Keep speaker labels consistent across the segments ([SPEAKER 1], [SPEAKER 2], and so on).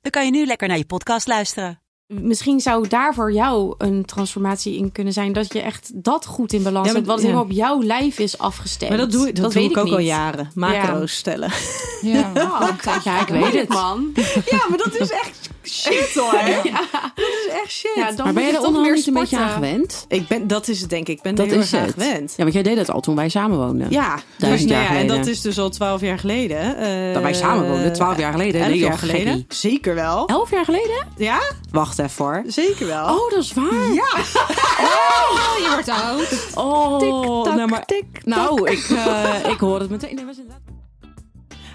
[SPEAKER 1] dan kan je nu lekker naar je podcast luisteren.
[SPEAKER 2] Misschien zou daar voor jou een transformatie in kunnen zijn. Dat je echt dat goed in balans
[SPEAKER 3] Ja, maar-
[SPEAKER 2] hebt. Wat
[SPEAKER 3] ja.
[SPEAKER 2] helemaal op jouw lijf is afgestemd.
[SPEAKER 3] Maar dat doe, dat doe
[SPEAKER 2] weet
[SPEAKER 3] ik ook al
[SPEAKER 2] niet.
[SPEAKER 3] jaren. Macro's stellen.
[SPEAKER 4] Ja.
[SPEAKER 2] Ja, ja, ik weet het, man.
[SPEAKER 3] Ja, maar dat is echt shit hoor. Dat is echt shit.
[SPEAKER 2] Ja, dan
[SPEAKER 4] Maar ben
[SPEAKER 2] moet je
[SPEAKER 4] je er
[SPEAKER 2] toch meer
[SPEAKER 4] onderhand niet een beetje
[SPEAKER 2] sporten.
[SPEAKER 4] aan gewend?
[SPEAKER 3] ik ben, dat is het denk ik. Ik ben
[SPEAKER 4] Dat
[SPEAKER 3] er heel
[SPEAKER 4] is
[SPEAKER 3] erg aan
[SPEAKER 4] het.
[SPEAKER 3] gewend.
[SPEAKER 4] Ja, want jij deed dat al toen wij samen woonden.
[SPEAKER 3] Ja, dus,
[SPEAKER 4] Duizend
[SPEAKER 3] nou
[SPEAKER 4] jaar
[SPEAKER 3] ja, en
[SPEAKER 4] geleden.
[SPEAKER 3] dat is dus al twaalf jaar geleden. eh,
[SPEAKER 4] Dat wij samen woonden, 12 jaar geleden.
[SPEAKER 3] elf
[SPEAKER 4] Nee,
[SPEAKER 3] jaar
[SPEAKER 4] joh, gekkie.
[SPEAKER 3] geleden. Zeker wel.
[SPEAKER 4] Elf jaar geleden?
[SPEAKER 3] Ja,
[SPEAKER 4] Wacht even hoor.
[SPEAKER 3] zeker wel.
[SPEAKER 4] Oh, dat is waar.
[SPEAKER 3] Ja,
[SPEAKER 4] Oh,
[SPEAKER 5] Je wordt oud.
[SPEAKER 4] oh.
[SPEAKER 3] tak,
[SPEAKER 4] nou, maar,
[SPEAKER 3] tik,
[SPEAKER 4] nou ik, eh, ik hoor het meteen. Nee, was inderdaad-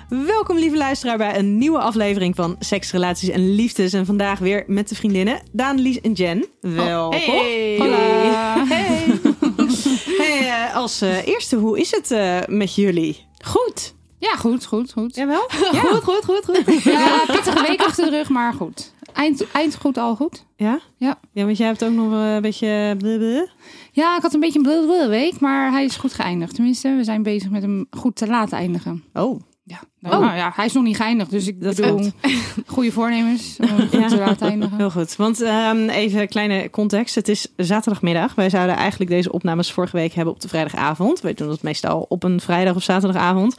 [SPEAKER 3] Welkom lieve luisteraar bij een nieuwe aflevering van Seks, Relaties en Liefdes. En vandaag weer met de vriendinnen Daan, Lies en Jen. Welkom.
[SPEAKER 2] Hey.
[SPEAKER 3] Hola. Hey. hey eh, als eh, eerste, hoe is het eh, met jullie?
[SPEAKER 4] Goed.
[SPEAKER 5] Ja, goed, goed, goed.
[SPEAKER 3] Jawel?
[SPEAKER 5] Goed, goed, goed, goed. Ja, pittige week achter de rug, maar goed. Eind, eind goed, al goed.
[SPEAKER 3] Ja?
[SPEAKER 5] Ja.
[SPEAKER 3] Ja, want jij hebt ook nog eh, een beetje... blubber.
[SPEAKER 5] Ja, ik had een beetje een blubblubble week, maar hij is goed geëindigd. Tenminste, we zijn bezig met hem goed te laten eindigen.
[SPEAKER 3] Oh.
[SPEAKER 5] Ja, nou, nou ja hij is nog niet geëindigd, dus ik
[SPEAKER 3] Dat
[SPEAKER 5] bedoel, goede voornemens om hem goed
[SPEAKER 3] Ja.
[SPEAKER 5] te laten eindigen.
[SPEAKER 3] Heel goed. Want ehm, even een kleine context. Het is zaterdagmiddag. Wij zouden eigenlijk deze opnames vorige week hebben op de vrijdagavond. Wij doen dat meestal op een vrijdag of zaterdagavond.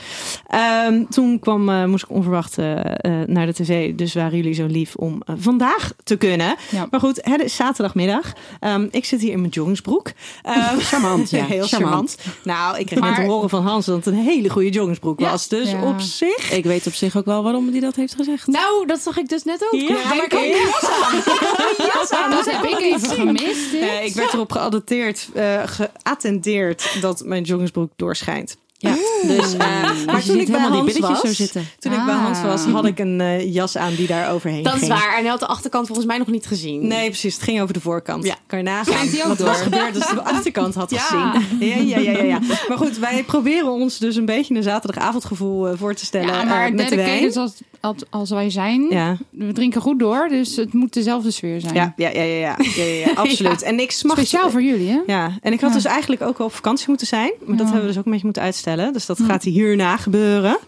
[SPEAKER 3] Ehm, toen kwam, eh, moest ik onverwacht eh, eh, naar de tv. Dus waren jullie zo lief om eh, vandaag te kunnen.
[SPEAKER 5] Ja.
[SPEAKER 3] Maar goed, het is zaterdagmiddag. Ehm, ik zit hier in mijn jongensbroek. Ehm,
[SPEAKER 4] Charmant, ja.
[SPEAKER 3] Heel charmant.
[SPEAKER 4] Charmant.
[SPEAKER 3] Nou, ik kreeg net
[SPEAKER 5] Maar-
[SPEAKER 3] te horen van Hans dat het een hele goede jongensbroek
[SPEAKER 2] Ja.
[SPEAKER 3] was. Dus
[SPEAKER 5] Ja.
[SPEAKER 3] op zich...
[SPEAKER 4] Ik weet op zich ook wel waarom hij dat heeft gezegd.
[SPEAKER 2] Nou, dat zag ik dus net ook.
[SPEAKER 3] Ja, maar
[SPEAKER 2] ik ook.
[SPEAKER 5] Nou, Dat heb ik even gemist. dit.
[SPEAKER 3] Eh, ik werd erop geadopteerd, eh, geattendeerd dat mijn jongensbroek doorschijnt.
[SPEAKER 4] Ja. Dus, eh, maar je ziet helemaal die billetjes zo zitten.
[SPEAKER 3] toen ik bij
[SPEAKER 5] Ah.
[SPEAKER 3] Hans was, had ik een eh, jas aan die daar overheen
[SPEAKER 2] Dat is
[SPEAKER 3] ging.
[SPEAKER 2] waar. En hij had de achterkant volgens mij nog niet gezien.
[SPEAKER 3] Nee, precies. Het ging over de voorkant.
[SPEAKER 2] Ja.
[SPEAKER 3] Kan je nagaan
[SPEAKER 5] Schijnt die ook
[SPEAKER 3] wat er was
[SPEAKER 5] door.
[SPEAKER 3] gebeurd als ik de achterkant had
[SPEAKER 2] Ja.
[SPEAKER 3] gezien. Ja, ja, ja, ja, ja. Maar goed, wij proberen ons dus een beetje een zaterdagavondgevoel eh, voor te stellen
[SPEAKER 5] Ja, maar
[SPEAKER 3] eh, met de wijn.
[SPEAKER 5] dedicated als, als, als wij zijn,
[SPEAKER 3] Ja.
[SPEAKER 5] we drinken goed door, dus het moet dezelfde sfeer zijn.
[SPEAKER 3] Ja, ja, ja, ja, ja, ja, ja, ja, absoluut. En ik smacht...
[SPEAKER 5] Speciaal voor jullie, hè?
[SPEAKER 3] Ja, en ik had
[SPEAKER 5] Ja.
[SPEAKER 3] dus eigenlijk ook wel op vakantie moeten zijn. Maar dat
[SPEAKER 5] Ja.
[SPEAKER 3] hebben we dus ook een beetje moeten uitstellen. Dus dat gaat hierna gebeuren.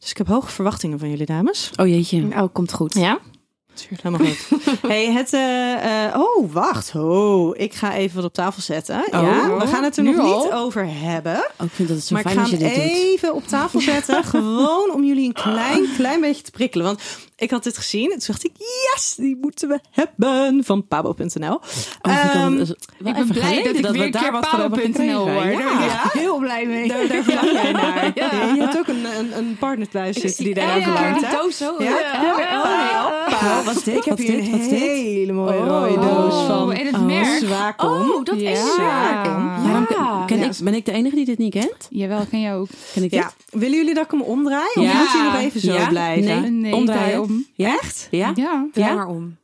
[SPEAKER 3] Dus ik heb hoge verwachtingen van jullie, dames.
[SPEAKER 4] Oh jeetje.
[SPEAKER 2] Oh, komt goed.
[SPEAKER 3] Ja? Helemaal goed. hey, het... eh, eh, oh, wacht. Oh, ik ga even wat op tafel zetten. ja, we gaan het er
[SPEAKER 5] nu
[SPEAKER 3] nog niet
[SPEAKER 5] al?
[SPEAKER 3] over hebben.
[SPEAKER 4] Oh, ik vind dat het zo
[SPEAKER 3] maar ik
[SPEAKER 4] fijn
[SPEAKER 3] ga
[SPEAKER 4] als je
[SPEAKER 3] hem
[SPEAKER 4] dit doet.
[SPEAKER 3] even op tafel zetten. gewoon om jullie een klein, klein beetje te prikkelen. Want ik had dit gezien. En toen dacht ik, yes, die moeten we hebben van pabo.nl.
[SPEAKER 4] Oh, vind ik al-
[SPEAKER 3] Ehm,
[SPEAKER 4] is- wel even geleden we daar wat van hebben gekregen.
[SPEAKER 5] hoor.
[SPEAKER 3] Ja.
[SPEAKER 5] heel blij mee.
[SPEAKER 3] Daar, daar verlang jij naar. Ja, Je hebt ook een, een, een partner thuis zitten die daarover
[SPEAKER 2] ja,
[SPEAKER 3] verlangt,
[SPEAKER 2] die
[SPEAKER 3] hè?
[SPEAKER 2] doos zo.
[SPEAKER 3] Ja?
[SPEAKER 2] Oh,
[SPEAKER 3] Ah. Hoppa, hoppa.
[SPEAKER 4] Wat is dit?
[SPEAKER 3] Ik heb
[SPEAKER 4] Wat is
[SPEAKER 3] hier
[SPEAKER 4] dit?
[SPEAKER 3] een
[SPEAKER 4] Wat is dit?
[SPEAKER 3] hele mooie
[SPEAKER 4] Oh.
[SPEAKER 3] rode doos van
[SPEAKER 5] en het merk.
[SPEAKER 3] Zwakom.
[SPEAKER 2] Oh, dat
[SPEAKER 5] Ja.
[SPEAKER 2] is waar.
[SPEAKER 4] Waarom
[SPEAKER 2] Ja.
[SPEAKER 4] ken ik, ben ik de enige die dit niet kent?
[SPEAKER 5] Jawel, ken jij ook.
[SPEAKER 4] Ken ik
[SPEAKER 3] Ja, willen jullie dat ik hem omdraai? Of
[SPEAKER 4] Ja.
[SPEAKER 3] moet hij nog even zo
[SPEAKER 4] Ja.
[SPEAKER 3] blijven?
[SPEAKER 4] Nee.
[SPEAKER 5] Nee,
[SPEAKER 4] Omdraaien.
[SPEAKER 5] draai om.
[SPEAKER 4] dit? Ja? Echt? Ja? Oh,
[SPEAKER 5] Ja.
[SPEAKER 2] Draai
[SPEAKER 4] Ja?
[SPEAKER 2] maar om.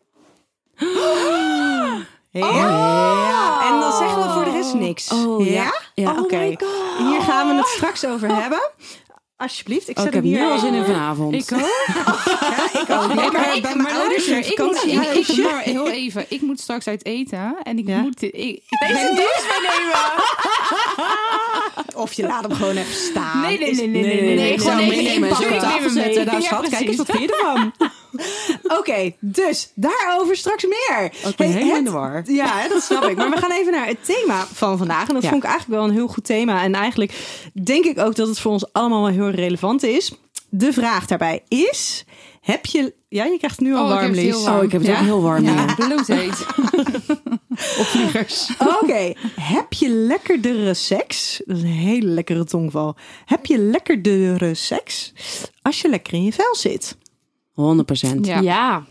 [SPEAKER 3] Ja. Ja. En dan zeggen we voor de rest niks.
[SPEAKER 4] Oh, ja. Ja.
[SPEAKER 3] Oké. Hier gaan we het straks over hebben. Alsjeblieft, ik
[SPEAKER 4] Oh,
[SPEAKER 3] zet
[SPEAKER 4] ik
[SPEAKER 3] hem
[SPEAKER 4] heb
[SPEAKER 3] hier
[SPEAKER 4] nu al zin in vanavond.
[SPEAKER 5] Ik ook.
[SPEAKER 3] Oh,
[SPEAKER 5] Nee, maar ik,
[SPEAKER 3] bij
[SPEAKER 5] maar
[SPEAKER 3] mijn ouders
[SPEAKER 5] luister,
[SPEAKER 3] heb
[SPEAKER 5] ik moet,
[SPEAKER 3] vakantie.
[SPEAKER 5] ik,
[SPEAKER 3] Ja,
[SPEAKER 5] ik- maar heel even. Ik moet straks uit eten en ik
[SPEAKER 3] Ja.
[SPEAKER 5] moet... Ik, ik
[SPEAKER 3] Deze
[SPEAKER 5] ben-
[SPEAKER 3] doos meenemen. Of je laat hem gewoon even staan.
[SPEAKER 5] Nee, nee,
[SPEAKER 3] Is-
[SPEAKER 5] nee, nee, nee, nee, nee.
[SPEAKER 2] gewoon
[SPEAKER 4] zou
[SPEAKER 2] even
[SPEAKER 4] meenemen en
[SPEAKER 2] inpakken.
[SPEAKER 4] Zo op
[SPEAKER 2] Ik neem
[SPEAKER 4] tafel
[SPEAKER 2] hem
[SPEAKER 4] zetten.
[SPEAKER 2] mee.
[SPEAKER 4] Nou,
[SPEAKER 2] Ja,
[SPEAKER 4] schat, kijk eens wat vind je ervan?
[SPEAKER 3] Oké, dus daarover straks meer.
[SPEAKER 4] Ik
[SPEAKER 3] Hey,
[SPEAKER 4] ben helemaal
[SPEAKER 3] het-
[SPEAKER 4] in de war.
[SPEAKER 3] Ja, hè, dat snap ik. Maar we gaan even naar het thema van vandaag. En dat
[SPEAKER 4] Ja.
[SPEAKER 3] vond ik eigenlijk wel een heel goed thema. En eigenlijk denk ik ook dat het voor ons allemaal wel heel relevant is. De vraag daarbij is: heb je. Ja, je krijgt nu al
[SPEAKER 5] Oh, ik heb
[SPEAKER 3] warm,
[SPEAKER 5] het heel
[SPEAKER 3] Lies.
[SPEAKER 5] warm.
[SPEAKER 4] Oh, ik heb het
[SPEAKER 3] Ja?
[SPEAKER 4] ook heel warm. hier.
[SPEAKER 5] Ja, bloedheet.
[SPEAKER 3] Oh, Oké, heb je lekkerdere seks? Dat is een hele lekkere tongval. Heb je lekkerdere seks als je lekker in je vel zit?
[SPEAKER 4] 100%.
[SPEAKER 5] Ja.
[SPEAKER 2] Ja.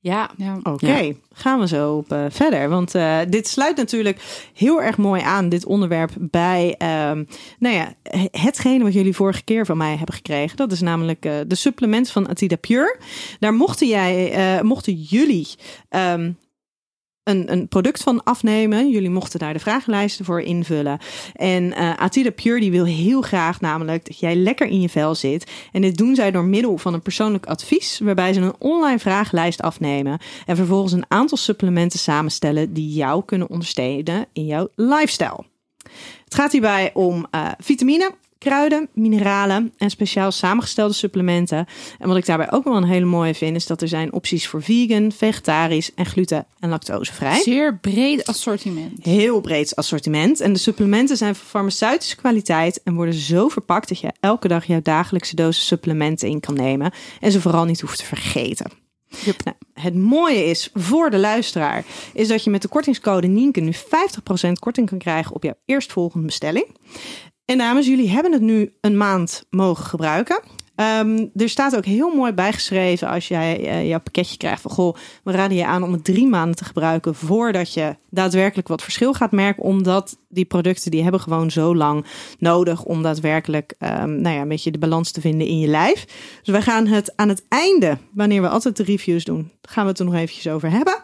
[SPEAKER 2] Ja.
[SPEAKER 5] Ja.
[SPEAKER 3] Oké, gaan we zo op, eh, verder. Want eh, dit sluit natuurlijk heel erg mooi aan, dit onderwerp, bij ehm, nou ja, he- hetgene wat jullie vorige keer van mij hebben gekregen. Dat is namelijk eh, de supplement van Atida Pure. Daar mochten, jij, eh, mochten jullie ehm, een, een product van afnemen. Jullie mochten daar de vragenlijsten voor invullen. En eh, Atida Pure die wil heel graag namelijk dat jij lekker in je vel zit. En dit doen zij door middel van een persoonlijk advies, waarbij ze een online vragenlijst afnemen. En vervolgens een aantal supplementen samenstellen die jou kunnen ondersteunen in jouw lifestyle. Het gaat hierbij om eh, vitamine, kruiden, mineralen en speciaal samengestelde supplementen. En wat ik daarbij ook wel een hele mooie vind, is dat er zijn opties voor vegan, vegetarisch en gluten- en lactosevrij.
[SPEAKER 5] Zeer breed assortiment.
[SPEAKER 3] Heel breed assortiment. En de supplementen zijn van farmaceutische kwaliteit en worden zo verpakt dat je elke dag jouw dagelijkse dosis supplementen in kan nemen. En ze vooral niet hoeft te vergeten. Nou, het mooie is voor de luisteraar, is dat je met de kortingscode Nienke nu 50% korting kan krijgen op jouw eerstvolgende bestelling. En dames, jullie hebben het nu een maand mogen gebruiken. Ehm, er staat ook heel mooi bijgeschreven als jij eh, jouw pakketje krijgt van goh, we raden je aan om het drie maanden te gebruiken voordat je daadwerkelijk wat verschil gaat merken, omdat die producten die hebben gewoon zo lang nodig om daadwerkelijk ehm, nou ja, een beetje de balans te vinden in je lijf. Dus wij gaan het aan het einde, wanneer we altijd de reviews doen, gaan we het er nog eventjes over hebben.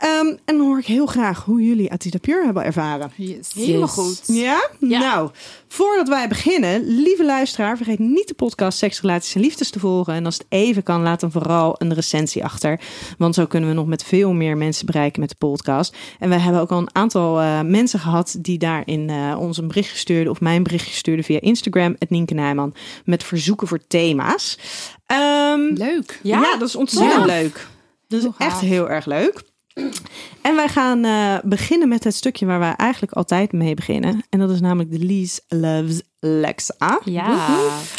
[SPEAKER 3] Ehm, en dan hoor ik heel graag hoe jullie Atida Pure hebben ervaren.
[SPEAKER 5] Yes.
[SPEAKER 2] Helemaal
[SPEAKER 4] Yes.
[SPEAKER 2] goed.
[SPEAKER 3] Ja?
[SPEAKER 2] Ja.
[SPEAKER 3] Nou, voordat wij beginnen, lieve luisteraar, vergeet niet de podcast Seks, Relaties en Liefdes te volgen. En als het even kan, laat dan vooral een recensie achter. Want zo kunnen we nog met veel meer mensen bereiken met de podcast. En we hebben ook al een aantal eh, mensen gehad die daarin eh, ons een berichtje stuurden of mijn berichtje stuurden via Instagram, het Nienke Nijman, met verzoeken voor thema's. Ehm,
[SPEAKER 5] Leuk.
[SPEAKER 3] ja,
[SPEAKER 2] Ja?
[SPEAKER 3] dat is ontzettend
[SPEAKER 2] Ja.
[SPEAKER 3] leuk. Dat is
[SPEAKER 5] Heel gaaf.
[SPEAKER 3] echt heel erg leuk. En wij gaan eh, beginnen met het stukje waar wij eigenlijk altijd mee beginnen. En dat is namelijk de Lies Loves Lexa.
[SPEAKER 2] Ja.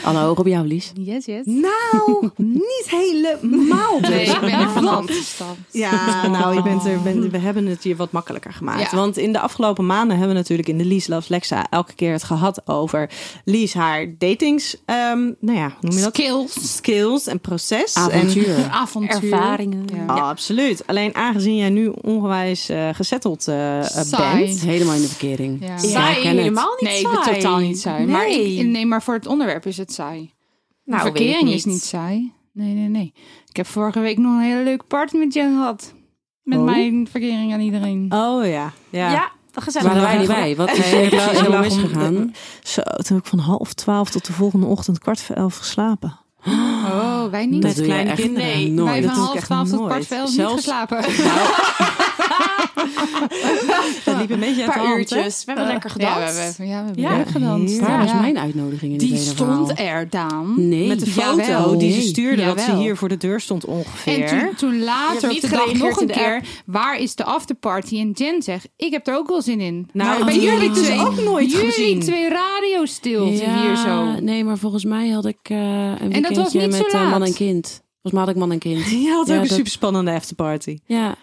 [SPEAKER 4] Alle ogen op jou, Lies.
[SPEAKER 5] Yes, yes.
[SPEAKER 3] Nou, niet helemaal dus.
[SPEAKER 5] Nee, ik ben er
[SPEAKER 3] Want-
[SPEAKER 5] van afgestapt.
[SPEAKER 3] Ja, nou, je bent er, ben- we hebben het je wat makkelijker gemaakt.
[SPEAKER 5] Ja.
[SPEAKER 3] Want in de afgelopen maanden hebben we natuurlijk in de Lies Loves Lexa elke keer het gehad over Lies haar datings... ehm, nou ja, hoe noem je dat?
[SPEAKER 5] Skills.
[SPEAKER 3] Skills en proces. En
[SPEAKER 4] Avontuur.
[SPEAKER 5] Avontuur.
[SPEAKER 2] Ervaringen.
[SPEAKER 5] Ja.
[SPEAKER 3] Ah, Absoluut. Alleen aangezien jij nu ongewijs eh gezetteld eh, eh,
[SPEAKER 5] Saai.
[SPEAKER 3] bent.
[SPEAKER 4] Helemaal in de verkering.
[SPEAKER 5] Ja.
[SPEAKER 4] Ja, ik ken het.
[SPEAKER 2] helemaal niet
[SPEAKER 5] Nee, ik ben
[SPEAKER 2] saai.
[SPEAKER 5] totaal niet saai. Maar,
[SPEAKER 2] Nee.
[SPEAKER 5] ik, nee, maar voor het onderwerp is het saai. Nou,
[SPEAKER 2] Nou,
[SPEAKER 5] verkering
[SPEAKER 2] weet ik
[SPEAKER 5] is niet saai. Nee, nee, nee. Ik heb vorige week nog een hele leuke party met Jen gehad. Met
[SPEAKER 3] Oh.
[SPEAKER 5] mijn verkering aan iedereen.
[SPEAKER 3] Oh ja. ja.
[SPEAKER 2] Ja,
[SPEAKER 4] Daar
[SPEAKER 2] gezellig.
[SPEAKER 4] waren wij niet bij. Wat eh, is er
[SPEAKER 3] precies.
[SPEAKER 4] helemaal
[SPEAKER 3] Ik lag om-
[SPEAKER 4] misgegaan?
[SPEAKER 3] Zo, toen heb ik van half twaalf tot de volgende ochtend kwart voor elf geslapen.
[SPEAKER 5] Oh, wij niet.
[SPEAKER 3] Met
[SPEAKER 4] Dat doe je
[SPEAKER 3] kleine
[SPEAKER 4] echt
[SPEAKER 3] kinderen.
[SPEAKER 4] nee,
[SPEAKER 5] wij
[SPEAKER 4] nooit.
[SPEAKER 3] dat
[SPEAKER 5] van
[SPEAKER 3] doe ik
[SPEAKER 5] half
[SPEAKER 3] echt
[SPEAKER 5] twaalf tot
[SPEAKER 3] nooit.
[SPEAKER 5] kwart voor elf niet
[SPEAKER 4] Zelfs-
[SPEAKER 5] geslapen.
[SPEAKER 3] Dat liep een
[SPEAKER 2] Een
[SPEAKER 3] beetje uit de
[SPEAKER 2] paar
[SPEAKER 3] hand, hè?
[SPEAKER 2] uurtjes. We hebben lekker
[SPEAKER 5] Eh, Ja, we
[SPEAKER 2] gedanst.
[SPEAKER 5] hebben, ja, we hebben
[SPEAKER 2] Ja.
[SPEAKER 5] leuk gedanst.
[SPEAKER 4] Waar was
[SPEAKER 5] Ja.
[SPEAKER 4] mijn uitnodiging in dit
[SPEAKER 5] Die
[SPEAKER 4] hele
[SPEAKER 5] stond
[SPEAKER 4] verhaal?
[SPEAKER 5] er, Daan.
[SPEAKER 4] Nee.
[SPEAKER 3] Met de foto
[SPEAKER 5] Jawel.
[SPEAKER 3] die ze stuurde dat ze
[SPEAKER 5] Jawel.
[SPEAKER 3] hier voor de deur stond ongeveer.
[SPEAKER 5] En toen, toen
[SPEAKER 2] Je
[SPEAKER 5] later
[SPEAKER 2] hebt
[SPEAKER 5] op
[SPEAKER 2] niet
[SPEAKER 5] de dag
[SPEAKER 2] gereageerd
[SPEAKER 5] nog
[SPEAKER 2] in de
[SPEAKER 5] een keer, waar is de afterparty? En Jen zegt, ik heb er ook wel zin in.
[SPEAKER 3] Nou,
[SPEAKER 5] maar bij
[SPEAKER 3] die heb
[SPEAKER 5] jullie
[SPEAKER 3] ik dus
[SPEAKER 5] twee,
[SPEAKER 3] ook nooit
[SPEAKER 5] jullie
[SPEAKER 3] gezien.
[SPEAKER 5] twee radiostilte hier zo.
[SPEAKER 4] Nee, maar volgens mij had ik eh, een
[SPEAKER 5] En dat was
[SPEAKER 4] weekendje
[SPEAKER 5] niet zo
[SPEAKER 4] met eh, man
[SPEAKER 5] laat.
[SPEAKER 4] en kind. Volgens mij had ik man en kind.
[SPEAKER 3] Je had ook
[SPEAKER 4] Ja,
[SPEAKER 3] een
[SPEAKER 4] dat-
[SPEAKER 3] super spannende afterparty.
[SPEAKER 4] Ja.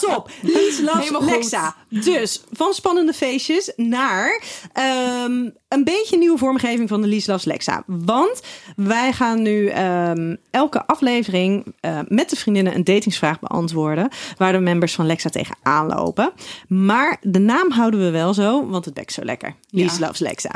[SPEAKER 3] Top. Lies loves
[SPEAKER 2] Helemaal goed.
[SPEAKER 3] Lexa. Dus van spannende feestjes naar ehm, een beetje nieuwe vormgeving van de Lies loves Lexa. Want wij gaan nu ehm, elke aflevering eh, met de vriendinnen een datingsvraag beantwoorden. Waar de members van Lexa tegen aanlopen. Maar de naam houden we wel zo, want het bekt zo lekker. Lies
[SPEAKER 5] Ja.
[SPEAKER 3] loves Lexa.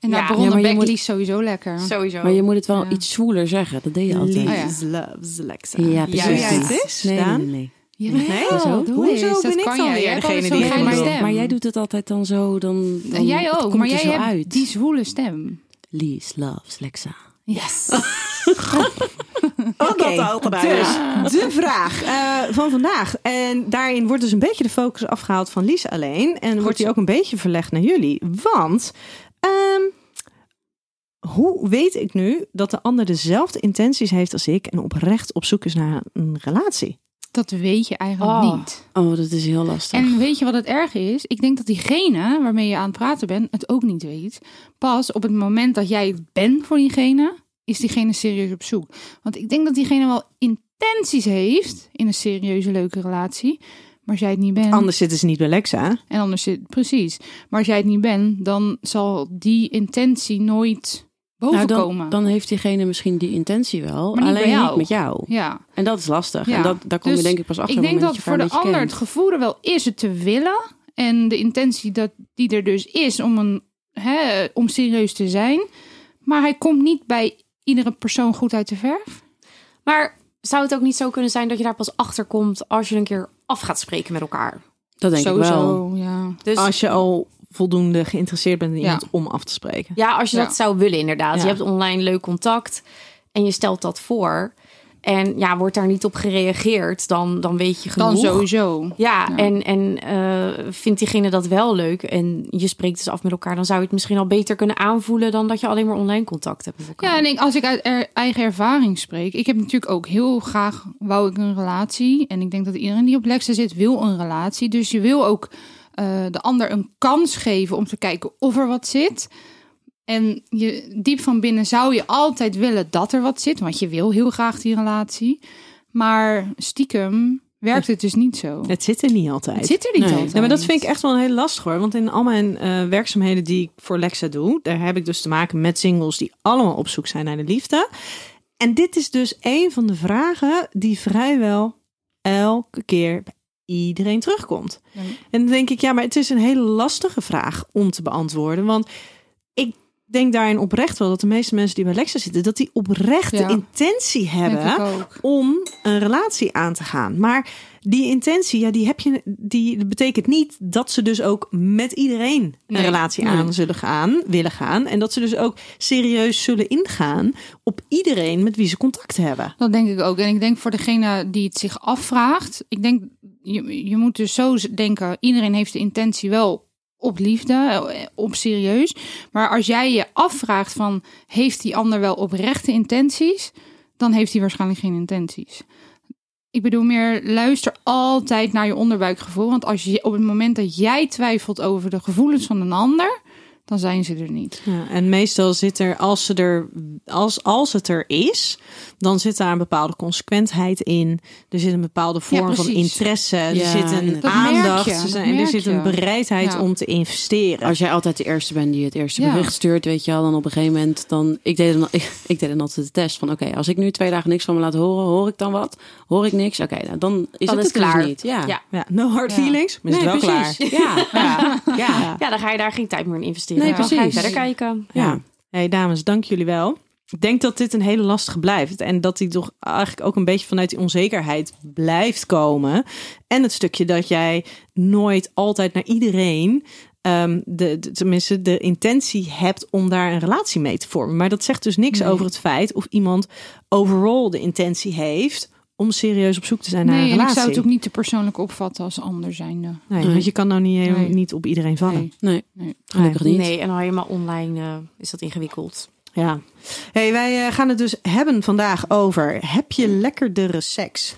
[SPEAKER 5] En daar
[SPEAKER 2] Ja.
[SPEAKER 5] begon
[SPEAKER 4] Ja,
[SPEAKER 5] de
[SPEAKER 4] maar je
[SPEAKER 5] Beck
[SPEAKER 4] moet-
[SPEAKER 5] Lies sowieso lekker.
[SPEAKER 2] Sowieso.
[SPEAKER 4] Maar je moet het wel
[SPEAKER 5] Ja.
[SPEAKER 4] iets zwoeler zeggen. Dat deed je altijd.
[SPEAKER 3] Lies
[SPEAKER 5] Oh ja.
[SPEAKER 3] loves Lexa.
[SPEAKER 4] Ja, precies.
[SPEAKER 3] Doe jij het eens,
[SPEAKER 4] Nee, nee,
[SPEAKER 3] Daan?
[SPEAKER 4] nee, nee.
[SPEAKER 5] Jawel,
[SPEAKER 3] Nee?
[SPEAKER 4] Hoezo?
[SPEAKER 5] doe
[SPEAKER 3] Hoezo
[SPEAKER 5] eens,
[SPEAKER 3] ben
[SPEAKER 5] dat
[SPEAKER 3] ik
[SPEAKER 5] kan
[SPEAKER 3] dan
[SPEAKER 5] jij.
[SPEAKER 3] weer
[SPEAKER 5] Jij hebt
[SPEAKER 3] degene
[SPEAKER 5] altijd
[SPEAKER 3] die
[SPEAKER 5] zo'n
[SPEAKER 3] het
[SPEAKER 5] geile
[SPEAKER 3] wil?
[SPEAKER 5] stem.
[SPEAKER 4] Maar jij doet het altijd dan zo. Dan, dan
[SPEAKER 5] En jij
[SPEAKER 4] het
[SPEAKER 5] ook,
[SPEAKER 4] komt
[SPEAKER 5] maar
[SPEAKER 4] er
[SPEAKER 5] jij
[SPEAKER 4] zo
[SPEAKER 5] hebt
[SPEAKER 4] uit.
[SPEAKER 5] die zwoele stem.
[SPEAKER 4] Lies loves Lexa.
[SPEAKER 5] Yes.
[SPEAKER 3] Oké,
[SPEAKER 2] dat al gedaan,
[SPEAKER 3] Dus de vraag eh, van vandaag. En daarin wordt dus een beetje de focus afgehaald van Lies alleen. En wordt die ook een beetje verlegd naar jullie. Want ehm, hoe weet ik nu dat de ander dezelfde intenties heeft als ik en oprecht op zoek is naar een relatie?
[SPEAKER 5] dat weet je eigenlijk
[SPEAKER 2] Oh.
[SPEAKER 5] niet.
[SPEAKER 4] Oh, dat is heel lastig.
[SPEAKER 5] En weet je wat het erg is? Ik denk dat diegene waarmee je aan het praten bent het ook niet weet. Pas op het moment dat jij het bent voor diegene, is diegene serieus op zoek. Want ik denk dat diegene wel intenties heeft in een serieuze leuke relatie. Maar als jij het niet bent.
[SPEAKER 3] Anders zitten ze niet bij Lexa.
[SPEAKER 5] En anders zit precies. Maar als jij het niet bent, dan zal die intentie nooit
[SPEAKER 4] Nou,
[SPEAKER 5] boven
[SPEAKER 4] dan,
[SPEAKER 5] komen.
[SPEAKER 4] dan heeft diegene misschien die intentie wel,
[SPEAKER 5] Maar niet bij
[SPEAKER 4] alleen
[SPEAKER 5] jou.
[SPEAKER 4] niet met jou.
[SPEAKER 5] ja.
[SPEAKER 4] En dat is lastig.
[SPEAKER 5] Ja.
[SPEAKER 4] En dat, daar kom je
[SPEAKER 5] Dus
[SPEAKER 4] denk ik pas achter.
[SPEAKER 5] Ik
[SPEAKER 4] op het
[SPEAKER 5] denk
[SPEAKER 4] moment
[SPEAKER 5] dat voor de
[SPEAKER 4] je elkaar een
[SPEAKER 5] ander het
[SPEAKER 4] beetje
[SPEAKER 5] gevoel er wel is het te willen. En de intentie dat, die er dus is om, een, hè, om serieus te zijn. Maar hij komt niet bij iedere persoon goed uit de verf.
[SPEAKER 2] Maar zou het ook niet zo kunnen zijn dat je daar pas achter komt als je een keer af gaat spreken met elkaar?
[SPEAKER 4] kent. Dat denk ik wel.
[SPEAKER 5] Sowieso, ja.
[SPEAKER 2] Dus
[SPEAKER 3] Als je al voldoende geïnteresseerd bent in
[SPEAKER 5] Ja.
[SPEAKER 3] iemand om af te spreken.
[SPEAKER 2] ja, als je
[SPEAKER 5] Ja.
[SPEAKER 2] dat zou willen inderdaad.
[SPEAKER 3] Ja.
[SPEAKER 2] Je hebt online leuk contact en je stelt dat voor. En ja, wordt daar niet op gereageerd, dan, dan weet je genoeg.
[SPEAKER 5] Dan sowieso.
[SPEAKER 2] Ja,
[SPEAKER 5] Ja.
[SPEAKER 2] en, en eh, vindt diegene dat wel leuk en je spreekt dus af met elkaar, dan zou je het misschien al beter kunnen aanvoelen dan dat je alleen maar online contact hebt met elkaar.
[SPEAKER 5] Ja, en ik, als ik uit er- eigen ervaring spreek, ik heb natuurlijk ook heel graag wou ik een relatie. En ik denk dat iedereen die op Lexa zit, wil een relatie. Dus je wil ook eh, de ander een kans geven om te kijken of er wat zit. En je, diep van binnen zou je altijd willen dat er wat zit, want je wil heel graag die relatie. Maar stiekem werkt het dus niet zo.
[SPEAKER 3] Het zit er niet altijd.
[SPEAKER 5] Het zit er niet
[SPEAKER 4] Nee.
[SPEAKER 5] altijd.
[SPEAKER 3] Ja, maar dat vind ik echt wel een hele lastig hoor. Want in al mijn eh, werkzaamheden die ik voor Lexa doe, daar heb ik dus te maken met singles die allemaal op zoek zijn naar de liefde. En dit is dus een van de vragen die vrijwel elke keer bij iedereen terugkomt.
[SPEAKER 5] Ja.
[SPEAKER 3] En dan denk ik, ja, maar het is een hele lastige vraag om te beantwoorden. Want ik denk daarin oprecht wel dat de meeste mensen die bij Lexa zitten, dat die oprecht
[SPEAKER 5] Ja.
[SPEAKER 3] de intentie
[SPEAKER 5] Denk
[SPEAKER 3] hebben
[SPEAKER 5] ik ook.
[SPEAKER 3] om een relatie aan te gaan. Maar die intentie, ja, die heb je, die dat betekent niet dat ze dus ook met iedereen een
[SPEAKER 5] Nee.
[SPEAKER 3] relatie aan zullen gaan, willen gaan. En dat ze dus ook serieus zullen ingaan op iedereen met wie ze contact hebben.
[SPEAKER 5] Dat denk ik ook. En ik denk voor degene die het zich afvraagt. Ik denk, je, je moet dus zo z- denken. Iedereen heeft de intentie wel op liefde, eh, op serieus. Maar als jij je afvraagt van, heeft die ander wel oprechte intenties? Dan heeft hij waarschijnlijk geen intenties. Ik bedoel meer, luister altijd naar je onderbuikgevoel. Want als je, op het moment dat jij twijfelt over de gevoelens van een ander, dan zijn ze er niet.
[SPEAKER 3] Ja, en meestal zit er, als, ze er als, als het er is, dan zit daar een bepaalde consequentheid in. Er zit een bepaalde vorm van
[SPEAKER 5] precies.
[SPEAKER 3] interesse.
[SPEAKER 4] Ja,
[SPEAKER 3] er zit een
[SPEAKER 4] inderdaad.
[SPEAKER 5] Dat merk
[SPEAKER 3] aandacht.
[SPEAKER 5] je,
[SPEAKER 3] er
[SPEAKER 5] dat
[SPEAKER 3] zijn- en er
[SPEAKER 5] merk
[SPEAKER 3] zit een
[SPEAKER 5] je.
[SPEAKER 3] bereidheid
[SPEAKER 5] Ja.
[SPEAKER 3] om te investeren.
[SPEAKER 4] Als jij altijd de eerste bent die het eerste
[SPEAKER 5] Ja.
[SPEAKER 4] bericht stuurt, weet je wel, dan op een gegeven moment dan. Ik deed dan, ik, ik deed dan altijd de test van: oké, als ik nu twee dagen niks van me laat horen, hoor ik dan wat? Hoor ik niks? Oké, nou, dan is
[SPEAKER 2] Dan
[SPEAKER 4] het,
[SPEAKER 2] is
[SPEAKER 4] het dus
[SPEAKER 2] klaar.
[SPEAKER 4] niet. Ja,
[SPEAKER 2] Ja.
[SPEAKER 3] Ja, no hard
[SPEAKER 5] Ja.
[SPEAKER 3] feelings, maar is
[SPEAKER 4] Nee,
[SPEAKER 3] het wel
[SPEAKER 4] precies.
[SPEAKER 3] klaar.
[SPEAKER 4] Ja.
[SPEAKER 3] Ja.
[SPEAKER 4] ja.
[SPEAKER 2] Ja, dan ga je daar geen tijd meer in investeren.
[SPEAKER 4] Nee,
[SPEAKER 2] Dan ga je
[SPEAKER 4] precies.
[SPEAKER 2] verder kijken.
[SPEAKER 4] Ja.
[SPEAKER 3] Hey dames, dank jullie wel. Ik denk dat dit een hele lastige blijft. En dat die toch eigenlijk ook een beetje vanuit die onzekerheid blijft komen. En het stukje dat jij nooit altijd naar iedereen, ehm, de, de- tenminste de intentie hebt om daar een relatie mee te vormen. Maar dat zegt dus niks over het feit of iemand overal de intentie heeft om serieus op zoek te zijn naar
[SPEAKER 5] Nee,
[SPEAKER 3] een
[SPEAKER 5] en ik
[SPEAKER 3] eh, relatie.
[SPEAKER 5] zou het ook niet te persoonlijk opvatten als ander zijnde.
[SPEAKER 3] Nee, want je kan nou niet,
[SPEAKER 5] Nee.
[SPEAKER 3] niet op iedereen vallen.
[SPEAKER 5] Nee.
[SPEAKER 4] Nee,
[SPEAKER 5] Nee.
[SPEAKER 4] gelukkig niet.
[SPEAKER 2] Nee, en al helemaal online eh, is dat ingewikkeld.
[SPEAKER 3] Ja. Hey, wij eh, gaan het dus hebben vandaag over. Heb je lekkerdere seks?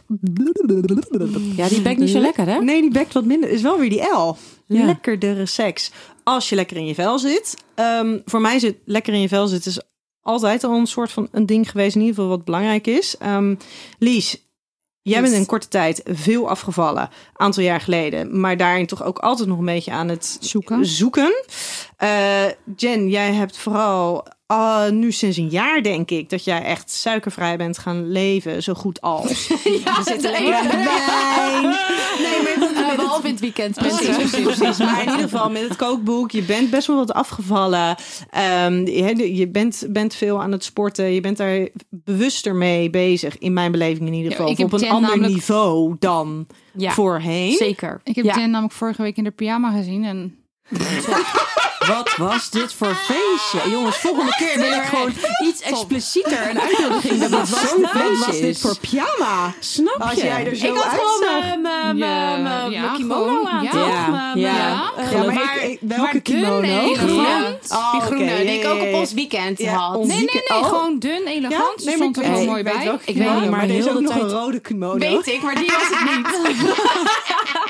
[SPEAKER 4] Ja, die bek niet zo lekker, hè?
[SPEAKER 3] Nee, die bekt wat minder. Is wel weer die L.
[SPEAKER 4] Ja.
[SPEAKER 3] Lekkerdere seks. Als je lekker in je vel zit. Ehm, voor mij zit lekker in je vel zitten is altijd al een soort van een ding geweest. In ieder geval wat belangrijk is. Ehm, Lies, jij bent in korte tijd veel afgevallen. aantal jaar geleden. Maar daarin toch ook altijd nog een beetje aan het
[SPEAKER 5] Zoeken.
[SPEAKER 3] zoeken. Eh, Jen, jij hebt vooral ah, nu sinds een jaar, denk ik, dat jij echt suikervrij bent gaan leven, zo goed als. er zit alleen maar wijn. Nee, maar dat-
[SPEAKER 2] behalve in het weekend.
[SPEAKER 3] Precies, precies, precies. Maar in ieder geval met het kookboek, je bent best wel wat afgevallen. Ehm, je je bent, bent veel aan het sporten. Je bent daar bewuster mee bezig, in mijn beleving in ieder
[SPEAKER 5] Ja,
[SPEAKER 3] geval.
[SPEAKER 5] ik
[SPEAKER 3] Of op
[SPEAKER 5] heb
[SPEAKER 3] een
[SPEAKER 5] Jen
[SPEAKER 3] ander
[SPEAKER 5] namelijk-
[SPEAKER 3] niveau dan
[SPEAKER 2] Ja,
[SPEAKER 3] voorheen.
[SPEAKER 2] zeker.
[SPEAKER 5] Ik heb
[SPEAKER 2] ja.
[SPEAKER 5] Jen namelijk vorige week in de pyjama gezien. En
[SPEAKER 4] Wat was dit voor feestje? Jongens, volgende keer wil ik gewoon iets explicieter een uitnodiging. Dat dit zo'n
[SPEAKER 3] Wat
[SPEAKER 4] feestje
[SPEAKER 3] was dit
[SPEAKER 4] is.
[SPEAKER 3] voor pyjama?
[SPEAKER 4] Snap je?
[SPEAKER 3] Als jij er zo
[SPEAKER 2] Ik had gewoon
[SPEAKER 3] uitzag.
[SPEAKER 2] mijn- mijn-
[SPEAKER 5] Ja,
[SPEAKER 2] mijn- mijn
[SPEAKER 5] eh, ja,
[SPEAKER 2] mijn kimono
[SPEAKER 5] gewoon,
[SPEAKER 2] aan,
[SPEAKER 5] ja.
[SPEAKER 2] toch?
[SPEAKER 4] Ja,
[SPEAKER 2] Mijn-
[SPEAKER 4] ja.
[SPEAKER 2] mijn-
[SPEAKER 5] Ja.
[SPEAKER 3] Ja,
[SPEAKER 4] Geloof-
[SPEAKER 3] maar
[SPEAKER 5] maar-
[SPEAKER 3] ik- ik- welke
[SPEAKER 5] maar
[SPEAKER 3] kimono?
[SPEAKER 5] dun, nee,
[SPEAKER 3] Groene?
[SPEAKER 5] elegant.
[SPEAKER 3] Oh,
[SPEAKER 2] die
[SPEAKER 3] oké,
[SPEAKER 2] groene,
[SPEAKER 3] ja,
[SPEAKER 2] die ik ook
[SPEAKER 3] ja,
[SPEAKER 2] op
[SPEAKER 3] ja.
[SPEAKER 2] ons weekend
[SPEAKER 3] Ja,
[SPEAKER 2] had.
[SPEAKER 3] ons-
[SPEAKER 5] nee, nee, nee.
[SPEAKER 3] Oh.
[SPEAKER 5] Gewoon dun, elegant. Ze stond er
[SPEAKER 4] ik-
[SPEAKER 5] heel
[SPEAKER 4] Hey,
[SPEAKER 5] mooi
[SPEAKER 3] ik weet
[SPEAKER 5] bij.
[SPEAKER 3] welke
[SPEAKER 4] Ik
[SPEAKER 3] kimono,
[SPEAKER 4] weet niet,
[SPEAKER 3] maar
[SPEAKER 4] maar de
[SPEAKER 3] er is
[SPEAKER 4] hele
[SPEAKER 3] ook nog een
[SPEAKER 4] tijd-
[SPEAKER 3] rode kimono.
[SPEAKER 2] Weet ik, maar die was het niet.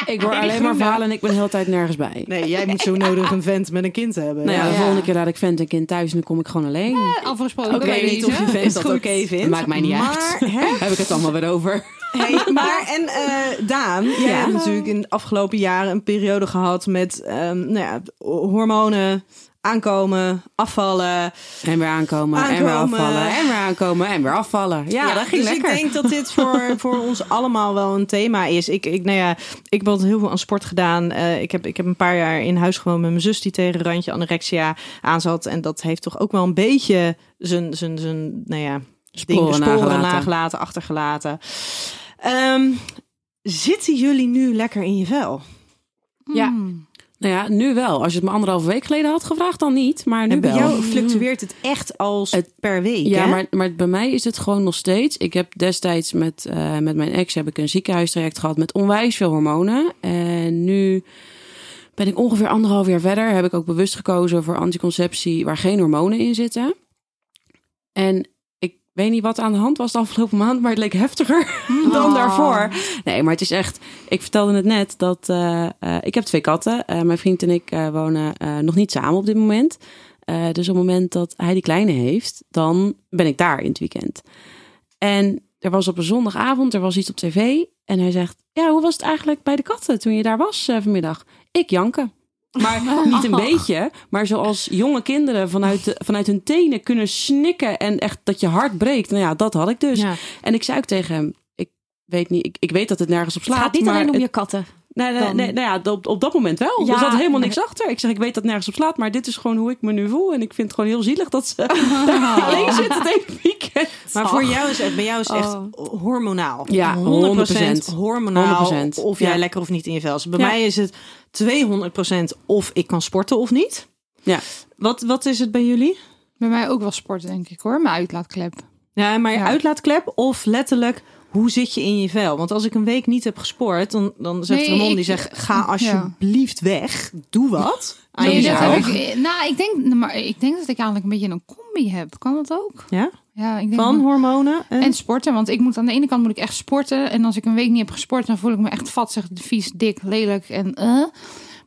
[SPEAKER 4] Ik hoor alleen maar verhalen en ik ben de hele tijd nergens bij.
[SPEAKER 3] Nee, jij moet zo nodig een vent met een kind hebben.
[SPEAKER 4] Nou ja, de
[SPEAKER 3] Ja.
[SPEAKER 4] volgende keer laat ik vent en kind thuis en dan kom ik gewoon alleen.
[SPEAKER 5] Afgesproken
[SPEAKER 3] Oké,
[SPEAKER 5] bij
[SPEAKER 3] niet
[SPEAKER 5] deze.
[SPEAKER 3] of je vent
[SPEAKER 4] Is
[SPEAKER 3] dat
[SPEAKER 4] goed.
[SPEAKER 3] oké vindt.
[SPEAKER 4] Dat maakt mij niet
[SPEAKER 3] maar,
[SPEAKER 4] uit.
[SPEAKER 3] hè,
[SPEAKER 4] Heb ik het allemaal weer over?
[SPEAKER 3] hey, maar en eh, Daan, jij
[SPEAKER 4] Ja.
[SPEAKER 3] hebt natuurlijk in de afgelopen jaren een periode gehad met ehm, nou ja, hormonen, aankomen, afvallen.
[SPEAKER 4] En weer aankomen, en weer
[SPEAKER 3] Aankomen.
[SPEAKER 4] afvallen, en weer aankomen, en weer afvallen. Ja, dat ging
[SPEAKER 3] dus
[SPEAKER 4] lekker.
[SPEAKER 3] ik denk dat dit voor, voor ons allemaal wel een thema is. Ik, ik, nou ja, ik heb altijd heel veel aan sport gedaan. Eh, ik, heb, ik heb een paar jaar in huis gewoond met mijn zus die tegen een randje anorexia aan zat. En dat heeft toch ook wel een beetje zijn, zijn, zijn nou ja,
[SPEAKER 4] Sporen
[SPEAKER 3] ding-
[SPEAKER 4] nagelaten.
[SPEAKER 3] nagelaten, achtergelaten. Ehm, zitten jullie nu lekker in je vel?
[SPEAKER 2] Ja.
[SPEAKER 5] Mm.
[SPEAKER 4] Nou ja, nu wel. Als je het me anderhalve week geleden had gevraagd, dan niet. Maar nu
[SPEAKER 3] en bij
[SPEAKER 4] wel.
[SPEAKER 3] jou fluctueert het echt als
[SPEAKER 4] Het-
[SPEAKER 3] per week.
[SPEAKER 4] Ja,
[SPEAKER 3] hè?
[SPEAKER 4] maar, maar bij mij is het gewoon nog steeds. Ik heb destijds met, eh, met mijn ex heb ik een ziekenhuistraject gehad met onwijs veel hormonen. En nu ben ik ongeveer anderhalf jaar verder. Heb ik ook bewust gekozen voor anticonceptie waar geen hormonen in zitten. En ik weet niet wat aan de hand was de afgelopen maand, maar het leek heftiger dan
[SPEAKER 2] Oh.
[SPEAKER 4] daarvoor. Nee, maar het is echt. Ik vertelde het net dat eh, eh, ik heb twee katten. Eh, mijn vriend en ik eh, wonen eh, nog niet samen op dit moment. Eh, dus op het moment dat hij die kleine heeft, dan ben ik daar in het weekend. En er was op een zondagavond, er was iets op tv. En hij zegt, ja, hoe was het eigenlijk bij de katten toen je daar was eh, vanmiddag? Ik janken. Maar niet een beetje, maar zoals jonge kinderen vanuit, de- vanuit hun tenen kunnen snikken en echt dat je hart breekt. Nou ja, dat had ik dus.
[SPEAKER 3] Ja.
[SPEAKER 4] En ik zei ook tegen hem, ik weet niet, ik, ik weet dat het nergens op
[SPEAKER 2] Het
[SPEAKER 4] slaat.
[SPEAKER 2] gaat niet
[SPEAKER 4] maar
[SPEAKER 2] alleen om
[SPEAKER 4] het-
[SPEAKER 2] je katten.
[SPEAKER 4] Nee, nee,
[SPEAKER 2] dan.
[SPEAKER 4] nee, nou ja, op, op dat moment wel.
[SPEAKER 2] Ja,
[SPEAKER 4] er zat helemaal
[SPEAKER 2] nee.
[SPEAKER 4] niks achter. Ik zeg, ik weet dat nergens op slaat, maar dit is gewoon hoe ik me nu voel. En ik vind het gewoon heel zielig dat ze daar alleen zit het hele weekend.
[SPEAKER 3] Maar voor jou is het, bij jou is het echt hormonaal.
[SPEAKER 4] Oh. Ja, 100%.
[SPEAKER 3] hormonaal.
[SPEAKER 4] 100%.
[SPEAKER 3] Of jij
[SPEAKER 4] Ja.
[SPEAKER 3] lekker of niet in je vel zit. Bij
[SPEAKER 4] Ja.
[SPEAKER 3] mij is het 200% of ik kan sporten of niet.
[SPEAKER 4] Ja.
[SPEAKER 3] Wat, wat is het bij jullie?
[SPEAKER 5] Bij mij ook wel sport, denk ik hoor. Mijn uitlaatklep.
[SPEAKER 3] Ja, maar je
[SPEAKER 5] Ja.
[SPEAKER 3] uitlaatklep of letterlijk hoe zit je in je vel? Want als ik een week niet heb gesport, dan, dan zegt
[SPEAKER 5] Nee,
[SPEAKER 3] Ramon die
[SPEAKER 5] ik-
[SPEAKER 3] zegt: ga alsjeblieft weg, doe wat. aan
[SPEAKER 5] Nee, dat
[SPEAKER 3] jezelf.
[SPEAKER 5] heb ik, nou, ik denk, maar ik denk dat ik eigenlijk een beetje een combi heb. Kan dat ook?
[SPEAKER 3] Ja?
[SPEAKER 5] Ja, ik denk
[SPEAKER 3] Van
[SPEAKER 5] dat-
[SPEAKER 3] hormonen. En,
[SPEAKER 5] En sporten, want ik moet aan de ene kant moet ik echt sporten. En als ik een week niet heb gesport, dan voel ik me echt vatzig, vies, dik, lelijk en eh.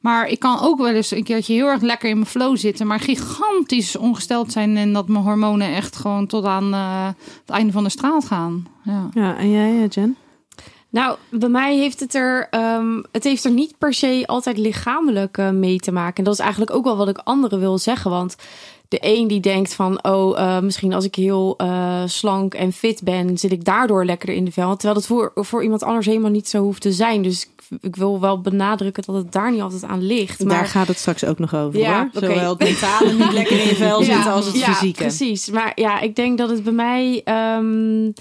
[SPEAKER 5] Maar ik kan ook wel eens een keertje heel erg lekker in mijn flow zitten, maar gigantisch ongesteld zijn. En dat mijn hormonen echt gewoon tot aan eh, het einde van de straat gaan. Ja.
[SPEAKER 3] ja, en jij, eh, Jen?
[SPEAKER 2] Nou, bij mij heeft het er, ehm, het heeft er niet per se altijd lichamelijk eh, mee te maken. En dat is eigenlijk ook wel wat ik anderen wil zeggen. Want de een die denkt van, oh, eh, misschien als ik heel eh, slank en fit ben, zit ik daardoor lekkerder in de vel. Terwijl dat voor, voor iemand anders helemaal niet zo hoeft te zijn. Dus ik, ik wil wel benadrukken dat het daar niet altijd aan ligt.
[SPEAKER 3] Daar
[SPEAKER 2] Maar
[SPEAKER 3] gaat het straks ook nog over.
[SPEAKER 2] Ja,
[SPEAKER 3] hoor.
[SPEAKER 2] oké.
[SPEAKER 3] Zowel het mentale niet lekker in je vel
[SPEAKER 2] Ja,
[SPEAKER 3] zitten als het
[SPEAKER 2] ja,
[SPEAKER 3] fysieke.
[SPEAKER 2] Precies. Maar ja, ik denk dat het bij mij ehm,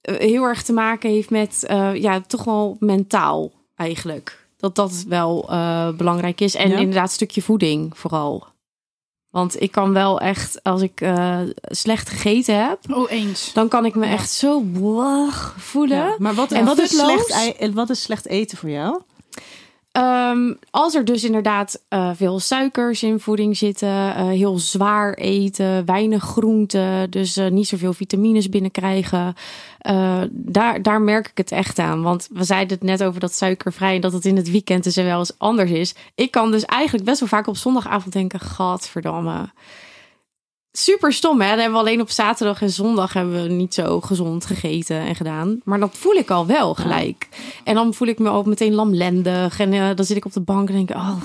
[SPEAKER 2] eh, heel erg te maken heeft met eh, ja, toch wel mentaal eigenlijk. Dat dat wel eh, belangrijk is. En
[SPEAKER 3] Ja.
[SPEAKER 2] inderdaad, een stukje voeding vooral. Want ik kan wel echt, als ik eh, slecht gegeten heb,
[SPEAKER 5] Oh, eens.
[SPEAKER 2] dan kan ik me
[SPEAKER 5] Ja.
[SPEAKER 2] echt zo blag voelen.
[SPEAKER 3] Ja, maar wat,
[SPEAKER 2] En wat is
[SPEAKER 3] slecht,
[SPEAKER 2] loos?
[SPEAKER 3] ei- en wat is slecht eten voor jou?
[SPEAKER 2] Ehm, als er dus inderdaad eh, veel suikers in voeding zitten, eh, heel zwaar eten, weinig groenten, dus eh, niet zoveel vitamines binnenkrijgen, eh, daar, daar merk ik het echt aan. Want we zeiden het net over dat suikervrij en dat het in het weekend dus wel eens anders is. Ik kan dus eigenlijk best wel vaak op zondagavond denken, gadverdamme. Super stom, hè? Dan hebben we alleen op zaterdag en zondag hebben we niet zo gezond gegeten en gedaan. Maar dat voel ik al wel gelijk. En dan voel ik me ook meteen lamlendig. En eh, dan zit ik op de bank en denk ik, oh,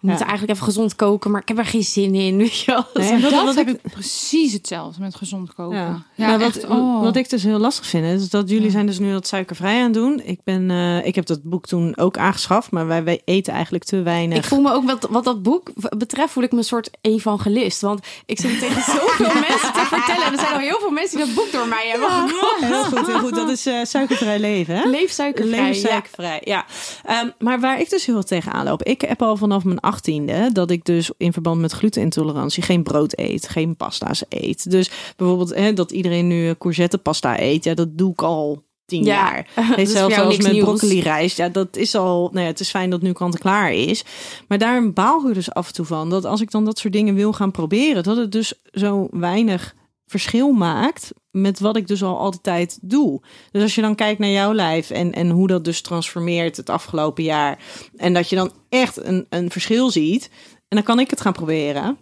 [SPEAKER 2] we moeten eigenlijk even gezond koken, maar ik heb er geen zin in. Weet je wel?
[SPEAKER 3] Nee,
[SPEAKER 5] Dat,
[SPEAKER 3] wat- wat
[SPEAKER 5] heb
[SPEAKER 3] ik-
[SPEAKER 5] ik precies hetzelfde met gezond koken.
[SPEAKER 3] Ja.
[SPEAKER 5] Ja,
[SPEAKER 3] Maar wat,
[SPEAKER 5] echt, oh.
[SPEAKER 3] wat ik dus heel lastig vind, is dat jullie zijn dus nu dat suikervrij aan het doen. Ik, ben, eh, ik heb dat boek toen ook aangeschaft, maar wij, wij eten eigenlijk te weinig.
[SPEAKER 2] Ik voel me ook wat, wat dat boek v- betreft, voel ik me een soort evangelist. Want ik zit tegen zoveel mensen te vertellen. En er zijn al heel veel mensen die dat boek door mij hebben gekocht.
[SPEAKER 3] heel goed, heel goed. Dat is eh, suikervrij leven, hè?
[SPEAKER 2] Leef suikervrij.
[SPEAKER 3] Leef
[SPEAKER 2] ja.
[SPEAKER 3] suikervrij, ja. Ehm, maar waar ik dus heel veel tegenaan loop. Ik heb al vanaf mijn achttiende dat ik dus in verband met glutenintolerantie geen brood eet, geen pasta's eet. Dus bijvoorbeeld hè, dat iedereen nu eh, courgettepasta eet, ja, dat doe ik al tien
[SPEAKER 2] Ja,
[SPEAKER 3] jaar.
[SPEAKER 2] dat is voor
[SPEAKER 3] Hetzelfde
[SPEAKER 2] jou
[SPEAKER 3] als
[SPEAKER 2] niks
[SPEAKER 3] met
[SPEAKER 2] nieuws.
[SPEAKER 3] broccoli rijst. Ja, dat is al. Nou ja, het is fijn dat nu kant-en-klaar is. Maar daar baal ik dus af en toe van. Dat als ik dan dat soort dingen wil gaan proberen, dat het dus zo weinig verschil maakt met wat ik dus al altijd doe. Dus als je dan kijkt naar jouw lijf en, en hoe dat dus transformeert het afgelopen jaar. En dat je dan echt een, een verschil ziet. En dan kan ik het gaan proberen.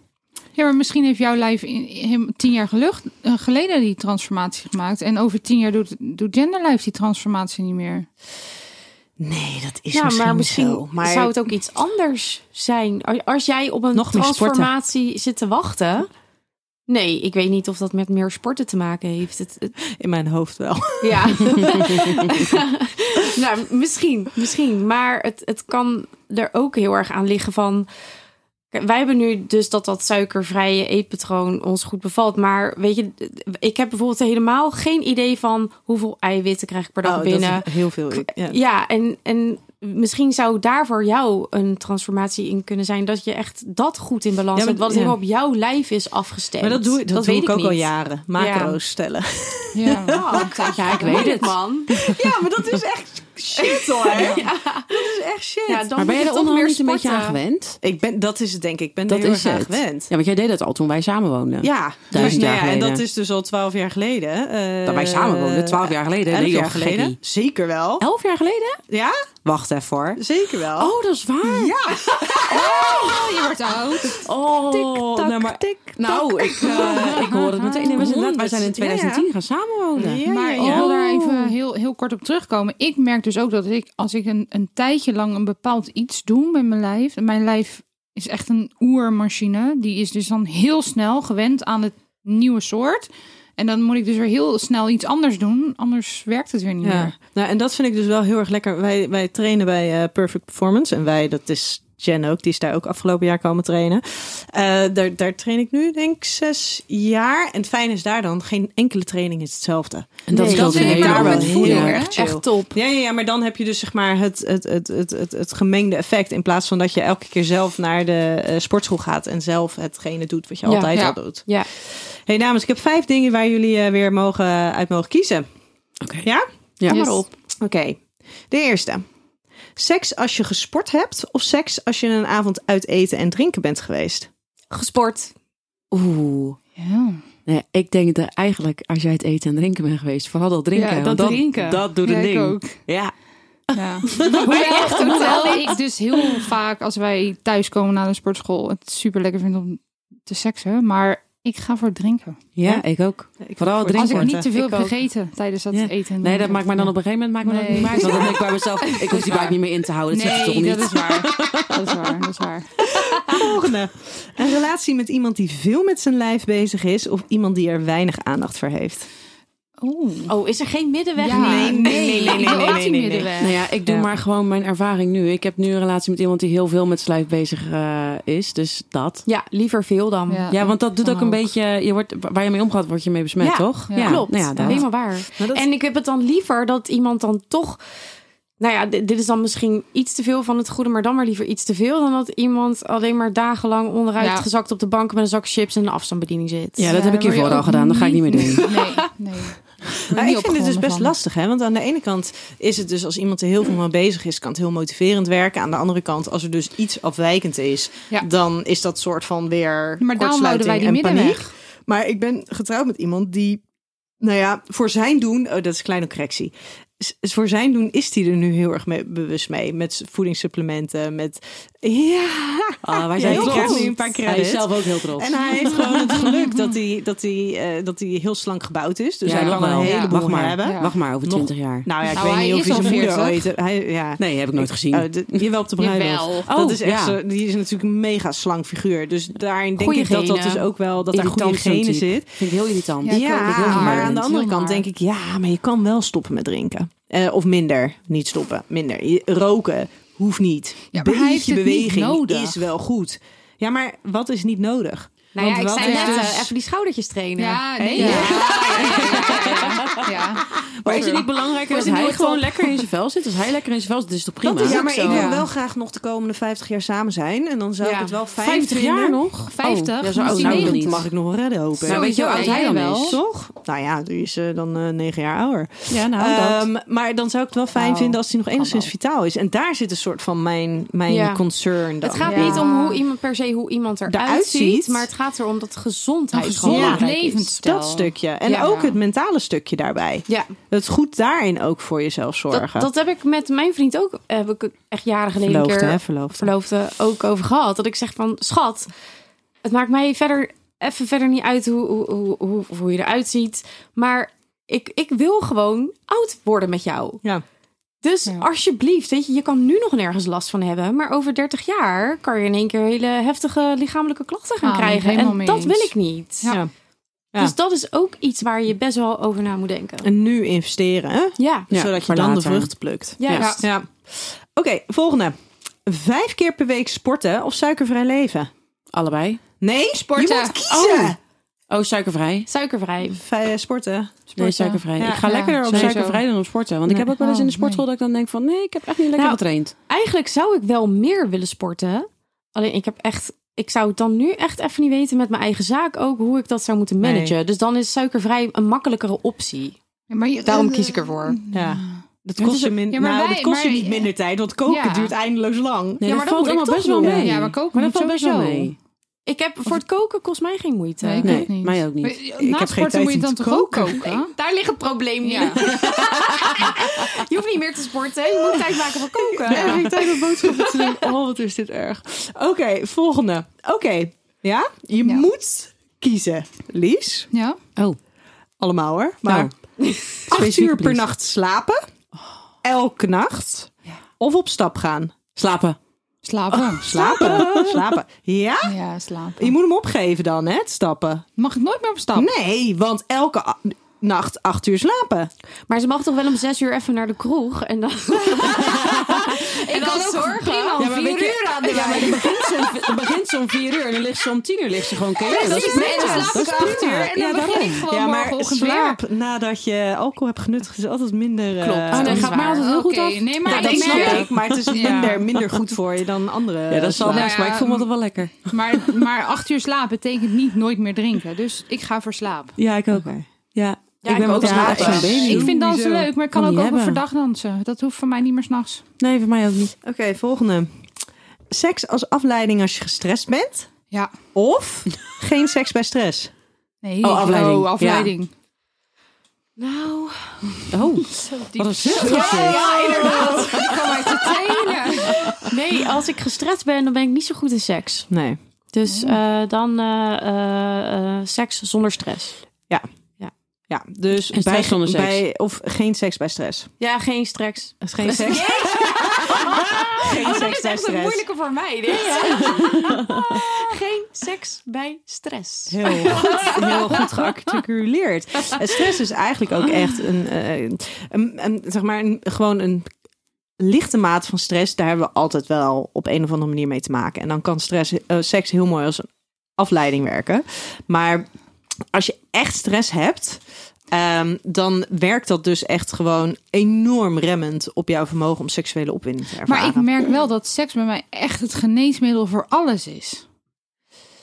[SPEAKER 5] Ja, maar misschien heeft jouw lijf in, hem tien jaar gelucht, eh, geleden die transformatie gemaakt. En over tien jaar doet, doet genderlijf die transformatie niet meer.
[SPEAKER 3] Nee, dat is
[SPEAKER 2] ja, maar misschien
[SPEAKER 3] zo. Maar
[SPEAKER 2] zou het ook iets anders zijn. Als- Als jij op een
[SPEAKER 3] Nog meer sporten.
[SPEAKER 2] transformatie zit te wachten. Nee, ik weet niet of dat met meer sporten te maken heeft. Het, het-
[SPEAKER 3] in mijn hoofd wel.
[SPEAKER 2] ja. nou, misschien, misschien. Maar het, het kan er ook heel erg aan liggen van... Kijk, Wij hebben nu dus dat dat suikervrije eetpatroon ons goed bevalt. Maar weet je, ik heb bijvoorbeeld helemaal geen idee van... hoeveel eiwitten krijg ik per dag
[SPEAKER 3] Oh, dat is
[SPEAKER 2] binnen.
[SPEAKER 3] heel veel. ik- Ja.
[SPEAKER 2] Ja, en, en misschien zou daar voor jou een transformatie in kunnen zijn. Dat je echt dat goed in balans
[SPEAKER 3] Ja, maar-
[SPEAKER 2] hebt. Wat
[SPEAKER 3] ja.
[SPEAKER 2] helemaal op jouw lijf is afgestemd.
[SPEAKER 3] Maar dat doe, dat doe
[SPEAKER 2] weet
[SPEAKER 3] ik ook al
[SPEAKER 2] niet. Oh,
[SPEAKER 3] jaren. Macro's stellen.
[SPEAKER 5] Ja.
[SPEAKER 2] Ja, ik weet het. Man.
[SPEAKER 3] Ja, maar dat is echt shit hoor. Dat is echt shit.
[SPEAKER 2] Ja, dan
[SPEAKER 4] maar ben
[SPEAKER 2] moet
[SPEAKER 4] je
[SPEAKER 2] je
[SPEAKER 4] er
[SPEAKER 2] toch
[SPEAKER 4] onderhand
[SPEAKER 2] meer
[SPEAKER 4] niet een beetje aan
[SPEAKER 2] sporten.
[SPEAKER 4] gewend?
[SPEAKER 3] Ik ben, dat is het denk ik. Ik ben
[SPEAKER 4] Dat
[SPEAKER 3] er heel
[SPEAKER 4] is
[SPEAKER 3] erg aan
[SPEAKER 4] het.
[SPEAKER 3] gewend.
[SPEAKER 4] Ja, want jij deed dat al toen wij samen woonden.
[SPEAKER 3] Ja, dus,
[SPEAKER 4] Duizend
[SPEAKER 3] nou
[SPEAKER 4] jaar
[SPEAKER 3] ja, en
[SPEAKER 4] geleden.
[SPEAKER 3] dat is dus al twaalf jaar geleden. eh,
[SPEAKER 4] Dat wij samen woonden, 12 jaar geleden.
[SPEAKER 3] elf
[SPEAKER 4] Nee, joh,
[SPEAKER 3] jaar geleden.
[SPEAKER 4] gekkie.
[SPEAKER 3] Zeker wel.
[SPEAKER 4] Elf jaar geleden?
[SPEAKER 3] Ja,
[SPEAKER 4] Wacht even hoor.
[SPEAKER 3] zeker wel.
[SPEAKER 4] Oh, dat is waar. Ja.
[SPEAKER 5] Oh, je wordt oud.
[SPEAKER 4] Oh, nou, maar, nou ik, eh, ik hoor het meteen. Nee, we zijn inderdaad- wij zijn in 2010 gaan samenwonen.
[SPEAKER 3] Ja,
[SPEAKER 5] Maar
[SPEAKER 3] ja,
[SPEAKER 5] ik
[SPEAKER 3] ja.
[SPEAKER 5] wil daar even heel, heel kort op terugkomen. Ik merk dus ook dat ik, als ik een, een tijdje lang een bepaald iets doe met mijn lijf. en Mijn lijf is echt een oermachine. Die is dus dan heel snel gewend aan het nieuwe soort. En dan moet ik dus weer heel snel iets anders doen. Anders werkt het weer niet
[SPEAKER 3] Ja.
[SPEAKER 5] meer.
[SPEAKER 3] Nou, en dat vind ik dus wel heel erg lekker. Wij, wij trainen bij eh, Perfect Performance. En wij, dat is Jen ook, die is daar ook afgelopen jaar komen trainen. Eh, daar, daar train ik nu, denk ik, zes jaar. En het fijne is daar dan, geen enkele training is hetzelfde.
[SPEAKER 4] En dat
[SPEAKER 2] Nee,
[SPEAKER 4] scheelt
[SPEAKER 5] dat
[SPEAKER 4] een
[SPEAKER 5] vind ik
[SPEAKER 4] hele
[SPEAKER 5] daar wel
[SPEAKER 4] hoop.
[SPEAKER 5] heel voeding, erg.
[SPEAKER 3] chill.
[SPEAKER 2] Echt top.
[SPEAKER 3] Ja, ja, ja, maar dan heb je dus zeg maar het, het, het, het, het, het gemengde effect. In plaats van dat je elke keer zelf naar de eh, sportschool gaat en zelf hetgene doet wat je
[SPEAKER 2] Ja,
[SPEAKER 3] altijd
[SPEAKER 5] ja.
[SPEAKER 3] al doet.
[SPEAKER 2] Ja.
[SPEAKER 3] hey, dames, ik heb vijf dingen waar jullie eh, weer mogen, uit mogen kiezen.
[SPEAKER 4] Oké.
[SPEAKER 3] Ja?
[SPEAKER 4] Ja.
[SPEAKER 5] Yes.
[SPEAKER 3] Oké, de eerste. Seks als je gesport hebt of seks als je een avond uit eten en drinken bent geweest?
[SPEAKER 2] Gesport.
[SPEAKER 4] Oeh.
[SPEAKER 5] Ja.
[SPEAKER 4] Nee, ik denk dat eigenlijk als jij het eten en drinken bent geweest, vooral dat drinken.
[SPEAKER 5] Ja, dat
[SPEAKER 4] want
[SPEAKER 5] drinken.
[SPEAKER 4] Dat doet het
[SPEAKER 5] Ja, ik
[SPEAKER 4] ding.
[SPEAKER 5] ook.
[SPEAKER 4] Ja.
[SPEAKER 5] Ja. Hoewel, hoewel ik dus heel vaak als wij thuiskomen na de sportschool het super lekker vind om te seksen, maar ik ga voor het drinken.
[SPEAKER 4] ja, ik ook. Vooral het
[SPEAKER 5] Als
[SPEAKER 4] drinken.
[SPEAKER 5] ik niet te veel
[SPEAKER 2] Ik
[SPEAKER 5] heb
[SPEAKER 2] ook.
[SPEAKER 5] gegeten tijdens dat
[SPEAKER 4] Ja.
[SPEAKER 5] eten.
[SPEAKER 4] Nee, dat maakt mij dan op een gegeven moment maakt me dat
[SPEAKER 5] Nee.
[SPEAKER 4] niet meer uit. Want dan denk ik bij mezelf, ik hoef die
[SPEAKER 5] waar.
[SPEAKER 4] buik niet meer in te houden. Dat zit er toch
[SPEAKER 5] Nee,
[SPEAKER 4] niet.
[SPEAKER 5] dat is waar. Dat is waar. Dat is waar.
[SPEAKER 3] Volgende. Een relatie met iemand die veel met zijn lijf bezig is of iemand die er weinig aandacht voor heeft?
[SPEAKER 5] Oeh.
[SPEAKER 2] Oh, is er geen middenweg?
[SPEAKER 5] Ja,
[SPEAKER 2] meer?
[SPEAKER 3] nee, nee, nee,
[SPEAKER 5] Ik wil
[SPEAKER 3] nee,
[SPEAKER 5] ook
[SPEAKER 3] nee,
[SPEAKER 5] die
[SPEAKER 3] nee.
[SPEAKER 5] middenweg.
[SPEAKER 4] Nou ja, ik doe
[SPEAKER 3] Ja.
[SPEAKER 4] maar gewoon mijn ervaring nu. Ik heb nu een relatie met iemand die heel veel met zijn lijf bezig eh, is. Dus dat.
[SPEAKER 2] Ja, liever veel dan.
[SPEAKER 5] Ja.
[SPEAKER 4] Ja, want dat doet
[SPEAKER 5] kan
[SPEAKER 4] ook een
[SPEAKER 5] ook.
[SPEAKER 4] beetje... Je wordt, waar je mee omgaat, word je mee besmet,
[SPEAKER 2] Ja,
[SPEAKER 4] toch?
[SPEAKER 5] ja.
[SPEAKER 2] Klopt,
[SPEAKER 4] Nou ja, dat.
[SPEAKER 2] helemaal waar.
[SPEAKER 3] Maar dat-
[SPEAKER 2] En ik heb het dan liever dat iemand dan toch... Nou ja, dit, dit is dan misschien iets te veel van het goede, maar dan maar liever iets te veel... dan dat iemand alleen maar dagenlang onderuit
[SPEAKER 5] Ja.
[SPEAKER 2] gezakt op de bank... met een zak chips en een afstandsbediening zit.
[SPEAKER 4] Ja, dat heb ik
[SPEAKER 5] daar word je
[SPEAKER 4] hiervoor al
[SPEAKER 5] ook
[SPEAKER 4] gedaan. Dat ga ik niet meer doen.
[SPEAKER 5] Nee, nee.
[SPEAKER 3] Maar ik vind het dus best lastig, hè? Want aan de ene kant is het dus als iemand er heel veel mee bezig is, kan het heel motiverend werken. Aan de andere kant, als er dus iets afwijkend is,
[SPEAKER 5] Ja.
[SPEAKER 3] dan is dat soort van weer
[SPEAKER 5] Maar daarom houden
[SPEAKER 3] kortsluiting
[SPEAKER 5] wij die
[SPEAKER 3] en paniek.
[SPEAKER 5] middenweg.
[SPEAKER 3] Maar ik ben getrouwd met iemand die, nou ja, voor zijn doen, oh, dat is een kleine correctie. S- Voor zijn doen is hij er nu heel erg mee, bewust mee. Met s- voedingssupplementen, met. Ja,
[SPEAKER 4] Ah, wij
[SPEAKER 3] Ja,
[SPEAKER 4] zijn
[SPEAKER 3] heel
[SPEAKER 4] trots.
[SPEAKER 3] goed. Nu een paar
[SPEAKER 4] Hij
[SPEAKER 3] credits.
[SPEAKER 4] is zelf ook heel trots.
[SPEAKER 3] en hij heeft gewoon het geluk dat hij, dat hij, eh, dat hij heel slank gebouwd is. Dus
[SPEAKER 4] Ja,
[SPEAKER 3] hij
[SPEAKER 4] nog
[SPEAKER 3] kan een
[SPEAKER 4] wel. Ja.
[SPEAKER 3] heleboel
[SPEAKER 4] Wacht maar.
[SPEAKER 3] hebben.
[SPEAKER 5] Ja.
[SPEAKER 4] Wacht maar, over
[SPEAKER 3] Nog-
[SPEAKER 4] 20 jaar.
[SPEAKER 3] Nou ja, ik
[SPEAKER 5] Nou,
[SPEAKER 3] weet
[SPEAKER 5] hij
[SPEAKER 3] niet of
[SPEAKER 5] is
[SPEAKER 3] hij
[SPEAKER 5] al
[SPEAKER 3] zijn moeder
[SPEAKER 5] 40.
[SPEAKER 3] ooit... Hij, ja.
[SPEAKER 4] Nee, heb ik nooit gezien. Oh,
[SPEAKER 3] Oh, de- jawel op de bruiloft.
[SPEAKER 5] Jawel.
[SPEAKER 3] dat is echt
[SPEAKER 4] ja.
[SPEAKER 3] zo, die is natuurlijk een mega slank figuur. Dus daarin denk
[SPEAKER 2] Goeie
[SPEAKER 3] ik dat dat
[SPEAKER 2] genen.
[SPEAKER 3] dus ook wel... dat daar goede
[SPEAKER 4] Irritant zo'n
[SPEAKER 3] genen
[SPEAKER 4] type.
[SPEAKER 3] zit.
[SPEAKER 4] Vind ik heel irritant.
[SPEAKER 5] Ja, ik ook. Vind ik heel
[SPEAKER 3] maar aan
[SPEAKER 5] vervelend.
[SPEAKER 3] de andere
[SPEAKER 5] Heel
[SPEAKER 3] kant
[SPEAKER 5] naar.
[SPEAKER 3] denk ik... ja, maar je kan wel stoppen met drinken. Eh, of minder. Niet stoppen, minder. Je- Roken hoeft niet.
[SPEAKER 5] Ja, maar
[SPEAKER 3] Beetje
[SPEAKER 5] hij heeft het niet
[SPEAKER 3] beweging
[SPEAKER 5] nodig.
[SPEAKER 3] is wel goed. Ja, maar wat is niet nodig?
[SPEAKER 2] Nou ja,
[SPEAKER 3] Want
[SPEAKER 2] ik
[SPEAKER 3] wat
[SPEAKER 2] zei
[SPEAKER 3] is
[SPEAKER 2] net,
[SPEAKER 3] dus-
[SPEAKER 2] eh, even die schoudertjes trainen.
[SPEAKER 5] Ja, nee.
[SPEAKER 3] Ja.
[SPEAKER 5] Ja. Ja. Ja. Ja.
[SPEAKER 4] Maar is het niet belangrijk dat
[SPEAKER 2] een
[SPEAKER 4] hij
[SPEAKER 2] nieuwe
[SPEAKER 4] gewoon
[SPEAKER 2] top.
[SPEAKER 4] lekker in zijn vel zit? Als hij lekker in zijn vel zit, is het toch prima?
[SPEAKER 3] Dat is ja,
[SPEAKER 2] ook
[SPEAKER 3] maar
[SPEAKER 2] zo,
[SPEAKER 3] ik wil
[SPEAKER 5] ja.
[SPEAKER 3] wel graag nog de komende 50 jaar samen zijn. En dan zou ik
[SPEAKER 2] Ja.
[SPEAKER 3] het wel fijn
[SPEAKER 4] 50 jaar
[SPEAKER 3] vinden.
[SPEAKER 4] nog?
[SPEAKER 5] 50?
[SPEAKER 4] Oh, ja, zo oud
[SPEAKER 5] Misschien
[SPEAKER 4] zou ik nog
[SPEAKER 5] 90.
[SPEAKER 4] niet.
[SPEAKER 3] Mag ik nog wel redden, hoop ik.
[SPEAKER 4] Nou, weet je hoe oud
[SPEAKER 5] Sowieso,
[SPEAKER 4] hij dan
[SPEAKER 5] jij wel.
[SPEAKER 4] is?
[SPEAKER 3] Toch? Nou ja, die is eh, dan eh, negen jaar ouder.
[SPEAKER 4] Ja, nou, dat. Oh,
[SPEAKER 3] Ehm, maar dan zou ik het wel fijn
[SPEAKER 5] Nou,
[SPEAKER 3] vinden als hij nog enigszins
[SPEAKER 5] wel.
[SPEAKER 3] vitaal is. En daar zit een soort van mijn, mijn
[SPEAKER 2] Ja.
[SPEAKER 3] concern dan.
[SPEAKER 2] Het gaat
[SPEAKER 5] Ja.
[SPEAKER 2] niet om hoe iemand, per se hoe iemand eruit
[SPEAKER 3] Eruit ziet.
[SPEAKER 2] ziet, maar het gaat erom dat gezondheid
[SPEAKER 5] Een
[SPEAKER 2] gewoon
[SPEAKER 5] gezond
[SPEAKER 2] belangrijk is.
[SPEAKER 5] levensstijl.
[SPEAKER 3] Dat stukje. En
[SPEAKER 5] Ja.
[SPEAKER 3] ook het mentale stukje daarbij.
[SPEAKER 2] Ja,
[SPEAKER 3] Het goed daarin ook voor jezelf
[SPEAKER 2] dat,
[SPEAKER 3] zorgen.
[SPEAKER 2] dat heb ik met mijn vriend ook, eh, heb ik echt jaren geleden een
[SPEAKER 3] verloofde,
[SPEAKER 2] keer
[SPEAKER 3] hè? Verloofde.
[SPEAKER 2] verloofde ook over gehad. Dat ik zeg van, schat, het maakt mij verder even verder niet uit hoe, hoe, hoe, hoe, hoe je eruit ziet. Maar ik, ik wil gewoon oud worden met jou.
[SPEAKER 3] Ja.
[SPEAKER 2] Dus
[SPEAKER 5] Ja.
[SPEAKER 2] alsjeblieft, weet je, je kan nu nog nergens last van hebben. Maar over 30 jaar kan je in één keer hele heftige lichamelijke klachten gaan
[SPEAKER 5] Ah, ben ik
[SPEAKER 2] krijgen.
[SPEAKER 5] helemaal
[SPEAKER 2] En
[SPEAKER 5] mee
[SPEAKER 2] dat
[SPEAKER 5] eens.
[SPEAKER 2] wil ik niet.
[SPEAKER 5] Ja.
[SPEAKER 3] Ja.
[SPEAKER 2] Dus dat is ook iets waar je best wel over na moet denken.
[SPEAKER 3] En nu investeren, hè?
[SPEAKER 2] Ja,
[SPEAKER 4] Ja,
[SPEAKER 3] zodat je
[SPEAKER 4] maar
[SPEAKER 3] dan de
[SPEAKER 4] later.
[SPEAKER 3] vrucht plukt.
[SPEAKER 2] juist.
[SPEAKER 3] Ja. Oké, volgende. Vijf keer per week sporten of suikervrij leven?
[SPEAKER 4] Allebei.
[SPEAKER 3] Nee, sporten.
[SPEAKER 5] Je moet
[SPEAKER 3] kiezen. eh,
[SPEAKER 4] Oh, suikervrij.
[SPEAKER 2] Suikervrij.
[SPEAKER 3] sporten.
[SPEAKER 4] Nee, suikervrij.
[SPEAKER 3] Ja,
[SPEAKER 4] ik ga
[SPEAKER 5] ja,
[SPEAKER 4] lekkerder op
[SPEAKER 5] sowieso.
[SPEAKER 4] suikervrij dan op sporten. Want ik
[SPEAKER 3] Nee.
[SPEAKER 4] heb ook wel eens in de
[SPEAKER 5] Oh,
[SPEAKER 4] sportschool dat ik dan denk van... nee, ik heb echt niet lekker
[SPEAKER 2] Nou,
[SPEAKER 4] getraind.
[SPEAKER 2] Eigenlijk zou ik wel meer willen sporten. Alleen ik heb echt... Ik zou het dan nu echt even niet weten met mijn eigen zaak ook hoe ik dat zou moeten
[SPEAKER 3] Nee.
[SPEAKER 2] managen. Dus dan is suikervrij een makkelijkere optie.
[SPEAKER 5] Ja, maar je-
[SPEAKER 2] Daarom kies ik ervoor.
[SPEAKER 3] Ja. Dat kost, je, min-
[SPEAKER 5] Ja, maar
[SPEAKER 3] nou,
[SPEAKER 5] wij-
[SPEAKER 3] dat kost je
[SPEAKER 5] maar-
[SPEAKER 3] niet minder tijd, want koken
[SPEAKER 5] Ja.
[SPEAKER 3] duurt eindeloos lang.
[SPEAKER 4] Nee,
[SPEAKER 2] Ja,
[SPEAKER 4] dat,
[SPEAKER 2] maar dat moet
[SPEAKER 4] valt
[SPEAKER 2] ik
[SPEAKER 4] allemaal
[SPEAKER 2] toch
[SPEAKER 4] best wel
[SPEAKER 2] doen.
[SPEAKER 4] mee.
[SPEAKER 5] Ja, maar koken
[SPEAKER 4] Maar dat
[SPEAKER 5] moet
[SPEAKER 4] valt best wel
[SPEAKER 5] sowieso.
[SPEAKER 4] mee.
[SPEAKER 2] Ik heb, voor het koken kost mij geen moeite.
[SPEAKER 5] Nee, ik
[SPEAKER 4] Nee,
[SPEAKER 5] ook niet.
[SPEAKER 4] mij ook niet.
[SPEAKER 5] Maar,
[SPEAKER 4] Ik
[SPEAKER 3] heb
[SPEAKER 5] na
[SPEAKER 3] geen
[SPEAKER 5] sporten
[SPEAKER 3] tijd
[SPEAKER 5] moet je
[SPEAKER 3] om
[SPEAKER 5] dan
[SPEAKER 3] te
[SPEAKER 5] toch ook
[SPEAKER 3] koken.
[SPEAKER 5] koken?
[SPEAKER 2] Daar ligt het probleem niet.
[SPEAKER 5] Ja.
[SPEAKER 2] Je hoeft niet meer te sporten. Je moet tijd maken voor koken.
[SPEAKER 3] Ja. ik tijd om boodschappen te doen. Oh, wat is dit erg. Oké, volgende. Oké, ja? Je
[SPEAKER 5] Ja.
[SPEAKER 3] moet kiezen, Lies.
[SPEAKER 5] Ja.
[SPEAKER 4] Oh,
[SPEAKER 3] Allemaal hoor. Maar acht
[SPEAKER 4] specifiek,
[SPEAKER 3] uur per
[SPEAKER 4] please.
[SPEAKER 3] nacht slapen. Elke nacht. Of op stap gaan.
[SPEAKER 4] slapen.
[SPEAKER 5] Slapen.
[SPEAKER 3] Slapen. slapen. Ja?
[SPEAKER 5] Ja,
[SPEAKER 3] Je
[SPEAKER 5] slapen.
[SPEAKER 3] moet hem opgeven dan, hè, het stappen.
[SPEAKER 5] Mag ik nooit meer op stap?
[SPEAKER 3] Nee, want elke a- nacht acht uur slapen.
[SPEAKER 2] Maar ze mag toch wel om zes uur even naar de kroeg. En dan... ik
[SPEAKER 5] kan ook prima om
[SPEAKER 2] Prima,
[SPEAKER 4] vier uur
[SPEAKER 2] aan de
[SPEAKER 4] Ja, maar het begint zo'n vier uur en dan ligt ze om tien uur ligt ze gewoon keer.
[SPEAKER 5] dat is prima. En dan slaap
[SPEAKER 4] Dat
[SPEAKER 5] dus ik
[SPEAKER 4] is
[SPEAKER 5] acht
[SPEAKER 4] prima.
[SPEAKER 5] uur en dan
[SPEAKER 4] Ja,
[SPEAKER 5] begin ik
[SPEAKER 4] daarom.
[SPEAKER 5] gewoon morgenochtend weer.
[SPEAKER 3] slaap nadat je alcohol hebt genuttigd is altijd minder... eh,
[SPEAKER 2] Klopt.
[SPEAKER 4] Oh,
[SPEAKER 2] Dat
[SPEAKER 4] nee,
[SPEAKER 2] is
[SPEAKER 4] gaat mij
[SPEAKER 2] waar.
[SPEAKER 4] altijd heel goed
[SPEAKER 5] Oké,
[SPEAKER 4] af.
[SPEAKER 5] nee, maar
[SPEAKER 4] Ja,
[SPEAKER 5] ik
[SPEAKER 4] dat
[SPEAKER 5] denk
[SPEAKER 4] snap
[SPEAKER 5] dat-
[SPEAKER 4] ik.
[SPEAKER 3] maar het is
[SPEAKER 5] Ja.
[SPEAKER 3] minder, minder goed voor je dan andere
[SPEAKER 4] Ja, dat zal
[SPEAKER 3] eh, slaap.
[SPEAKER 4] niks, maar ik voel me altijd wel lekker.
[SPEAKER 5] Maar, maar acht uur slaap betekent niet nooit meer drinken. Dus ik ga voor slaap.
[SPEAKER 4] Ja, ik ook. Ja,
[SPEAKER 2] Ja, ik
[SPEAKER 4] ben
[SPEAKER 2] ook
[SPEAKER 4] wat
[SPEAKER 2] slapen.
[SPEAKER 4] later aan het benen.
[SPEAKER 5] Ik vind dansen leuk, maar ik kan,
[SPEAKER 4] Kan
[SPEAKER 5] ook
[SPEAKER 4] niet hebben.
[SPEAKER 5] overdag dansen. Dat hoeft voor mij niet meer s'nachts.
[SPEAKER 4] Nee, voor mij ook niet.
[SPEAKER 3] Oké, volgende. Seks als afleiding als je gestrest bent.
[SPEAKER 5] Ja.
[SPEAKER 3] Of geen seks bij stress.
[SPEAKER 5] Nee.
[SPEAKER 4] Oh, afleiding.
[SPEAKER 5] Oh, afleiding.
[SPEAKER 2] Nou,
[SPEAKER 4] Oh,
[SPEAKER 2] zo diep.
[SPEAKER 4] wat een zucht.
[SPEAKER 5] Ik kan maar te tenen.
[SPEAKER 2] Nee, als ik gestrest ben, dan ben ik niet zo goed in seks.
[SPEAKER 3] Nee.
[SPEAKER 2] Dus eh, dan eh, eh, eh, seks zonder stress.
[SPEAKER 3] Ja, dus
[SPEAKER 4] En
[SPEAKER 3] bij,
[SPEAKER 4] stress zonder seks.
[SPEAKER 3] bij- Of geen seks bij stress.
[SPEAKER 2] Ja, geen stress.
[SPEAKER 3] Geen seks. geen
[SPEAKER 2] Oh,
[SPEAKER 3] seks bij stress.
[SPEAKER 2] voor mij, dit. geen seks bij stress.
[SPEAKER 3] Heel goed, heel goed gearticuleerd. En Stress is eigenlijk ook echt een, eh, een, een- zeg maar een, gewoon een lichte mate van stress. Daar hebben we altijd wel op een of andere manier mee te maken. En dan kan stress, eh, seks heel mooi als een afleiding werken. Maar als je echt stress hebt, ehm, dan werkt dat dus echt gewoon enorm remmend op jouw vermogen om seksuele opwinding te ervaren.
[SPEAKER 5] Maar ik merk wel dat seks bij mij echt het geneesmiddel voor alles is.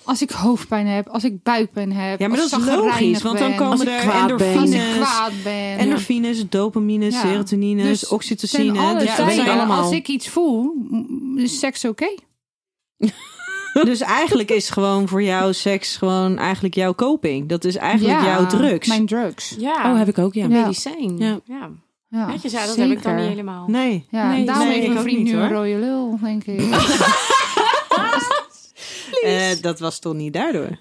[SPEAKER 5] Als ik hoofdpijn heb, als ik buikpijn heb.
[SPEAKER 3] ja, maar
[SPEAKER 5] als
[SPEAKER 3] dat is
[SPEAKER 5] ik
[SPEAKER 3] logisch,
[SPEAKER 5] chagrijnig
[SPEAKER 3] want dan
[SPEAKER 5] ben,
[SPEAKER 4] Als
[SPEAKER 3] komen
[SPEAKER 4] ik
[SPEAKER 3] er
[SPEAKER 4] kwaad ben.
[SPEAKER 5] als
[SPEAKER 3] endorfines,
[SPEAKER 5] ik kwaad ben. Ja.
[SPEAKER 3] Endorfines, dopamine,
[SPEAKER 5] Ja.
[SPEAKER 3] serotonine,
[SPEAKER 5] Dus Ten
[SPEAKER 3] oxytocine.
[SPEAKER 5] alle
[SPEAKER 3] Dus dat
[SPEAKER 5] tijden,
[SPEAKER 3] zijn allemaal.
[SPEAKER 5] Als ik iets voel, m- is seks oké.
[SPEAKER 3] Dus eigenlijk is gewoon voor jou seks gewoon eigenlijk jouw coping. Dat is eigenlijk
[SPEAKER 5] Ja,
[SPEAKER 3] jouw drugs.
[SPEAKER 5] Mijn drugs.
[SPEAKER 2] Ja,
[SPEAKER 4] Oh, heb ik ook, ja.
[SPEAKER 5] Ja.
[SPEAKER 2] medicijn.
[SPEAKER 4] Ja.
[SPEAKER 2] ja.
[SPEAKER 5] Ja,
[SPEAKER 2] Netjes, ja, dat heb ik dan
[SPEAKER 5] zeker.
[SPEAKER 2] niet helemaal.
[SPEAKER 3] Nee.
[SPEAKER 5] Ja,
[SPEAKER 3] Nee,
[SPEAKER 5] en daarom
[SPEAKER 3] nee,
[SPEAKER 5] heeft
[SPEAKER 3] ik
[SPEAKER 5] mijn
[SPEAKER 3] ook
[SPEAKER 5] vriend
[SPEAKER 3] niet,
[SPEAKER 5] nu een
[SPEAKER 3] hoor.
[SPEAKER 5] rode lul, denk ik.
[SPEAKER 3] Eh, dat was toch niet daardoor?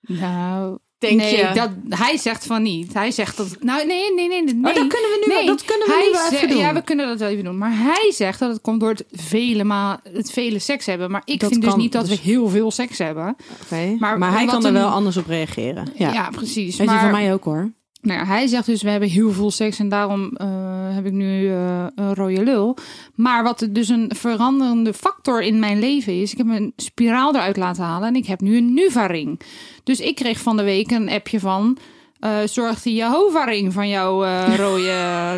[SPEAKER 5] nou,
[SPEAKER 2] Denk
[SPEAKER 5] nee,
[SPEAKER 2] je?
[SPEAKER 5] Dat, hij zegt van niet. Hij zegt dat... Nou, nee, nee, nee. nee.
[SPEAKER 3] Maar Oh, dat kunnen we nu,
[SPEAKER 5] Nee,
[SPEAKER 3] dat kunnen we nu wel
[SPEAKER 5] zegt-
[SPEAKER 3] even doen.
[SPEAKER 5] Ja, we kunnen dat wel even doen. Maar hij zegt dat het komt door het vele, ma het vele seks hebben. Maar ik
[SPEAKER 3] Dat
[SPEAKER 5] vind dus
[SPEAKER 3] kan,
[SPEAKER 5] niet dat
[SPEAKER 3] dus-
[SPEAKER 5] we heel veel seks hebben.
[SPEAKER 3] Oké. maar,
[SPEAKER 5] Maar
[SPEAKER 3] hij
[SPEAKER 5] wat
[SPEAKER 3] kan er
[SPEAKER 5] een-
[SPEAKER 3] wel anders op reageren.
[SPEAKER 5] Ja,
[SPEAKER 3] Ja.
[SPEAKER 5] precies.
[SPEAKER 4] Weet je,
[SPEAKER 5] maar,
[SPEAKER 4] voor mij ook hoor.
[SPEAKER 5] Nou ja, hij zegt dus, we hebben heel veel seks en daarom eh, heb ik nu eh, een rode lul. Maar wat er dus een veranderende factor in mijn leven is, ik heb een spiraal eruit laten halen en ik heb nu een Nuva-ring. Dus ik kreeg van de week een appje van, eh zorg die Jehovah-ring van jouw eh, rode...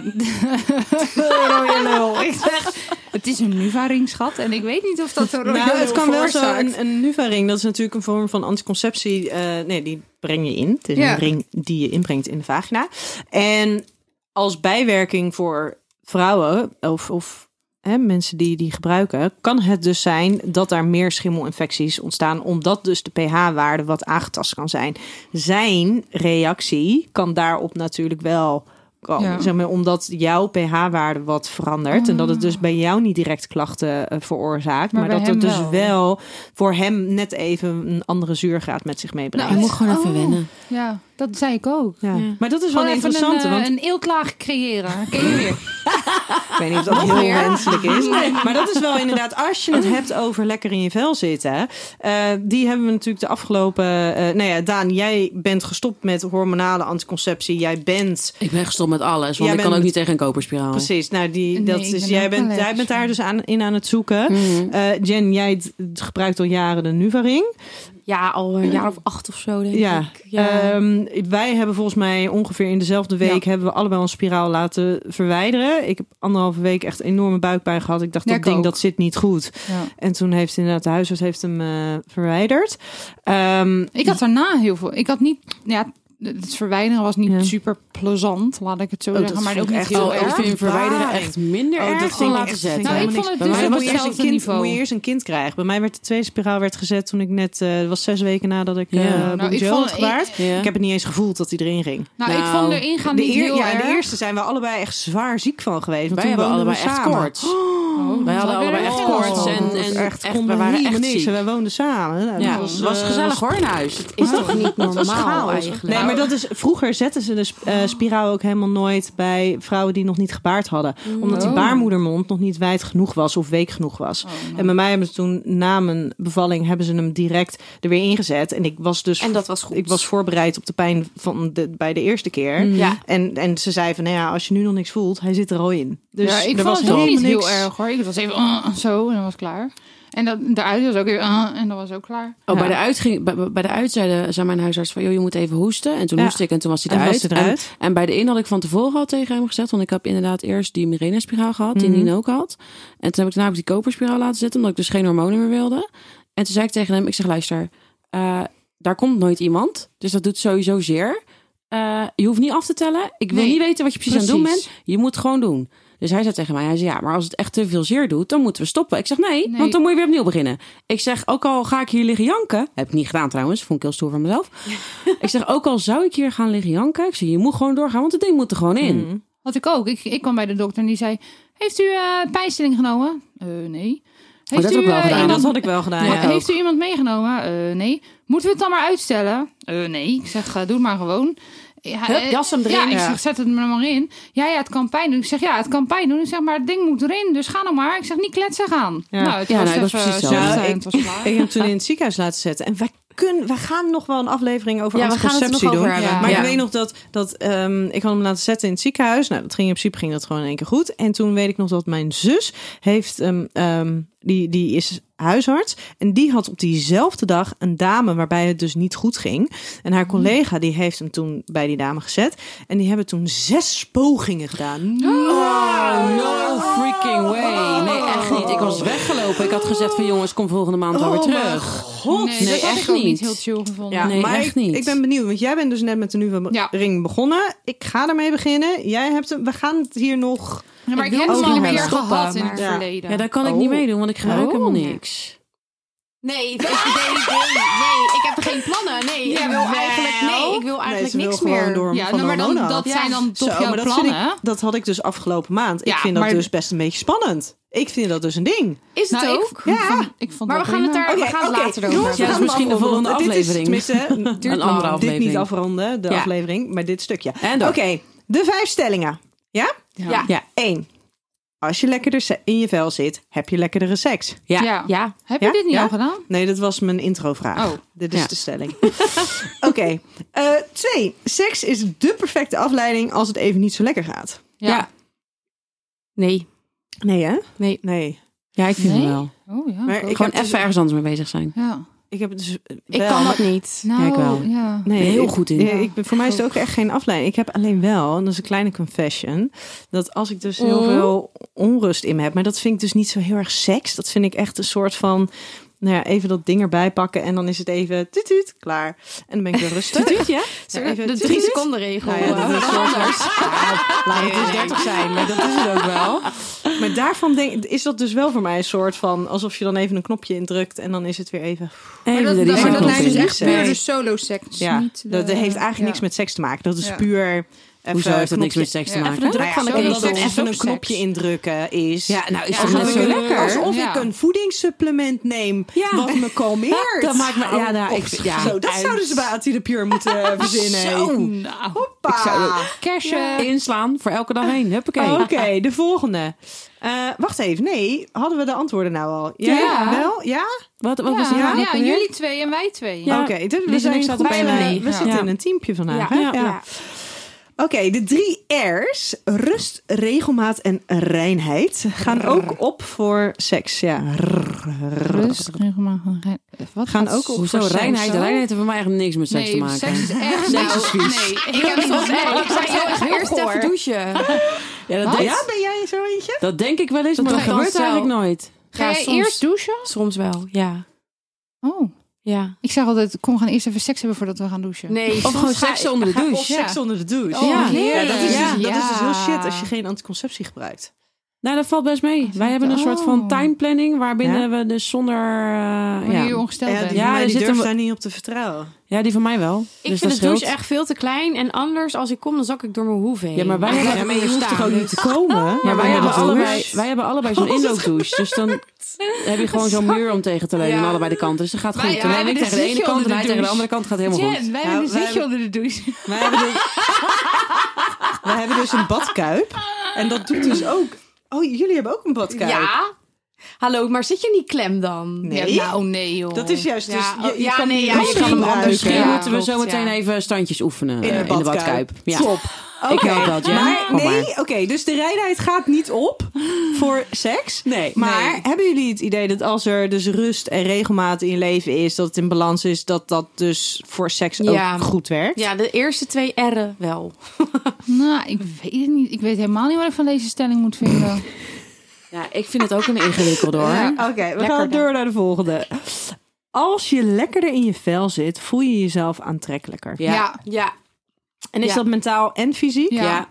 [SPEAKER 5] rode lul. Ik zeg, het is een Nuva-ring, schat. En ik weet niet of dat een rode
[SPEAKER 3] Nou, het
[SPEAKER 5] lul
[SPEAKER 3] kan wel zo.
[SPEAKER 5] veroorzaakt.
[SPEAKER 3] Een, een Nuva-ring, dat is natuurlijk een vorm van anticonceptie. eh, nee, die breng je in. Het is
[SPEAKER 5] Ja.
[SPEAKER 3] een ring die je inbrengt in de vagina. En als bijwerking voor vrouwen of, of hè, mensen die die gebruiken, kan het dus zijn dat daar meer schimmelinfecties ontstaan, omdat dus de pH-waarde wat aangetast kan zijn. Zijn reactie kan daarop natuurlijk wel komen.
[SPEAKER 5] Ja.
[SPEAKER 3] Zeg maar, omdat jouw pH-waarde wat verandert. En
[SPEAKER 5] Oh.
[SPEAKER 3] dat het dus bij jou niet direct klachten eh, veroorzaakt.
[SPEAKER 5] Maar
[SPEAKER 3] Maar,
[SPEAKER 5] bij
[SPEAKER 3] dat het
[SPEAKER 5] hem
[SPEAKER 3] dus
[SPEAKER 5] wel.
[SPEAKER 3] wel. voor hem net even een andere zuurgraad met zich meebrengt.
[SPEAKER 4] Je moet gewoon even
[SPEAKER 5] Oh.
[SPEAKER 4] wennen.
[SPEAKER 5] Ja, dat zei ik ook.
[SPEAKER 3] ja.
[SPEAKER 2] Ja.
[SPEAKER 3] Maar dat is wel
[SPEAKER 5] Gewoon even een,
[SPEAKER 3] interessant.
[SPEAKER 5] eh,
[SPEAKER 3] Want
[SPEAKER 5] een eelklaag creëren. Ken je weer?
[SPEAKER 3] Ik weet niet of dat heel
[SPEAKER 5] meer?
[SPEAKER 3] menselijk is. Maar dat is wel inderdaad, als je het hebt over lekker in je vel zitten. eh, die hebben we natuurlijk de afgelopen. eh, nou ja, Daan, jij bent gestopt met hormonale anticonceptie. Jij bent.
[SPEAKER 4] Ik ben gestopt met alles, want
[SPEAKER 3] Jij
[SPEAKER 4] ik kan
[SPEAKER 3] bent-
[SPEAKER 4] ook niet tegen een koperspiraal.
[SPEAKER 3] Precies, nou die,
[SPEAKER 5] Oh. Nee,
[SPEAKER 3] dat
[SPEAKER 5] ik
[SPEAKER 3] is,
[SPEAKER 5] ben
[SPEAKER 3] jij,
[SPEAKER 5] ook
[SPEAKER 3] bent,
[SPEAKER 5] allergisch
[SPEAKER 3] jij bent daar
[SPEAKER 5] voor.
[SPEAKER 3] dus aan, in aan het zoeken.
[SPEAKER 5] Mhm.
[SPEAKER 3] Eh, Jen, jij d- gebruikt al jaren de Nuvaring.
[SPEAKER 2] Ja, al een jaar of acht of zo, denk
[SPEAKER 3] Ja.
[SPEAKER 2] ik. Ja.
[SPEAKER 3] Ehm, wij hebben volgens mij ongeveer in dezelfde week... hebben we allebei een spiraal laten verwijderen. Ik heb anderhalve week echt enorme buikpijn gehad. Ik dacht,
[SPEAKER 5] Ja,
[SPEAKER 3] dat
[SPEAKER 5] ik
[SPEAKER 3] ding,
[SPEAKER 5] ook.
[SPEAKER 3] dat zit niet goed.
[SPEAKER 5] Ja.
[SPEAKER 3] En toen heeft inderdaad de huisarts heeft hem eh, verwijderd. Ehm,
[SPEAKER 5] Ik had daarna heel veel. Ik had niet. Ja, het verwijderen was niet
[SPEAKER 3] Ja.
[SPEAKER 5] super plezant, laat ik het zo zeggen. Maar ook niet
[SPEAKER 3] echt-
[SPEAKER 5] heel
[SPEAKER 4] Oh, ik
[SPEAKER 5] erg.
[SPEAKER 4] vind verwijderen echt minder
[SPEAKER 3] Oh, dat
[SPEAKER 4] erg
[SPEAKER 3] vind
[SPEAKER 4] dan
[SPEAKER 3] ik
[SPEAKER 4] laten
[SPEAKER 3] echt- vind
[SPEAKER 4] zetten.
[SPEAKER 3] ik
[SPEAKER 5] Nou,
[SPEAKER 3] helemaal
[SPEAKER 5] ik vond
[SPEAKER 3] niks.
[SPEAKER 5] het
[SPEAKER 4] Bij
[SPEAKER 5] dus
[SPEAKER 4] mij was
[SPEAKER 5] op
[SPEAKER 3] moet
[SPEAKER 4] het
[SPEAKER 3] je eerst
[SPEAKER 5] hetzelfde
[SPEAKER 3] een kind,
[SPEAKER 5] niveau.
[SPEAKER 3] moet je eerst een kind krijgen. Bij mij werd de tweede spiraal werd gezet toen ik net... eh, dat was zes weken nadat ik
[SPEAKER 4] Ja.
[SPEAKER 3] eh
[SPEAKER 4] Nou,
[SPEAKER 3] Bong
[SPEAKER 5] ik
[SPEAKER 3] Joon
[SPEAKER 5] vond-
[SPEAKER 3] had gebaard.
[SPEAKER 5] ik-
[SPEAKER 4] Ja.
[SPEAKER 3] Ik heb het niet eens gevoeld dat hij erin ging.
[SPEAKER 5] Nou, ik
[SPEAKER 4] Nou,
[SPEAKER 5] vond erin gaan
[SPEAKER 3] De,
[SPEAKER 5] niet
[SPEAKER 3] eer-
[SPEAKER 5] heel
[SPEAKER 3] ja,
[SPEAKER 5] erg.
[SPEAKER 3] de eerste zijn we allebei echt zwaar ziek van geweest. Want
[SPEAKER 4] Wij
[SPEAKER 3] toen
[SPEAKER 4] hebben
[SPEAKER 3] woonden
[SPEAKER 4] allebei
[SPEAKER 3] we
[SPEAKER 4] echt
[SPEAKER 3] samen.
[SPEAKER 4] koorts.
[SPEAKER 5] Oh,
[SPEAKER 4] Wij hadden
[SPEAKER 5] dat is
[SPEAKER 4] allebei
[SPEAKER 5] wel
[SPEAKER 4] echt
[SPEAKER 5] heel
[SPEAKER 4] koorts
[SPEAKER 5] erg.
[SPEAKER 4] en,
[SPEAKER 3] Dat
[SPEAKER 4] en
[SPEAKER 3] was echt,
[SPEAKER 4] echt,
[SPEAKER 3] konden
[SPEAKER 4] we waren
[SPEAKER 3] helemaal
[SPEAKER 4] echt
[SPEAKER 3] niks. En
[SPEAKER 4] ziek.
[SPEAKER 3] wij woonden samen. Nou,
[SPEAKER 4] Ja,
[SPEAKER 3] dat
[SPEAKER 4] het
[SPEAKER 3] eh,
[SPEAKER 4] was gezellig hoor in huis.
[SPEAKER 2] is toch niet normaal
[SPEAKER 3] chaos.
[SPEAKER 2] eigenlijk?
[SPEAKER 3] Nee, maar dat is, vroeger zetten ze de sp- eh, spiraal ook helemaal nooit bij vrouwen die nog niet gebaard hadden. Omdat die
[SPEAKER 5] Oh.
[SPEAKER 3] baarmoedermond nog niet wijd genoeg was of week genoeg was. En bij mij hebben ze toen na mijn bevalling hebben ze hem direct er weer ingezet. En ik was dus
[SPEAKER 2] En dat was goed.
[SPEAKER 3] ik was voorbereid op de pijn van de, bij de eerste keer.
[SPEAKER 2] Ja.
[SPEAKER 3] En, en ze zei van, nou ja, als je nu nog niks voelt, hij zit er al in. Dus
[SPEAKER 5] ja, ik
[SPEAKER 3] er
[SPEAKER 5] vond
[SPEAKER 3] was
[SPEAKER 5] het ook
[SPEAKER 3] helemaal
[SPEAKER 5] niet
[SPEAKER 3] niks.
[SPEAKER 5] heel erg hoor. Ik was even eh, zo en dan was klaar. En dat, daaruit was ook weer eh, en dat was ook klaar.
[SPEAKER 4] Oh, bij, de uitging, bij, bij de uitzijde zei mijn huisarts van... joh, je moet even hoesten. En toen
[SPEAKER 3] Ja.
[SPEAKER 4] hoest ik en toen was hij
[SPEAKER 3] En was
[SPEAKER 4] eruit.
[SPEAKER 3] hij eruit.
[SPEAKER 4] En, en bij de in had ik van tevoren al tegen hem gezegd... want ik heb inderdaad eerst die Mirena-spiraal gehad,
[SPEAKER 3] Mhm.
[SPEAKER 4] die Nien ook had. En toen heb ik daarna ook die koperspiraal laten zetten... omdat ik dus geen hormonen meer wilde. En toen zei ik tegen hem, ik zeg luister... eh, daar komt nooit iemand, dus dat doet sowieso zeer. Eh, je hoeft niet af te tellen. Ik wil
[SPEAKER 5] Nee,
[SPEAKER 4] niet weten wat je precies, aan het doen
[SPEAKER 5] precies.
[SPEAKER 4] bent. Je moet het gewoon doen. Dus hij zei tegen mij, hij zei ja, maar als het echt te veel zeer doet, dan moeten we stoppen. Ik zeg nee,
[SPEAKER 5] Nee.
[SPEAKER 4] want dan moet je weer opnieuw beginnen. Ik zeg, ook al ga ik hier liggen janken, heb ik niet gedaan trouwens, vond ik heel stoer van mezelf. ik zeg, ook al zou ik hier gaan liggen janken, ik zeg, je moet gewoon doorgaan, want het ding moet er gewoon in.
[SPEAKER 3] Hmm.
[SPEAKER 5] Had ik ook. Ik, ik kwam bij de dokter en die zei: Heeft u eh, pijnstilling genomen? Eh, nee. Heeft
[SPEAKER 4] dat heb ik wel
[SPEAKER 5] eh,
[SPEAKER 4] gedaan.
[SPEAKER 3] Ja,
[SPEAKER 5] iemand-
[SPEAKER 3] Oh, dat had ik wel gedaan.
[SPEAKER 5] Ha-
[SPEAKER 3] Ja,
[SPEAKER 4] ook.
[SPEAKER 5] Heeft u iemand meegenomen? Eh, nee. Moeten we het dan maar uitstellen? Eh, nee. Ik zeg, eh, doe het maar gewoon. Ja,
[SPEAKER 2] Hup,
[SPEAKER 5] eh,
[SPEAKER 2] jas hem erin.
[SPEAKER 5] Ja, ik
[SPEAKER 2] Ja.
[SPEAKER 5] zeg, zet het er maar in. Ja, ja, het kan pijn doen. Ik zeg, ja, het kan pijn doen. Ik zeg, maar het ding moet erin, dus ga nou maar. Ik zeg, niet kletsen gaan.
[SPEAKER 3] Ja.
[SPEAKER 5] Nou, het
[SPEAKER 4] Ja,
[SPEAKER 5] was
[SPEAKER 4] nee, dat is
[SPEAKER 5] even
[SPEAKER 4] precies zo.
[SPEAKER 5] zuchten
[SPEAKER 3] Nou,
[SPEAKER 5] en
[SPEAKER 3] ik-
[SPEAKER 5] het was klaar.
[SPEAKER 3] Ik heb hem toen in het ziekenhuis laten zetten. En wij, kunnen, wij gaan nog wel een aflevering over
[SPEAKER 2] Ja, we gaan het er
[SPEAKER 3] anticonceptie
[SPEAKER 2] nog over
[SPEAKER 3] doen.
[SPEAKER 2] hebben.
[SPEAKER 3] Maar
[SPEAKER 4] Ja.
[SPEAKER 3] ik weet nog dat, dat ehm, ik had hem laten zetten in het ziekenhuis. Nou, dat ging in principe ging dat gewoon in één keer goed. En toen weet ik nog dat mijn zus heeft, ehm, ehm, die, die is huisarts. En die had op diezelfde dag een dame waarbij het dus niet goed ging. En haar collega die heeft hem toen bij die dame gezet. En die hebben toen zes pogingen gedaan.
[SPEAKER 4] Oh, no freaking way. Nee, echt niet. Ik was weggelopen. Ik had gezegd van jongens, kom volgende maand alweer
[SPEAKER 3] Oh, mijn
[SPEAKER 4] terug.
[SPEAKER 3] God.
[SPEAKER 5] nee,
[SPEAKER 4] nee,
[SPEAKER 5] dat had
[SPEAKER 4] echt
[SPEAKER 5] ik ook
[SPEAKER 4] niet.
[SPEAKER 5] niet heel chill gevonden.
[SPEAKER 3] Ja,
[SPEAKER 4] Nee,
[SPEAKER 3] maar
[SPEAKER 4] echt
[SPEAKER 3] ik,
[SPEAKER 4] niet.
[SPEAKER 3] ik ben benieuwd, want jij bent dus net met de nieuwe
[SPEAKER 5] Ja.
[SPEAKER 3] ring begonnen. Ik ga ermee beginnen. Jij hebt hem, we gaan het hier nog.
[SPEAKER 5] Ja, maar ik
[SPEAKER 2] wil
[SPEAKER 5] heb
[SPEAKER 3] ook
[SPEAKER 5] hem al
[SPEAKER 3] nog
[SPEAKER 5] meer
[SPEAKER 3] hebben.
[SPEAKER 5] gehad in
[SPEAKER 2] Stoppen,
[SPEAKER 5] het
[SPEAKER 3] maar-
[SPEAKER 5] verleden.
[SPEAKER 4] Ja, daar kan ik niet
[SPEAKER 3] Oh.
[SPEAKER 4] meedoen, want ik gebruik
[SPEAKER 5] Oh.
[SPEAKER 4] helemaal niks.
[SPEAKER 2] Nee, ik- ik- nee, nee, nee, ik heb er geen plannen. Nee, ik wil
[SPEAKER 3] Jawel.
[SPEAKER 2] eigenlijk, nee, ik wil eigenlijk
[SPEAKER 3] Nee, ze
[SPEAKER 2] niks
[SPEAKER 3] wil gewoon
[SPEAKER 2] meer.
[SPEAKER 3] Door
[SPEAKER 5] Ja,
[SPEAKER 3] van
[SPEAKER 5] nou, maar dan,
[SPEAKER 3] hormonen
[SPEAKER 5] dat
[SPEAKER 3] af.
[SPEAKER 5] zijn dan toch
[SPEAKER 3] Zo,
[SPEAKER 5] jouw
[SPEAKER 3] maar dat, vind
[SPEAKER 5] plannen. hè?
[SPEAKER 3] ik, dat had ik dus afgelopen maand.
[SPEAKER 5] Ja,
[SPEAKER 3] ik vind dat
[SPEAKER 5] maar-
[SPEAKER 3] dus best een beetje spannend. Ik vind dat dus een ding.
[SPEAKER 2] Is het
[SPEAKER 5] Nou, ik-
[SPEAKER 2] ook?
[SPEAKER 5] ik
[SPEAKER 3] Ja.
[SPEAKER 5] vond- ik vond
[SPEAKER 2] Maar
[SPEAKER 5] dat
[SPEAKER 2] we gaan het
[SPEAKER 5] prima.
[SPEAKER 2] daar we gaan het
[SPEAKER 3] oké,
[SPEAKER 2] later over hebben.
[SPEAKER 3] jongens,
[SPEAKER 4] Ja, dat
[SPEAKER 3] we
[SPEAKER 4] is
[SPEAKER 3] gaan
[SPEAKER 4] misschien de
[SPEAKER 3] hem
[SPEAKER 4] volgende
[SPEAKER 3] afronden. Dit
[SPEAKER 4] aflevering.
[SPEAKER 3] is tenminste,
[SPEAKER 4] Een
[SPEAKER 3] duurt
[SPEAKER 4] andere
[SPEAKER 3] lang. Dit
[SPEAKER 4] aflevering.
[SPEAKER 3] niet afronden, de
[SPEAKER 4] Ja.
[SPEAKER 3] aflevering, maar dit stukje.
[SPEAKER 4] En
[SPEAKER 3] Oké,
[SPEAKER 4] door.
[SPEAKER 3] de vijf stellingen. Ja?
[SPEAKER 2] Ja.
[SPEAKER 4] Ja.
[SPEAKER 3] 1. Als je lekkerder se- in je vel zit, heb je lekkerdere seks.
[SPEAKER 4] Ja.
[SPEAKER 5] Ja.
[SPEAKER 2] Ja.
[SPEAKER 5] Heb je
[SPEAKER 3] Ja?
[SPEAKER 5] dit niet
[SPEAKER 3] Ja?
[SPEAKER 5] al gedaan?
[SPEAKER 3] Nee, dat was mijn introvraag.
[SPEAKER 5] Oh.
[SPEAKER 3] Dit is
[SPEAKER 4] Ja.
[SPEAKER 3] de stelling. Oké. Eh, twee. Seks is de perfecte afleiding als het even niet zo lekker gaat.
[SPEAKER 4] Ja.
[SPEAKER 2] Nee.
[SPEAKER 3] Nee, hè?
[SPEAKER 2] Nee.
[SPEAKER 3] Nee.
[SPEAKER 4] Ja, ik vind
[SPEAKER 5] Nee?
[SPEAKER 4] het wel.
[SPEAKER 5] Oh ja.
[SPEAKER 3] Maar
[SPEAKER 5] dat-
[SPEAKER 3] ik-
[SPEAKER 4] Gewoon
[SPEAKER 3] heb
[SPEAKER 4] even
[SPEAKER 3] dus-
[SPEAKER 4] ergens anders mee bezig zijn.
[SPEAKER 5] ja.
[SPEAKER 3] Ik heb het dus eh,
[SPEAKER 2] Ik
[SPEAKER 3] wel,
[SPEAKER 2] kan
[SPEAKER 3] maar-
[SPEAKER 2] dat niet.
[SPEAKER 5] Nou,
[SPEAKER 4] ik wel.
[SPEAKER 5] Ja.
[SPEAKER 3] Nee,
[SPEAKER 4] heel
[SPEAKER 3] ik-
[SPEAKER 4] goed in.
[SPEAKER 3] ja, ik ben, voor mij is het ook echt geen afleiding. Ik heb alleen wel, en dat is een kleine confession, dat als ik dus heel veel onrust in me heb, maar dat vind ik dus niet zo heel erg seks. Dat vind ik echt een soort van, nou ja, even dat ding erbij pakken en dan is het even tuut tuut, klaar. En dan ben ik weer rustig. tuut ja? even
[SPEAKER 2] De
[SPEAKER 3] tuut,
[SPEAKER 2] drie
[SPEAKER 3] tuut.
[SPEAKER 2] seconden regel.
[SPEAKER 3] Nou ja, dat is wel anders. Laat het dus
[SPEAKER 4] nee.
[SPEAKER 3] 30 zijn, maar dat is het ook wel. Maar daarvan denk, is dat dus wel voor mij een soort van alsof je dan even een knopje indrukt en dan is het weer even.
[SPEAKER 4] Even
[SPEAKER 5] Maar dat,
[SPEAKER 4] er iets
[SPEAKER 5] maar dat
[SPEAKER 4] aan
[SPEAKER 3] knop
[SPEAKER 5] lijkt
[SPEAKER 4] knoppen
[SPEAKER 5] dus
[SPEAKER 4] in.
[SPEAKER 5] echt puur
[SPEAKER 3] Nee.
[SPEAKER 5] de solo seks.
[SPEAKER 3] eh, Ja,
[SPEAKER 5] niet de-
[SPEAKER 3] dat heeft eigenlijk
[SPEAKER 5] ja.
[SPEAKER 3] niks met seks te maken. Dat is
[SPEAKER 5] Ja.
[SPEAKER 3] puur. eh,
[SPEAKER 4] Hoezo heeft dat niks met seks te
[SPEAKER 5] Ja, even
[SPEAKER 4] maken?
[SPEAKER 2] de druk
[SPEAKER 3] Nou
[SPEAKER 2] van de
[SPEAKER 5] zo-
[SPEAKER 3] ja,
[SPEAKER 2] knuppel.
[SPEAKER 3] omdat
[SPEAKER 5] knop.
[SPEAKER 3] het even
[SPEAKER 5] Zo
[SPEAKER 3] een
[SPEAKER 5] seks.
[SPEAKER 3] knopje indrukken is.
[SPEAKER 4] Ja, nou is
[SPEAKER 5] Ja,
[SPEAKER 4] toch
[SPEAKER 5] alsof
[SPEAKER 4] net
[SPEAKER 5] ik
[SPEAKER 4] zo
[SPEAKER 5] een-
[SPEAKER 4] lekker.
[SPEAKER 3] Alsof
[SPEAKER 5] Ja.
[SPEAKER 3] ik een voedingssupplement neem
[SPEAKER 4] Ja.
[SPEAKER 3] wat me kalmeert.
[SPEAKER 4] Dat maakt me- ja,
[SPEAKER 3] Oh,
[SPEAKER 4] nou,
[SPEAKER 3] op
[SPEAKER 4] ik-
[SPEAKER 3] zich
[SPEAKER 4] ja,
[SPEAKER 3] zo. Dat
[SPEAKER 4] uit.
[SPEAKER 3] zouden ze bij Ati de Pure moeten verzinnen.
[SPEAKER 4] Zo.
[SPEAKER 5] Nou,
[SPEAKER 3] Hoppa.
[SPEAKER 5] kersen.
[SPEAKER 4] Inslaan voor elke dag heen. Huppakee.
[SPEAKER 3] Oké, de volgende. Eh, wacht even, nee. Hadden we de antwoorden nou al? Jij
[SPEAKER 5] Ja.
[SPEAKER 3] wel? Ja?
[SPEAKER 4] Wat, wat
[SPEAKER 5] Ja,
[SPEAKER 4] was het nou
[SPEAKER 5] ja,
[SPEAKER 4] ook alweer?
[SPEAKER 5] jullie twee en wij twee.
[SPEAKER 4] Ja.
[SPEAKER 3] Oké, dus we
[SPEAKER 4] Lies en
[SPEAKER 3] zijn
[SPEAKER 4] ik zaten
[SPEAKER 3] goed,
[SPEAKER 4] bijna
[SPEAKER 3] eh,
[SPEAKER 4] mee.
[SPEAKER 3] We
[SPEAKER 5] Ja.
[SPEAKER 3] zitten
[SPEAKER 4] Ja.
[SPEAKER 3] in een teampje vandaag.
[SPEAKER 2] Ja.
[SPEAKER 3] hè?
[SPEAKER 2] Ja.
[SPEAKER 3] Ja. Oké, de drie R's, rust, regelmaat en reinheid, gaan ook op voor seks. Ja, rrr, rrr.
[SPEAKER 5] Rust, regelmatig. Wat
[SPEAKER 3] Gaan
[SPEAKER 5] gaat-
[SPEAKER 3] ook op
[SPEAKER 4] Hoezo?
[SPEAKER 3] voor seks.
[SPEAKER 4] Reinheid,
[SPEAKER 5] zo?
[SPEAKER 4] reinheid heeft voor mij eigenlijk niks met seks
[SPEAKER 5] nee,
[SPEAKER 4] te maken.
[SPEAKER 5] seks is echt...
[SPEAKER 4] Seks is
[SPEAKER 5] nou,
[SPEAKER 4] vies.
[SPEAKER 5] nee, ik heb soms
[SPEAKER 2] Ik
[SPEAKER 5] echt...
[SPEAKER 2] zei
[SPEAKER 5] heel
[SPEAKER 2] eerst
[SPEAKER 5] erg
[SPEAKER 2] eerst even douchen.
[SPEAKER 4] Ja, dat,
[SPEAKER 5] Wat?
[SPEAKER 4] denk,
[SPEAKER 3] Ja, ben jij zo eentje?
[SPEAKER 4] dat denk ik wel eens, maar
[SPEAKER 2] doe
[SPEAKER 4] dat
[SPEAKER 2] ik dan
[SPEAKER 4] gebeurt
[SPEAKER 2] zo.
[SPEAKER 4] eigenlijk nooit.
[SPEAKER 5] Ga
[SPEAKER 2] Ja,
[SPEAKER 5] jij
[SPEAKER 2] soms.
[SPEAKER 5] eerst douchen?
[SPEAKER 2] Soms wel, ja.
[SPEAKER 5] Oh.
[SPEAKER 2] ja.
[SPEAKER 5] Ik zeg altijd, kom, we gaan eerst even seks hebben voordat we gaan douchen.
[SPEAKER 2] Nee,
[SPEAKER 4] Of gewoon seks onder de
[SPEAKER 3] Of
[SPEAKER 4] douche.
[SPEAKER 5] Ja.
[SPEAKER 3] seks onder de douche.
[SPEAKER 5] Oh,
[SPEAKER 4] Ja.
[SPEAKER 3] Ja, dat is,
[SPEAKER 5] Ja.
[SPEAKER 3] dat is dus heel
[SPEAKER 5] Ja.
[SPEAKER 3] shit als je geen anticonceptie gebruikt.
[SPEAKER 4] Nou, dat valt best mee. Wij hebben een
[SPEAKER 5] Oh.
[SPEAKER 4] soort van timeplanning waarbinnen we dus zonder... eh,
[SPEAKER 5] Wanneer je
[SPEAKER 4] ja.
[SPEAKER 5] ongesteld
[SPEAKER 3] ja,
[SPEAKER 5] bent.
[SPEAKER 3] die,
[SPEAKER 4] Ja,
[SPEAKER 3] ja,
[SPEAKER 4] er
[SPEAKER 3] die
[SPEAKER 4] zit
[SPEAKER 3] durft
[SPEAKER 4] een-
[SPEAKER 3] daar niet op te vertrouwen.
[SPEAKER 4] ja, die van mij wel.
[SPEAKER 2] Ik
[SPEAKER 4] dus
[SPEAKER 2] vind
[SPEAKER 4] dat
[SPEAKER 2] de douche
[SPEAKER 4] scheelt.
[SPEAKER 2] echt veel te klein. En anders, als ik kom, dan zak ik door mijn hoeven heen.
[SPEAKER 4] Ja, maar wij hebben-
[SPEAKER 2] hebben
[SPEAKER 3] je hoeft toch ook niet te komen?
[SPEAKER 4] Ja, wij
[SPEAKER 2] Ja,
[SPEAKER 4] hebben,
[SPEAKER 2] dat is
[SPEAKER 4] allebei,
[SPEAKER 2] douche.
[SPEAKER 4] wij hebben allebei zo'n inloopdouche. Dus dan heb je gewoon zo'n muur om tegen te leunen
[SPEAKER 2] Ja.
[SPEAKER 4] aan allebei de kanten. Dus dat gaat goed.
[SPEAKER 5] Wij- wij
[SPEAKER 4] Terwijl ik
[SPEAKER 5] hebben
[SPEAKER 4] tegen de
[SPEAKER 5] dus
[SPEAKER 4] ene
[SPEAKER 5] zitje
[SPEAKER 4] kant en
[SPEAKER 5] onder
[SPEAKER 4] hij
[SPEAKER 5] de
[SPEAKER 4] tegen de
[SPEAKER 5] douche.
[SPEAKER 4] andere kant gaat helemaal goed.
[SPEAKER 5] Jen, wij hebben een
[SPEAKER 3] wij
[SPEAKER 5] zitje onder de douche.
[SPEAKER 3] Wij hebben, dus, wij hebben dus een badkuip. En dat doet dus ook... Oh, jullie hebben ook een badkuip.
[SPEAKER 2] Ja. Hallo, maar zit je niet klem dan?
[SPEAKER 3] Nee?
[SPEAKER 5] Ja, nou, nee joh.
[SPEAKER 3] Dat is juist
[SPEAKER 2] Ja, oh,
[SPEAKER 3] dus... Je, je
[SPEAKER 2] ja,
[SPEAKER 3] kan
[SPEAKER 2] nee,
[SPEAKER 3] die
[SPEAKER 2] ja, je
[SPEAKER 3] rust
[SPEAKER 2] kan hem
[SPEAKER 3] gebruiken.
[SPEAKER 2] anders
[SPEAKER 4] Misschien
[SPEAKER 5] Ja,
[SPEAKER 4] moeten we
[SPEAKER 2] klopt,
[SPEAKER 4] zo meteen
[SPEAKER 2] ja.
[SPEAKER 4] even standjes oefenen eh,
[SPEAKER 3] In de badkuip.
[SPEAKER 4] Ja.
[SPEAKER 3] Top.
[SPEAKER 4] Ik help dat, ja.
[SPEAKER 3] Maar
[SPEAKER 4] Kom
[SPEAKER 3] nee,
[SPEAKER 4] maar.
[SPEAKER 3] oké, dus de reinheid gaat niet op voor seks.
[SPEAKER 4] Nee.
[SPEAKER 3] Maar
[SPEAKER 5] Nee.
[SPEAKER 3] hebben jullie het idee dat als er dus rust en regelmaat in je leven is, dat het in balans is, dat dat dus voor seks
[SPEAKER 2] Ja.
[SPEAKER 3] ook goed werkt?
[SPEAKER 2] Ja, de eerste twee R'en wel.
[SPEAKER 5] Nou, ik weet het niet. Ik weet helemaal niet wat ik van deze stelling moet vinden.
[SPEAKER 4] Ja, ik vind het ook een ingewikkeld hoor.
[SPEAKER 5] Ja.
[SPEAKER 3] Oké, we gaan
[SPEAKER 2] dan.
[SPEAKER 3] door naar de volgende. Als je lekkerder in je vel zit, voel je jezelf aantrekkelijker.
[SPEAKER 4] Ja.
[SPEAKER 2] Ja.
[SPEAKER 3] En is
[SPEAKER 2] Ja.
[SPEAKER 3] dat mentaal en fysiek?
[SPEAKER 5] Ja.
[SPEAKER 4] Ja.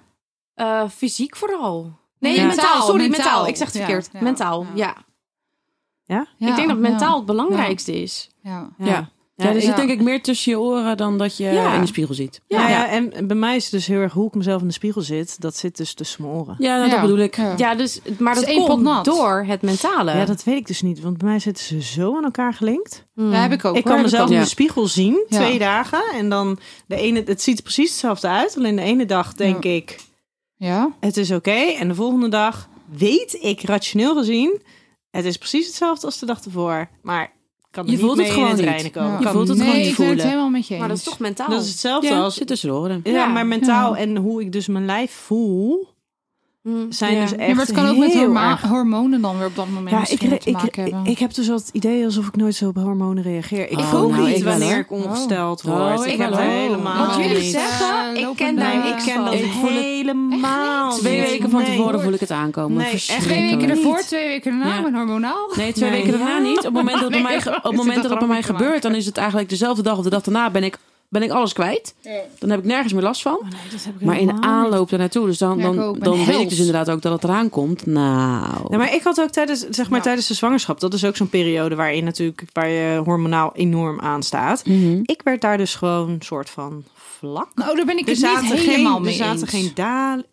[SPEAKER 2] Eh, fysiek vooral. Nee,
[SPEAKER 5] Ja.
[SPEAKER 2] mentaal. Sorry,
[SPEAKER 5] Mentaal.
[SPEAKER 2] mentaal. Ik zeg het
[SPEAKER 5] Ja,
[SPEAKER 2] verkeerd.
[SPEAKER 5] ja,
[SPEAKER 2] mentaal,
[SPEAKER 5] ja.
[SPEAKER 2] ja.
[SPEAKER 5] Ja,
[SPEAKER 2] Ik denk dat
[SPEAKER 5] ja,
[SPEAKER 2] mentaal het belangrijkste is.
[SPEAKER 5] Ja.
[SPEAKER 4] Ja. Ja.
[SPEAKER 3] dus
[SPEAKER 4] er zit
[SPEAKER 5] Ja.
[SPEAKER 4] denk ik meer tussen je oren dan dat je
[SPEAKER 2] Ja.
[SPEAKER 4] in de spiegel ziet.
[SPEAKER 3] Ja, Nou ja, en bij mij is het dus heel erg hoe ik mezelf in de spiegel zit. Dat zit dus tussen mijn oren.
[SPEAKER 4] Ja, nou, dat
[SPEAKER 5] Ja.
[SPEAKER 4] bedoel ik.
[SPEAKER 5] Ja.
[SPEAKER 2] Ja, dus, maar
[SPEAKER 5] Het is
[SPEAKER 2] dat
[SPEAKER 5] één pot
[SPEAKER 2] komt
[SPEAKER 5] nat.
[SPEAKER 2] door het mentale.
[SPEAKER 3] Ja, dat weet ik dus niet. Want bij mij zitten ze zo aan elkaar gelinkt.
[SPEAKER 2] Mm.
[SPEAKER 5] Ja, heb ik ook.
[SPEAKER 3] ik
[SPEAKER 5] hoor.
[SPEAKER 3] kan
[SPEAKER 5] Heb
[SPEAKER 3] mezelf
[SPEAKER 5] ook.
[SPEAKER 3] in
[SPEAKER 4] Ja.
[SPEAKER 3] de spiegel zien,
[SPEAKER 5] Ja.
[SPEAKER 3] twee dagen. En dan de ene, het ziet er precies hetzelfde uit. Alleen de ene dag denk ik,
[SPEAKER 5] Ja.
[SPEAKER 3] het is oké. En de volgende dag weet ik rationeel gezien, het is precies hetzelfde als de dag ervoor. Maar ik kan er
[SPEAKER 4] Je
[SPEAKER 3] niet
[SPEAKER 4] voelt het
[SPEAKER 3] mee
[SPEAKER 4] gewoon
[SPEAKER 3] in het
[SPEAKER 4] niet.
[SPEAKER 3] reinen komen.
[SPEAKER 5] Ja.
[SPEAKER 4] Je
[SPEAKER 3] Kan
[SPEAKER 4] voelt het
[SPEAKER 3] niet.
[SPEAKER 5] nee,
[SPEAKER 4] gewoon niet
[SPEAKER 5] ik ben het
[SPEAKER 4] voelen.
[SPEAKER 5] helemaal met je eens.
[SPEAKER 2] Maar dat is toch mentaal?
[SPEAKER 3] Dat is hetzelfde
[SPEAKER 4] Ja,
[SPEAKER 3] als...
[SPEAKER 4] zit tussen de oren.
[SPEAKER 3] Ja,
[SPEAKER 2] Ja.
[SPEAKER 3] maar mentaal en hoe ik dus mijn lijf voel,
[SPEAKER 2] Mm.
[SPEAKER 3] zijn
[SPEAKER 4] Ja.
[SPEAKER 3] dus
[SPEAKER 4] Ja,
[SPEAKER 3] echt
[SPEAKER 5] Ja, maar het kan ook met
[SPEAKER 3] heel
[SPEAKER 5] horma-
[SPEAKER 3] erg.
[SPEAKER 5] hormonen dan weer op dat moment
[SPEAKER 3] Ja, ik,
[SPEAKER 5] misschien
[SPEAKER 3] re-
[SPEAKER 5] te
[SPEAKER 3] ik,
[SPEAKER 5] maken
[SPEAKER 3] ik,
[SPEAKER 5] hebben.
[SPEAKER 3] ik heb dus altijd het idee alsof ik nooit zo op hormonen reageer. Ik
[SPEAKER 4] Oh,
[SPEAKER 3] voel
[SPEAKER 4] nou,
[SPEAKER 3] niet
[SPEAKER 4] ik wel,
[SPEAKER 3] wanneer
[SPEAKER 4] hoor.
[SPEAKER 3] ik ongesteld
[SPEAKER 4] Oh.
[SPEAKER 3] word.
[SPEAKER 4] Oh,
[SPEAKER 3] ik
[SPEAKER 4] ik
[SPEAKER 3] heb
[SPEAKER 4] wel, hoor.
[SPEAKER 3] helemaal
[SPEAKER 2] Wat jullie
[SPEAKER 3] niet.
[SPEAKER 2] zeggen,
[SPEAKER 5] Eh,
[SPEAKER 2] ik ken
[SPEAKER 5] lopende-
[SPEAKER 2] daar
[SPEAKER 3] Nee,
[SPEAKER 2] niks
[SPEAKER 3] ik ken dat
[SPEAKER 2] van.
[SPEAKER 4] Ik voel het
[SPEAKER 3] helemaal niet.
[SPEAKER 4] Twee weken van
[SPEAKER 3] Nee.
[SPEAKER 4] tevoren voel ik het aankomen.
[SPEAKER 3] Nee, echt
[SPEAKER 5] Twee
[SPEAKER 4] Verschrikkelijk.
[SPEAKER 5] weken
[SPEAKER 3] niet.
[SPEAKER 5] ervoor, twee weken erna,
[SPEAKER 4] Ja.
[SPEAKER 5] maar hormonaal.
[SPEAKER 4] Nee, twee
[SPEAKER 3] Nee.
[SPEAKER 4] weken daarna niet. Op het moment dat het bij
[SPEAKER 5] Nee,
[SPEAKER 4] mij, ge-
[SPEAKER 5] joh.
[SPEAKER 4] op het
[SPEAKER 5] Is het
[SPEAKER 4] moment dat het bij mij
[SPEAKER 5] grappig te
[SPEAKER 4] gebeurt, dan is het eigenlijk dezelfde dag of de dag daarna ben ik, ben ik alles kwijt. Dan heb ik nergens meer last van. Maar in de aanloop daarnaartoe, dus dan,
[SPEAKER 5] Ja, ik
[SPEAKER 4] dan,
[SPEAKER 5] ook.
[SPEAKER 4] dan
[SPEAKER 5] Een
[SPEAKER 4] weet ik
[SPEAKER 5] held.
[SPEAKER 4] dus inderdaad ook dat het eraan komt. Nou.
[SPEAKER 3] Ja, maar ik had ook tijdens, zeg maar,
[SPEAKER 5] Ja.
[SPEAKER 3] tijdens de zwangerschap, dat is ook zo'n periode waarin natuurlijk, waar je hormonaal enorm aan staat.
[SPEAKER 4] Mhm.
[SPEAKER 3] Ik werd daar dus gewoon een soort van vlak.
[SPEAKER 5] Nou, daar ben ik
[SPEAKER 3] er
[SPEAKER 5] het niet
[SPEAKER 3] zaten
[SPEAKER 5] helemaal
[SPEAKER 3] geen,
[SPEAKER 5] mee
[SPEAKER 3] er zaten
[SPEAKER 5] eens.
[SPEAKER 3] geen dalen.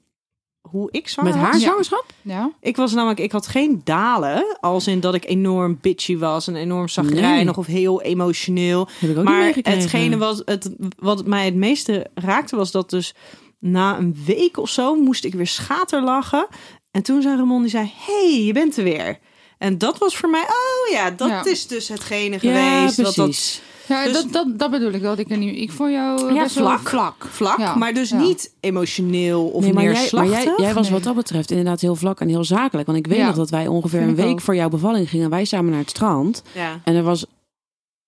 [SPEAKER 3] Hoe ik zwanger
[SPEAKER 4] Met
[SPEAKER 3] was?
[SPEAKER 4] haar
[SPEAKER 5] Ja.
[SPEAKER 4] zwangerschap?
[SPEAKER 5] Ja.
[SPEAKER 3] Ik was namelijk, ik had geen dalen, als in dat ik enorm bitchy was en enorm zagrijnig of heel emotioneel.
[SPEAKER 4] Heb ik ook niet
[SPEAKER 3] Maar
[SPEAKER 4] meegekregen.
[SPEAKER 3] hetgene wat, het, wat mij het meeste raakte was dat dus na een week of zo moest ik weer schaterlachen. En toen zei Ramon, die zei, hey, je bent er weer. En dat was voor mij, oh ja, dat
[SPEAKER 5] Ja.
[SPEAKER 3] is dus hetgene
[SPEAKER 4] Ja,
[SPEAKER 3] geweest. Dat, dat
[SPEAKER 4] precies.
[SPEAKER 5] Ja,
[SPEAKER 3] Dus-
[SPEAKER 5] dat, dat, dat bedoel ik, dat ik er nu... Ik voor jou eh,
[SPEAKER 3] Ja,
[SPEAKER 5] best wel
[SPEAKER 3] vlak.
[SPEAKER 5] vlak.
[SPEAKER 3] vlak,
[SPEAKER 5] Ja,
[SPEAKER 3] maar dus
[SPEAKER 5] ja.
[SPEAKER 3] niet emotioneel of
[SPEAKER 4] Nee, maar, jij, maar
[SPEAKER 3] neerslachtig.
[SPEAKER 4] jij, jij was
[SPEAKER 5] Nee.
[SPEAKER 4] wat dat betreft inderdaad heel vlak en heel zakelijk. Want ik weet
[SPEAKER 5] Ja.
[SPEAKER 4] nog dat wij ongeveer
[SPEAKER 5] Vind
[SPEAKER 4] een
[SPEAKER 5] ik
[SPEAKER 4] week
[SPEAKER 5] ook.
[SPEAKER 4] voor jouw bevalling gingen. Wij samen naar het strand.
[SPEAKER 3] ja.
[SPEAKER 4] En er was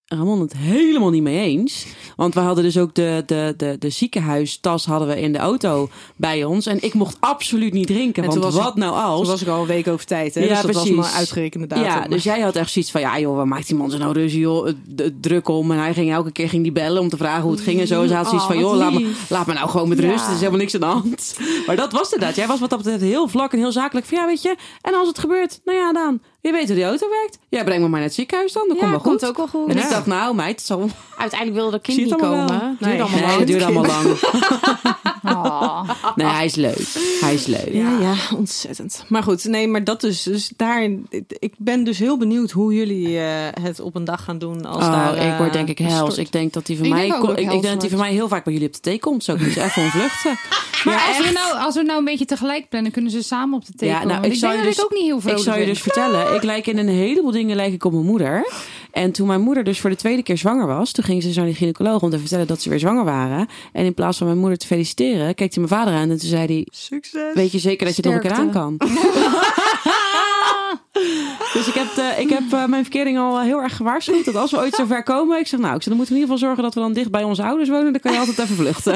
[SPEAKER 4] Ramon het helemaal niet mee eens. Want we hadden dus ook de, de, de, de ziekenhuistas hadden we in de auto bij ons. En ik mocht absoluut niet drinken.
[SPEAKER 3] En toen
[SPEAKER 4] want
[SPEAKER 3] was
[SPEAKER 4] wat nou als?
[SPEAKER 3] Toen was ik al een week over tijd, hè?
[SPEAKER 4] Ja,
[SPEAKER 3] dus dat was
[SPEAKER 4] precies.
[SPEAKER 3] mijn uitgerekende datum.
[SPEAKER 4] ja, dus jij had echt zoiets van, ja joh, waar maakt die man zo nou ruzie joh, het, het druk om. En hij ging elke keer ging die bellen om te vragen hoe het ging en zo. En ze had zoiets
[SPEAKER 2] Oh,
[SPEAKER 4] van,
[SPEAKER 2] wat
[SPEAKER 4] joh, laat me,
[SPEAKER 2] lief.
[SPEAKER 4] laat me nou gewoon met
[SPEAKER 2] Ja.
[SPEAKER 4] rust, er is helemaal niks aan de hand. Maar dat was het inderdaad. Jij was wat dat betreft heel vlak en heel zakelijk van, ja weet je, en als het gebeurt, nou ja dan, je weet hoe die auto werkt. Jij brengt me maar naar het ziekenhuis dan, dan
[SPEAKER 2] Ja,
[SPEAKER 4] komt wel goed.
[SPEAKER 2] komt ook wel goed.
[SPEAKER 4] En
[SPEAKER 2] Ja.
[SPEAKER 4] ik dacht, nou meid, het zal
[SPEAKER 2] Uiteindelijk wilde dat kind
[SPEAKER 4] Zie het
[SPEAKER 2] niet
[SPEAKER 4] allemaal
[SPEAKER 2] komen.
[SPEAKER 4] wel.
[SPEAKER 2] Duurde
[SPEAKER 3] Nee.
[SPEAKER 2] allemaal
[SPEAKER 4] Nee,
[SPEAKER 2] lang.
[SPEAKER 4] dat duurde allemaal lang.
[SPEAKER 5] Oh.
[SPEAKER 4] Nee, hij is leuk. Hij is leuk.
[SPEAKER 3] Ja, ja, ontzettend. Maar goed, nee, maar dat dus. Dus daar, ik ben dus heel benieuwd hoe jullie eh, het op een dag gaan doen. Als
[SPEAKER 4] oh,
[SPEAKER 3] daar, eh,
[SPEAKER 4] ik word denk ik
[SPEAKER 3] een
[SPEAKER 4] hels.
[SPEAKER 3] soort-
[SPEAKER 4] Ik denk dat die van
[SPEAKER 5] Ik
[SPEAKER 4] mij,
[SPEAKER 5] denk ook
[SPEAKER 4] ko-
[SPEAKER 5] dat ik
[SPEAKER 4] ik, ik denk
[SPEAKER 5] hels
[SPEAKER 4] dat die van mij heel vaak bij jullie op de thee komt. Zo kun je even ontvluchten.
[SPEAKER 5] Maar als, we nou, als we nou een beetje tegelijk plannen, kunnen ze samen op de thee
[SPEAKER 4] Ja,
[SPEAKER 5] komen.
[SPEAKER 4] nou,
[SPEAKER 5] Want
[SPEAKER 4] ik
[SPEAKER 5] ik
[SPEAKER 4] zou
[SPEAKER 5] denk
[SPEAKER 4] je
[SPEAKER 5] dat ik
[SPEAKER 4] dus-
[SPEAKER 5] ook niet heel
[SPEAKER 4] Ik
[SPEAKER 5] vrolijk
[SPEAKER 4] zou je
[SPEAKER 5] ben.
[SPEAKER 4] dus vertellen, ik lijk in een heleboel dingen lijk ik op mijn moeder. En toen mijn moeder dus voor de tweede keer zwanger was, toen ging ze dus naar de gynaecoloog om te vertellen dat ze weer zwanger waren. En in plaats van mijn moeder te feliciteren, keek hij mijn vader aan en toen zei hij,
[SPEAKER 3] Succes.
[SPEAKER 4] weet je zeker dat je het nog een keer aan
[SPEAKER 2] Sterkte.
[SPEAKER 4] kan? dus ik heb, eh, ik heb eh, mijn verkering al eh, heel erg gewaarschuwd dat als we ooit zover komen, ik zeg nou, ik zeg, dan moeten we in ieder geval zorgen dat we dan dicht bij onze ouders wonen. Dan kan je altijd even vluchten.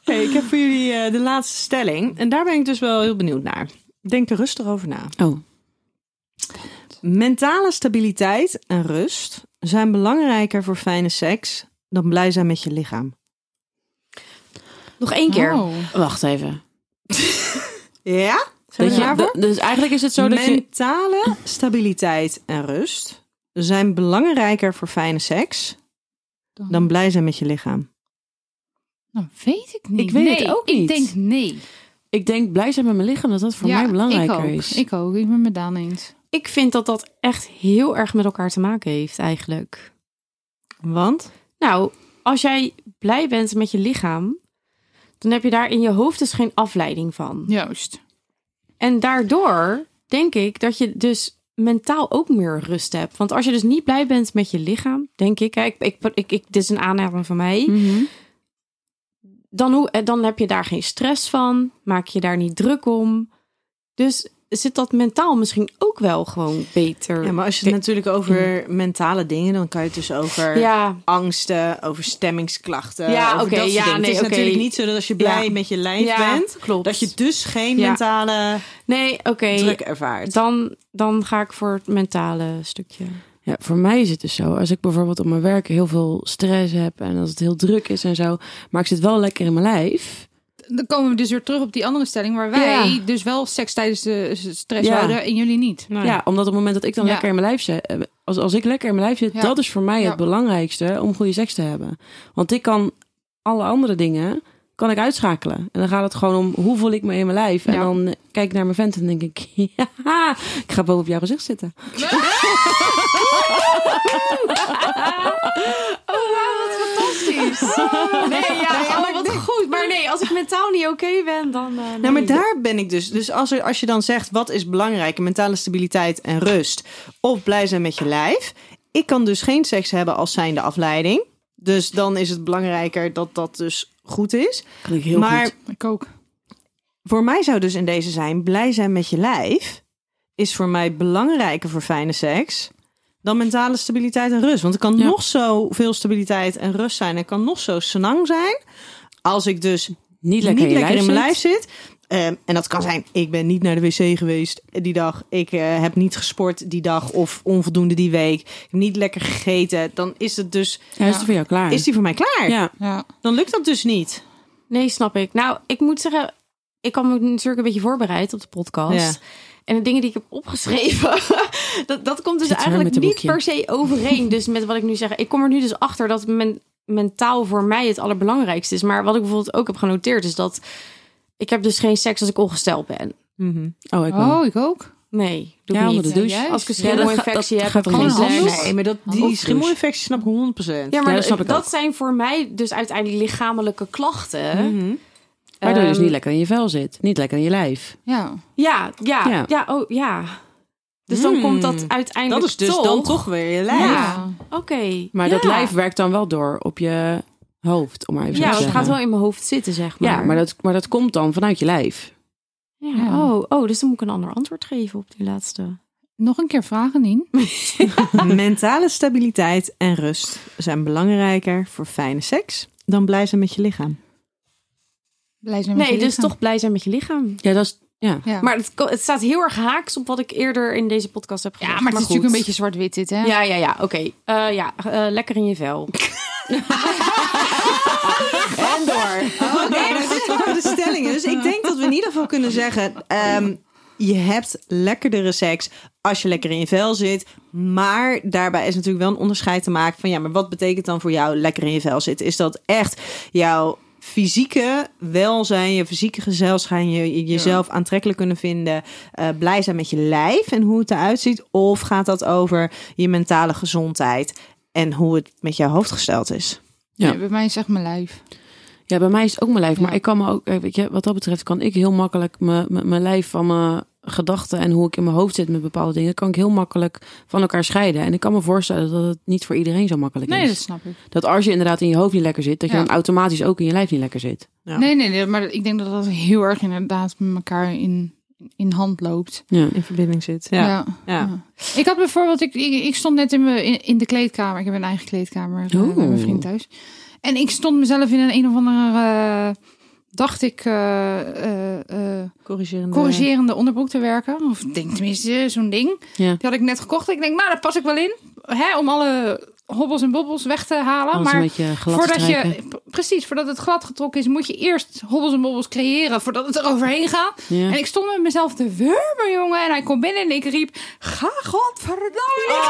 [SPEAKER 3] Oké, ik heb voor jullie eh, de laatste stelling. En daar ben ik dus wel heel benieuwd naar. Denk er rustig over na.
[SPEAKER 4] Oh,
[SPEAKER 3] Mentale stabiliteit en rust zijn belangrijker voor fijne seks dan blij zijn met je lichaam.
[SPEAKER 2] Nog één keer.
[SPEAKER 5] Oh.
[SPEAKER 4] wacht even.
[SPEAKER 3] Ja? Zijn
[SPEAKER 4] Dat
[SPEAKER 3] we
[SPEAKER 4] je-
[SPEAKER 3] er klaar voor?
[SPEAKER 4] d- dus eigenlijk is het zo dat je...
[SPEAKER 3] Mentale stabiliteit en rust zijn belangrijker voor fijne seks
[SPEAKER 5] Dan,
[SPEAKER 3] dan blij zijn met je lichaam.
[SPEAKER 5] dan Nou, weet ik niet.
[SPEAKER 4] Ik weet het
[SPEAKER 5] Nee,
[SPEAKER 4] ook niet.
[SPEAKER 5] Ik denk nee.
[SPEAKER 4] Ik denk blij zijn met mijn lichaam, dat dat voor
[SPEAKER 5] Ja,
[SPEAKER 4] mij belangrijker
[SPEAKER 5] ik ook.
[SPEAKER 4] is.
[SPEAKER 5] Ik ook. Ik ben het met Daan eens.
[SPEAKER 2] Ik vind dat dat echt heel erg met elkaar te maken heeft eigenlijk.
[SPEAKER 3] Want?
[SPEAKER 2] Nou, als jij blij bent met je lichaam, dan heb je daar in je hoofd dus geen afleiding van.
[SPEAKER 5] Juist.
[SPEAKER 2] En daardoor denk ik dat je dus mentaal ook meer rust hebt. Want als je dus niet blij bent met je lichaam, denk ik, hè, ik, ik, ik, ik- dit is een aanname van mij,
[SPEAKER 4] Mhm.
[SPEAKER 2] dan, hoe, eh, dan heb je daar geen stress van, maak je daar niet druk om. Dus zit dat mentaal misschien ook wel gewoon beter.
[SPEAKER 3] Ja, maar als je het natuurlijk over mentale dingen, dan kan je het dus over
[SPEAKER 2] ja,
[SPEAKER 3] angsten, over stemmingsklachten.
[SPEAKER 2] Ja,
[SPEAKER 3] over
[SPEAKER 2] oké,
[SPEAKER 3] dat soort
[SPEAKER 2] ja,
[SPEAKER 3] dingen.
[SPEAKER 2] nee,
[SPEAKER 3] het is
[SPEAKER 2] oké.
[SPEAKER 3] natuurlijk niet zo dat als je blij
[SPEAKER 2] Ja.
[SPEAKER 3] met je lijf
[SPEAKER 2] ja,
[SPEAKER 3] bent,
[SPEAKER 2] klopt.
[SPEAKER 3] dat je dus geen
[SPEAKER 2] Ja.
[SPEAKER 3] mentale
[SPEAKER 2] Nee, oké.
[SPEAKER 3] druk ervaart.
[SPEAKER 2] Dan, dan ga ik voor het mentale stukje.
[SPEAKER 4] Ja, voor mij is het dus zo. Als ik bijvoorbeeld op mijn werk heel veel stress heb en als het heel druk is en zo, maar ik zit wel lekker in mijn lijf.
[SPEAKER 5] Dan komen we dus weer terug op die andere stelling waar wij
[SPEAKER 4] Ja.
[SPEAKER 5] dus wel seks tijdens de stress
[SPEAKER 4] Ja.
[SPEAKER 5] houden en jullie niet.
[SPEAKER 4] Oh Ja, omdat op het moment dat ik dan
[SPEAKER 5] Ja.
[SPEAKER 4] lekker in mijn lijf zit, eh, als, als ik lekker in mijn lijf zit,
[SPEAKER 5] Ja.
[SPEAKER 4] dat is voor mij
[SPEAKER 5] Ja.
[SPEAKER 4] het belangrijkste om goede seks te hebben. Want ik kan alle andere dingen kan ik uitschakelen. En dan gaat het gewoon om hoe voel ik me in mijn lijf. En
[SPEAKER 5] Ja.
[SPEAKER 4] dan eh, kijk ik naar mijn vent en denk ik, ja, ik ga boven op jouw gezicht zitten.
[SPEAKER 2] Precies. Nee, ja, oh, wat goed. Maar nee, als ik mentaal niet oké ben, dan. eh, nee.
[SPEAKER 3] Nou, maar daar ben ik dus. Dus als, er, als je dan zegt, wat is belangrijk? Mentale stabiliteit en rust. Of blij zijn met je lijf. Ik kan dus geen seks hebben als zijnde afleiding. Dus dan is het belangrijker dat dat dus goed is.
[SPEAKER 4] Kan ik heel
[SPEAKER 3] maar
[SPEAKER 4] goed.
[SPEAKER 5] Ik ook.
[SPEAKER 3] voor mij zou dus in deze zijn, blij zijn met je lijf is voor mij belangrijker voor fijne seks dan mentale stabiliteit en rust. Want er kan
[SPEAKER 4] Ja.
[SPEAKER 3] nog zoveel stabiliteit en rust zijn. Er kan nog zo senang zijn. Als ik dus
[SPEAKER 4] Niet lekker,
[SPEAKER 3] niet
[SPEAKER 4] in, je
[SPEAKER 3] lekker in
[SPEAKER 4] lijf
[SPEAKER 3] mijn
[SPEAKER 4] zit.
[SPEAKER 3] lijf zit. Ehm, en dat kan zijn, ik ben niet naar de wc geweest die dag. Ik eh, heb niet gesport die dag of onvoldoende die week. Ik heb niet lekker gegeten. Dan is het dus,
[SPEAKER 4] Ja, is het voor jou klaar?
[SPEAKER 3] is die voor mij klaar?
[SPEAKER 4] ja.
[SPEAKER 5] Ja.
[SPEAKER 3] Dan lukt dat dus niet.
[SPEAKER 2] nee, snap ik. Nou, ik moet zeggen, ik kan me natuurlijk een beetje voorbereid op de podcast. En de dingen die ik heb opgeschreven, dat, dat komt dus
[SPEAKER 4] Zit weer
[SPEAKER 2] eigenlijk
[SPEAKER 4] met een
[SPEAKER 2] niet
[SPEAKER 4] boekje.
[SPEAKER 2] per se overeen. Dus met wat ik nu zeg, ik kom er nu dus achter dat men, mentaal voor mij het allerbelangrijkste is. Maar wat ik bijvoorbeeld ook heb genoteerd is dat ik heb dus geen seks als ik ongesteld ben.
[SPEAKER 4] Oh, ik wel.
[SPEAKER 5] Oh, ik ook.
[SPEAKER 2] Nee, doe ik
[SPEAKER 4] Ja, onder
[SPEAKER 2] niet.
[SPEAKER 4] de douche.
[SPEAKER 5] Ja,
[SPEAKER 2] Als ik een
[SPEAKER 4] Ja, dat ga-
[SPEAKER 2] schimmelinfectie
[SPEAKER 4] dat
[SPEAKER 2] heb,
[SPEAKER 4] gaat
[SPEAKER 2] heb ik
[SPEAKER 4] toch
[SPEAKER 2] geen
[SPEAKER 5] niet
[SPEAKER 2] seks.
[SPEAKER 5] anders?
[SPEAKER 3] Nee, maar dat, die
[SPEAKER 4] Handdoek.
[SPEAKER 3] schimmelinfectie snap ik 100%.
[SPEAKER 2] Ja, maar
[SPEAKER 4] Ja, dat
[SPEAKER 2] dat,
[SPEAKER 4] snap ik ook.
[SPEAKER 2] zijn voor mij dus uiteindelijk lichamelijke klachten.
[SPEAKER 3] Mhm.
[SPEAKER 4] Waardoor je dus
[SPEAKER 2] Ehm,
[SPEAKER 4] niet lekker in je vel zit. Niet lekker in je lijf.
[SPEAKER 5] Ja.
[SPEAKER 2] Ja, ja,
[SPEAKER 4] Ja.
[SPEAKER 2] ja, oh ja. Dus dan
[SPEAKER 3] Hmm.
[SPEAKER 2] komt dat uiteindelijk
[SPEAKER 3] Dat is dus
[SPEAKER 2] toch...
[SPEAKER 3] dan toch weer je lijf.
[SPEAKER 2] Ja.
[SPEAKER 5] Ja.
[SPEAKER 2] Oké.
[SPEAKER 4] Maar dat
[SPEAKER 2] ja.
[SPEAKER 4] lijf werkt dan wel door op je hoofd, om maar even zo
[SPEAKER 2] Ja,
[SPEAKER 4] te
[SPEAKER 2] want het
[SPEAKER 4] zeggen.
[SPEAKER 2] gaat wel in mijn hoofd zitten, zeg maar.
[SPEAKER 4] Ja, maar dat, maar dat komt dan vanuit je lijf.
[SPEAKER 2] Ja,
[SPEAKER 5] Ja.
[SPEAKER 2] Oh, oh, dus dan moet ik een ander antwoord geven op die laatste.
[SPEAKER 5] Nog een keer vragen, Nien.
[SPEAKER 3] Mentale stabiliteit en rust zijn belangrijker voor fijne seks dan blij zijn met je lichaam.
[SPEAKER 5] Blij zijn met
[SPEAKER 2] Nee,
[SPEAKER 5] je
[SPEAKER 2] dus
[SPEAKER 5] lichaam.
[SPEAKER 2] toch blij zijn met je lichaam.
[SPEAKER 4] Ja, dat is... Ja.
[SPEAKER 5] Ja.
[SPEAKER 2] Maar het, ko- het staat heel erg haaks op wat ik eerder in deze podcast heb
[SPEAKER 5] ja,
[SPEAKER 2] gezegd.
[SPEAKER 5] maar het is natuurlijk
[SPEAKER 2] goed.
[SPEAKER 5] een beetje zwart-wit dit, hè?
[SPEAKER 2] Ja, ja, ja, oké. Eh, ja, eh, lekker in je vel.
[SPEAKER 4] En door.
[SPEAKER 3] Oké, dat is voor de stellingen. Dus ik denk dat we in ieder geval kunnen zeggen... ehm, je hebt lekkerdere seks als je lekker in je vel zit. Maar daarbij is natuurlijk wel een onderscheid te maken van... ja, maar wat betekent dan voor jou lekker in je vel zitten? Is dat echt jouw fysieke welzijn, je fysieke gezelschap, je, je- jezelf aantrekkelijk kunnen vinden, eh, blij zijn met je lijf en hoe het eruit ziet? Of gaat dat over je mentale gezondheid en hoe het met jouw hoofd gesteld is?
[SPEAKER 4] Ja.
[SPEAKER 5] Nee, bij mij is echt mijn lijf.
[SPEAKER 4] Ja, bij mij is het ook mijn lijf. Maar
[SPEAKER 5] Ja.
[SPEAKER 4] ik kan me ook, eh, weet je, wat dat betreft kan ik heel makkelijk mijn- mijn mijn lijf van mijn gedachten en hoe ik in mijn hoofd zit met bepaalde dingen, kan ik heel makkelijk van elkaar scheiden. En ik kan me voorstellen dat het niet voor iedereen zo makkelijk
[SPEAKER 5] Nee,
[SPEAKER 4] is.
[SPEAKER 5] dat snap ik.
[SPEAKER 4] Dat als je inderdaad in je hoofd niet lekker zit, dat je
[SPEAKER 5] Ja.
[SPEAKER 4] dan automatisch ook in je lijf niet lekker zit.
[SPEAKER 3] Ja.
[SPEAKER 5] Nee, nee, nee, maar ik denk dat dat heel erg inderdaad met elkaar in, in hand loopt.
[SPEAKER 4] Ja.
[SPEAKER 3] In verbinding zit. Ja. ja.
[SPEAKER 5] Ja. Ik had bijvoorbeeld, ik, ik, ik stond net in, mijn, in, in de kleedkamer. Ik heb een eigen kleedkamer eh,
[SPEAKER 4] Oeh.
[SPEAKER 5] bij mijn vriend thuis. En ik stond mezelf in een, een of andere, eh, dacht ik, eh, eh, eh,
[SPEAKER 3] Corrigerende.
[SPEAKER 5] corrigerende onderbroek te werken. Of ik denk tenminste, eh, zo'n ding.
[SPEAKER 4] Ja.
[SPEAKER 5] Die had ik net gekocht. Ik denk, nou, daar pas ik wel in. Hè, om alle hobbels en bobbels weg te halen.
[SPEAKER 4] Alles een
[SPEAKER 5] maar
[SPEAKER 4] beetje glad te
[SPEAKER 5] voordat
[SPEAKER 4] strijken.
[SPEAKER 5] je, precies, voordat het glad getrokken is, moet je eerst hobbels en bobbels creëren voordat het er overheen gaat.
[SPEAKER 4] Ja.
[SPEAKER 5] En ik stond met mezelf te wurmen, jongen. En hij kwam binnen en ik riep, ga godverdomme.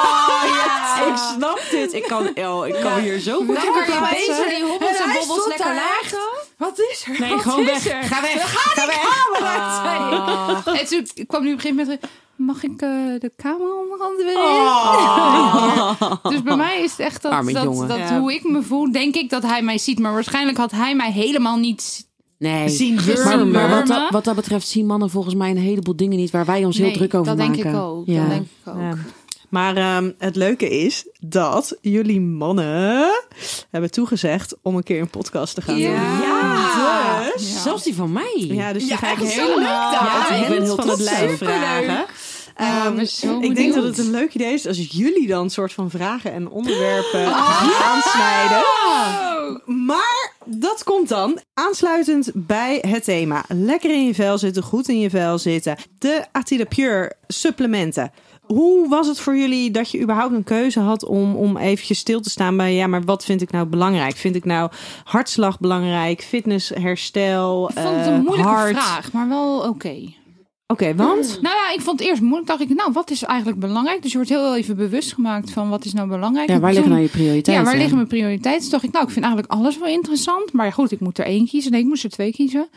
[SPEAKER 4] Ik snap dit. Ik kan, oh, ik kan hier zo goed
[SPEAKER 5] Oh, Dan kan je beter
[SPEAKER 2] eh,
[SPEAKER 5] die hobbels en
[SPEAKER 1] Hij
[SPEAKER 5] bobbels
[SPEAKER 1] stond
[SPEAKER 5] lekker
[SPEAKER 1] daar
[SPEAKER 5] laag. Wat is er?
[SPEAKER 4] Nee,
[SPEAKER 5] Wat
[SPEAKER 4] gewoon
[SPEAKER 5] is
[SPEAKER 4] weg.
[SPEAKER 5] er?
[SPEAKER 4] Ga weg.
[SPEAKER 5] Ga weg. En toen kwam nu op een gegeven moment... Mag ik eh, de camera onderhand weer in? dus bij mij is het echt dat,
[SPEAKER 4] Arme
[SPEAKER 5] dat,
[SPEAKER 4] jongen.
[SPEAKER 5] dat
[SPEAKER 3] Ja.
[SPEAKER 5] hoe ik me voel, denk ik dat hij mij ziet. Maar waarschijnlijk had hij mij helemaal niet
[SPEAKER 4] Nee.
[SPEAKER 3] Zien we.
[SPEAKER 4] Maar, maar wat, dat,
[SPEAKER 5] wurmen.
[SPEAKER 4] wat dat betreft zien mannen volgens mij een heleboel dingen niet waar wij ons heel
[SPEAKER 5] Nee,
[SPEAKER 4] druk over
[SPEAKER 5] dat
[SPEAKER 4] maken.
[SPEAKER 5] Denk ik ook,
[SPEAKER 4] Ja.
[SPEAKER 5] Dat denk ik ook.
[SPEAKER 3] Ja. Maar ehm, het leuke is dat jullie mannen hebben toegezegd om een keer een podcast te gaan doen.
[SPEAKER 4] Ja.
[SPEAKER 3] Dus-
[SPEAKER 5] Ja.
[SPEAKER 4] Zelfs die van mij.
[SPEAKER 3] Ja, dus die
[SPEAKER 1] Ja,
[SPEAKER 3] ga ik
[SPEAKER 1] echt zo
[SPEAKER 3] helemaal
[SPEAKER 1] leuk dan.
[SPEAKER 3] aan het
[SPEAKER 4] Ja, ik ben
[SPEAKER 3] hemd
[SPEAKER 4] heel
[SPEAKER 3] van het
[SPEAKER 4] trots.
[SPEAKER 3] lijf vragen.
[SPEAKER 5] Ja,
[SPEAKER 3] Ehm,
[SPEAKER 5] we zijn zo
[SPEAKER 3] ik denk
[SPEAKER 5] benieuwd.
[SPEAKER 3] dat het een leuk idee is als jullie dan soort van vragen en onderwerpen
[SPEAKER 5] Oh.
[SPEAKER 3] gaan aansnijden. Maar dat komt dan aansluitend bij het thema. Lekker in je vel zitten, goed in je vel zitten. De Atida Pure supplementen. Hoe was het voor jullie dat je überhaupt een keuze had om, om eventjes stil te staan bij... ja, maar wat vind ik nou belangrijk? Vind ik nou hartslag belangrijk, fitnessherstel,
[SPEAKER 5] Ik vond het een
[SPEAKER 3] eh,
[SPEAKER 5] moeilijke
[SPEAKER 3] hart? Mm,
[SPEAKER 5] vraag, maar wel oké.
[SPEAKER 3] Oké, want?
[SPEAKER 5] Nou ja, ik vond het eerst moeilijk. dacht ik, nou, wat is eigenlijk belangrijk? Dus je wordt heel even bewust gemaakt van wat is nou belangrijk.
[SPEAKER 4] Ja,
[SPEAKER 5] En
[SPEAKER 4] waar
[SPEAKER 5] toen-
[SPEAKER 4] liggen nou je prioriteiten?
[SPEAKER 5] Ja, waar liggen mijn prioriteiten? Toen dacht ik, nou, ik vind eigenlijk alles wel interessant. Maar goed, ik moet er één kiezen. Nee, ik moest er twee kiezen.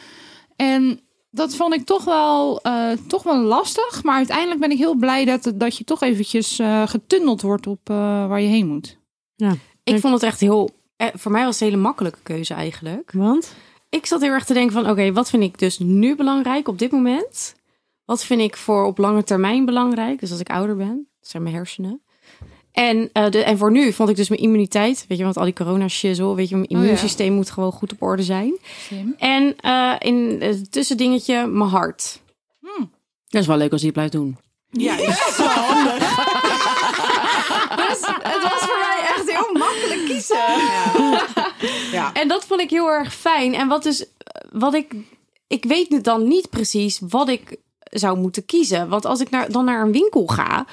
[SPEAKER 5] En dat vond ik toch wel, eh, toch wel lastig. Maar uiteindelijk ben ik heel blij dat, dat je toch eventjes eh, getundeld wordt op eh, waar je heen moet.
[SPEAKER 2] Ik vond het echt heel. eh, Voor mij was het een hele makkelijke keuze eigenlijk.
[SPEAKER 3] Want?
[SPEAKER 2] Ik zat heel erg te denken van oké, wat vind ik dus nu belangrijk op dit moment? Wat vind ik voor op lange termijn belangrijk? Dus als ik ouder ben, dat zijn mijn hersenen. En, eh, de, en voor nu vond ik dus mijn immuniteit. Weet je, want al die corona shizzle, weet je, mijn
[SPEAKER 5] ja.
[SPEAKER 2] immuunsysteem moet gewoon goed op orde zijn.
[SPEAKER 5] Slim.
[SPEAKER 2] En eh, in het tussendingetje, mijn hart.
[SPEAKER 4] Dat is wel leuk als hij het blijft doen.
[SPEAKER 3] Ja,
[SPEAKER 2] Het was voor mij echt heel makkelijk kiezen.
[SPEAKER 3] Ja.
[SPEAKER 2] En dat vond ik heel erg fijn. En wat dus, wat ik, ik weet nu dan niet precies wat ik zou moeten kiezen. Want als ik naar, dan naar een winkel ga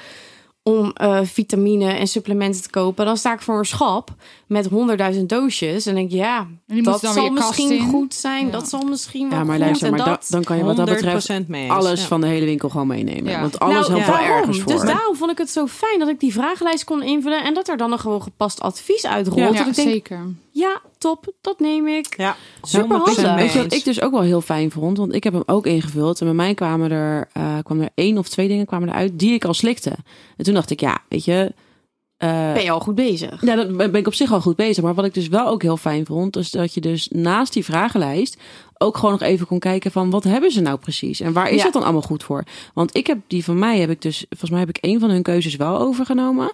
[SPEAKER 2] om eh, vitamine en supplementen te kopen, dan sta ik voor een schap met 100.000 doosjes. En denk ik, ja,
[SPEAKER 5] En die moet
[SPEAKER 2] dat
[SPEAKER 5] dan
[SPEAKER 2] zal
[SPEAKER 5] weer je kast
[SPEAKER 2] misschien
[SPEAKER 5] in.
[SPEAKER 2] goed zijn.
[SPEAKER 5] Ja.
[SPEAKER 2] Dat zal misschien wel
[SPEAKER 4] Ja, maar
[SPEAKER 2] goed.
[SPEAKER 4] luister,
[SPEAKER 2] en
[SPEAKER 4] maar da-
[SPEAKER 2] dat...
[SPEAKER 4] dan kan je wat dat betreft
[SPEAKER 3] 100% mee eens.
[SPEAKER 4] alles
[SPEAKER 3] Ja.
[SPEAKER 4] van de hele winkel gewoon meenemen.
[SPEAKER 5] Ja.
[SPEAKER 4] Want alles
[SPEAKER 2] Nou,
[SPEAKER 4] helpt
[SPEAKER 3] ja.
[SPEAKER 4] wel ergens voor.
[SPEAKER 2] Dus daarom vond ik het zo fijn dat ik die vragenlijst kon invullen en dat er dan een gewoon gepast advies uitrolt.
[SPEAKER 5] Ja,
[SPEAKER 2] dat ik denk,
[SPEAKER 5] zeker.
[SPEAKER 2] ja, top, dat neem ik.
[SPEAKER 3] Ja,
[SPEAKER 2] Super
[SPEAKER 3] 100%
[SPEAKER 2] handig.
[SPEAKER 3] mee
[SPEAKER 4] Weet je wat
[SPEAKER 3] eens.
[SPEAKER 4] ik dus ook wel heel fijn vond? Want ik heb hem ook ingevuld. En bij mij kwamen er, eh kwam er één of twee dingen kwamen eruit die ik al slikte. En toen dacht ik, ja, weet je... eh,
[SPEAKER 2] Ben je al goed bezig?
[SPEAKER 4] Ja, dan ben ik op zich al goed bezig. Maar wat ik dus wel ook heel fijn vond, is dat je dus naast die vragenlijst ook gewoon nog even kon kijken van wat hebben ze nou precies? En waar is
[SPEAKER 2] Ja.
[SPEAKER 4] dat dan allemaal goed voor? Want ik heb die van mij heb ik dus, volgens mij heb ik één van hun keuzes wel overgenomen.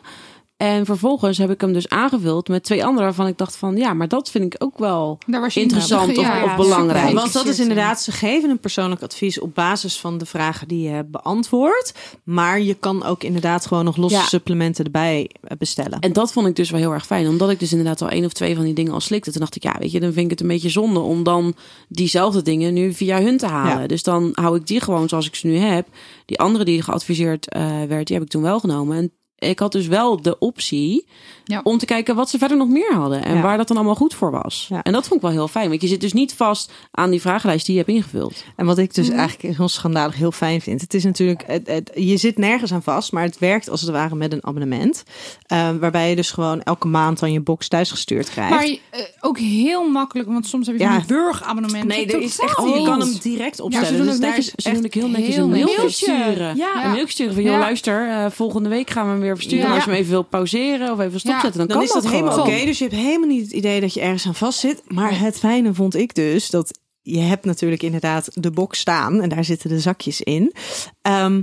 [SPEAKER 4] En vervolgens heb ik hem dus aangevuld met twee andere waarvan ik dacht van ja, maar dat vind ik ook wel.
[SPEAKER 5] Daar was je
[SPEAKER 4] Interessant
[SPEAKER 5] ja,
[SPEAKER 4] of-
[SPEAKER 5] ja,
[SPEAKER 4] of belangrijk.
[SPEAKER 3] want
[SPEAKER 5] super
[SPEAKER 3] dat is
[SPEAKER 5] geïnteresseerd in.
[SPEAKER 3] inderdaad, ze geven een persoonlijk advies op basis van de vragen die je hebt beantwoord. Maar je kan ook inderdaad gewoon nog losse
[SPEAKER 4] Ja.
[SPEAKER 3] supplementen erbij eh, bestellen.
[SPEAKER 4] En dat vond ik dus wel heel erg fijn. Omdat ik dus inderdaad al één of twee van die dingen al slikte. Toen dacht ik, ja, weet je, dan vind ik het een beetje zonde om dan diezelfde dingen nu via hun te halen.
[SPEAKER 3] Ja.
[SPEAKER 4] Dus dan hou ik die gewoon zoals ik ze nu heb. Die andere die geadviseerd eh, werd, die heb ik toen wel genomen. En ik had dus wel de optie
[SPEAKER 5] Ja.
[SPEAKER 4] om te kijken wat ze verder nog meer hadden. En
[SPEAKER 3] Ja.
[SPEAKER 4] waar dat dan allemaal goed voor was.
[SPEAKER 3] Ja.
[SPEAKER 4] En dat vond ik wel heel fijn. Want je zit dus niet vast aan die vragenlijst die je hebt ingevuld.
[SPEAKER 3] En wat ik dus
[SPEAKER 4] Mhm.
[SPEAKER 3] eigenlijk heel schandalig heel fijn vind. Het is natuurlijk, het, het- je zit nergens aan vast, maar het werkt als het ware met een abonnement. eh, waarbij je dus gewoon elke maand dan je box thuisgestuurd krijgt.
[SPEAKER 5] Maar eh, ook heel makkelijk, want soms heb je
[SPEAKER 3] Ja.
[SPEAKER 5] een burgerabonnement.
[SPEAKER 4] Oh, je
[SPEAKER 5] niet.
[SPEAKER 4] kan hem direct
[SPEAKER 5] ze
[SPEAKER 4] opstellen.
[SPEAKER 5] doen
[SPEAKER 4] dus
[SPEAKER 5] het
[SPEAKER 4] daar
[SPEAKER 5] netjes-
[SPEAKER 4] is- ze doen
[SPEAKER 5] echt
[SPEAKER 4] ik heel netjes
[SPEAKER 5] heel
[SPEAKER 4] een
[SPEAKER 5] netjes.
[SPEAKER 4] mailtje
[SPEAKER 2] Mailtje.
[SPEAKER 4] sturen.
[SPEAKER 2] Ja.
[SPEAKER 4] Een mailtje sturen van, joh,
[SPEAKER 5] Ja.
[SPEAKER 4] luister, eh, volgende week gaan we hem weer versturen.
[SPEAKER 5] Ja.
[SPEAKER 4] Als je hem even wil pauzeren of even stopzetten, dan,
[SPEAKER 3] dan
[SPEAKER 4] kan
[SPEAKER 3] is dat helemaal oké.
[SPEAKER 4] gewoon.
[SPEAKER 3] Dus je hebt helemaal niet het idee dat je ergens aan vast zit. Maar het fijne vond ik dus dat je hebt natuurlijk inderdaad de box staan en daar zitten de zakjes in. Ehm,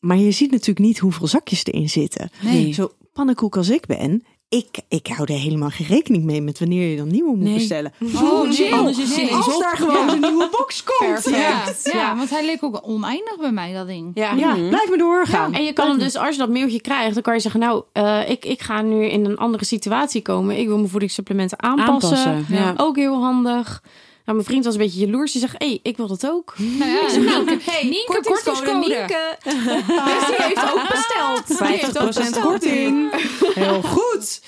[SPEAKER 3] maar je ziet natuurlijk niet hoeveel zakjes erin zitten.
[SPEAKER 5] Nee.
[SPEAKER 3] Zo pannenkoek als ik ben. Ik, ik hou er helemaal geen rekening mee met wanneer je dan nieuwe moet
[SPEAKER 4] Nee.
[SPEAKER 3] bestellen.
[SPEAKER 5] Oh, nee.
[SPEAKER 4] Anders is het
[SPEAKER 5] Nee.
[SPEAKER 4] ineens
[SPEAKER 3] Als
[SPEAKER 4] op.
[SPEAKER 3] daar gewoon een nieuwe box komt.
[SPEAKER 5] Ja.
[SPEAKER 2] Perfect.
[SPEAKER 5] Ja.
[SPEAKER 2] Ja.
[SPEAKER 5] want hij leek ook oneindig bij mij, dat ding.
[SPEAKER 2] Ja.
[SPEAKER 3] Ja, blijf maar doorgaan.
[SPEAKER 2] En je kan hem dus, als je dat mailtje krijgt, dan kan je zeggen: Nou, eh, ik, ik ga nu in een andere situatie komen. Ik wil mijn voedingssupplementen aanpassen.
[SPEAKER 4] Aanpassen, ja.
[SPEAKER 2] Ook heel handig. Nou, mijn vriend was een beetje jaloers. Die zegt: Hé, hey, ik wil dat ook.
[SPEAKER 5] Nou ja, Nienke, Nienke, kortingscode.
[SPEAKER 2] Dus die heeft ook besteld. Die heeft ook
[SPEAKER 3] 50%
[SPEAKER 2] besteld.
[SPEAKER 3] korting. Heel goed.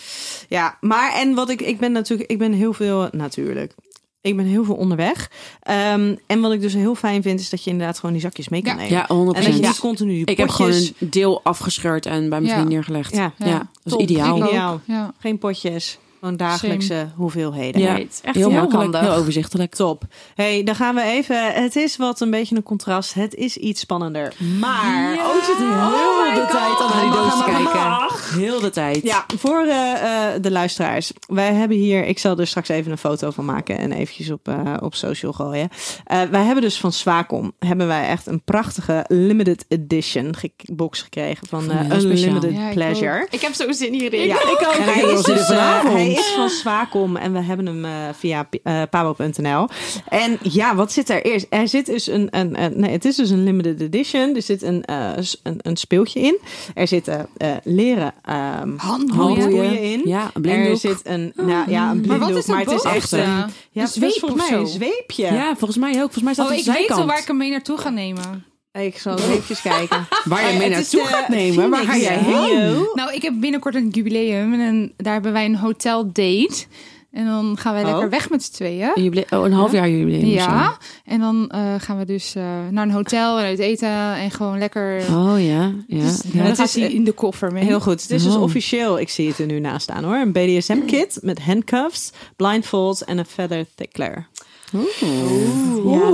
[SPEAKER 3] Ja, maar en wat ik, ik ben natuurlijk, ik ben heel veel, natuurlijk. Ik ben heel veel onderweg. Ehm, en wat ik dus heel fijn vind, is dat je inderdaad gewoon die zakjes mee kan
[SPEAKER 5] Ja.
[SPEAKER 3] nemen.
[SPEAKER 4] Ja, 100%.
[SPEAKER 3] en dat je
[SPEAKER 4] Ja.
[SPEAKER 3] niet continu die
[SPEAKER 4] dus Ik heb gewoon
[SPEAKER 3] potjes,
[SPEAKER 4] een deel afgescheurd en bij mijn
[SPEAKER 5] Ja.
[SPEAKER 4] vriend neergelegd.
[SPEAKER 3] Ja.
[SPEAKER 4] Ja,
[SPEAKER 5] Ja.
[SPEAKER 4] dat
[SPEAKER 3] Top.
[SPEAKER 4] is ideaal.
[SPEAKER 3] Ik ook.
[SPEAKER 5] Ja. Ja.
[SPEAKER 3] geen potjes, gewoon dagelijkse hoeveelheden.
[SPEAKER 4] Ja.
[SPEAKER 2] Nee, het is echt
[SPEAKER 4] heel,
[SPEAKER 2] heel
[SPEAKER 4] makkelijk,
[SPEAKER 2] handig.
[SPEAKER 4] heel overzichtelijk.
[SPEAKER 3] Top. hey, dan gaan we even. Het is wat een beetje een contrast. Het is iets spannender. Maar.
[SPEAKER 4] Oh, ik zit heel de tijd al naar die doos te kijken. Heel de tijd.
[SPEAKER 3] Ja, voor eh, eh, de luisteraars. Wij hebben hier, ik zal er straks even een foto van maken en eventjes op, eh, op social gooien. Eh, wij hebben dus van Swacom, hebben wij echt een prachtige limited edition ge- box gekregen van
[SPEAKER 4] Vond ik
[SPEAKER 3] eh,
[SPEAKER 4] heel speciaal.
[SPEAKER 3] Unlimited
[SPEAKER 5] Ja, ik
[SPEAKER 3] Pleasure.
[SPEAKER 2] Ik heb zo'n zin hierin.
[SPEAKER 3] Ja, ik ook. En hij, is
[SPEAKER 4] hier
[SPEAKER 3] dus, eh,
[SPEAKER 4] vanavond.
[SPEAKER 3] hij is van Swacom en we hebben hem eh, via p- eh pabo.nl. En ja, wat zit er eerst? Er zit dus een, een, een- nee, het is dus een limited edition. Er zit een, eh, s- een, een speeltje in. Er zitten eh, leren ehm
[SPEAKER 5] Handboeien.
[SPEAKER 3] handboeien in.
[SPEAKER 4] Ja, een
[SPEAKER 3] Er
[SPEAKER 4] blinddoek.
[SPEAKER 3] zit een, nou ja, een blinddoek.
[SPEAKER 5] Maar wat is dat Oh,
[SPEAKER 3] het is
[SPEAKER 5] boven?
[SPEAKER 3] echt eh, een, ja,
[SPEAKER 5] Ja.
[SPEAKER 3] het is
[SPEAKER 5] zweep
[SPEAKER 3] volgens
[SPEAKER 5] of
[SPEAKER 3] mij een
[SPEAKER 5] zo?
[SPEAKER 3] zweepje.
[SPEAKER 4] Ja, volgens mij ook. Volgens mij staat
[SPEAKER 5] Oh,
[SPEAKER 4] het
[SPEAKER 5] ik
[SPEAKER 4] op de
[SPEAKER 5] weet
[SPEAKER 4] zijkant.
[SPEAKER 5] al waar ik hem mee naartoe ga nemen.
[SPEAKER 3] Ik zal eventjes kijken.
[SPEAKER 4] Waar je
[SPEAKER 3] Eh,
[SPEAKER 4] mee
[SPEAKER 3] het is
[SPEAKER 4] naartoe
[SPEAKER 3] de
[SPEAKER 4] gaat nemen. Waar ga
[SPEAKER 3] Phoenix
[SPEAKER 4] jij heen?
[SPEAKER 5] Nou, ik heb binnenkort een jubileum en daar hebben wij een hotel date. En dan gaan wij
[SPEAKER 3] Oh.
[SPEAKER 5] lekker weg met z'n tweeën.
[SPEAKER 4] Een jubile- oh, een half jaar jubileum of
[SPEAKER 5] Ja, en dan eh, gaan we dus eh, naar een hotel en uit eten en gewoon lekker.
[SPEAKER 4] zo. Oh ja, ja.
[SPEAKER 5] Dus,
[SPEAKER 4] ja.
[SPEAKER 5] dan
[SPEAKER 3] dat
[SPEAKER 5] gaat
[SPEAKER 3] is,
[SPEAKER 5] hij
[SPEAKER 3] eh,
[SPEAKER 5] in de koffer mee.
[SPEAKER 3] Heel goed. Het is dus
[SPEAKER 4] Oh.
[SPEAKER 3] officieel, ik zie het er nu naast staan hoor. Een BDSM-kit met handcuffs, blindfolds en een feather tickler.
[SPEAKER 2] Ja,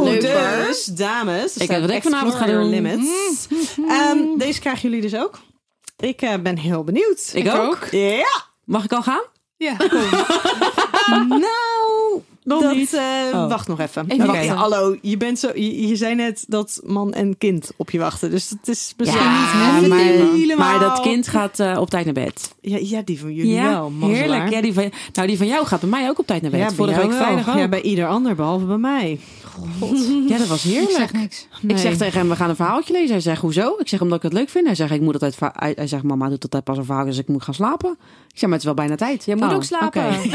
[SPEAKER 2] leuk hoor.
[SPEAKER 3] dus dames.
[SPEAKER 4] Ik weet wat ik vanavond ga
[SPEAKER 3] Explore
[SPEAKER 4] doen.
[SPEAKER 3] Limits. Ehm, deze krijgen jullie dus ook. Ik eh, ben heel benieuwd.
[SPEAKER 4] Ik ook.
[SPEAKER 3] Ja.
[SPEAKER 4] Mag ik al gaan?
[SPEAKER 5] Ja.
[SPEAKER 3] Nou,
[SPEAKER 4] Nog
[SPEAKER 3] dat,
[SPEAKER 4] niet.
[SPEAKER 3] eh,
[SPEAKER 4] Oh.
[SPEAKER 3] Wacht nog even.
[SPEAKER 4] Even
[SPEAKER 3] Wacht,
[SPEAKER 4] wachten.
[SPEAKER 3] hallo, je, bent zo, je, je zei net dat man en kind op je wachten. Dus het is misschien
[SPEAKER 4] Ja,
[SPEAKER 3] niet
[SPEAKER 4] maar,
[SPEAKER 3] helemaal...
[SPEAKER 4] maar dat kind gaat eh, op tijd naar bed.
[SPEAKER 3] Ja, ja, die van jullie wel. mazzelaar.
[SPEAKER 4] heerlijk. Ja, die van, nou, die van jou gaat bij mij ook op tijd naar bed.
[SPEAKER 3] Ja,
[SPEAKER 4] Vorige week vrijdag ook.
[SPEAKER 3] Ja, bij ieder ander, behalve bij mij.
[SPEAKER 4] Ja, dat was heerlijk.
[SPEAKER 5] Ik zeg niks.
[SPEAKER 4] Ik zeg tegen hem, we gaan een verhaaltje lezen. Hij zegt, hoezo? Ik zeg, omdat ik het leuk vind. Hij zegt, ik moet altijd va- hij hij zegt mama doet altijd pas een verhaal, dus ik moet gaan slapen. Ik zeg, maar het is wel bijna tijd. Oh,
[SPEAKER 2] Jij moet ook slapen.
[SPEAKER 4] oké.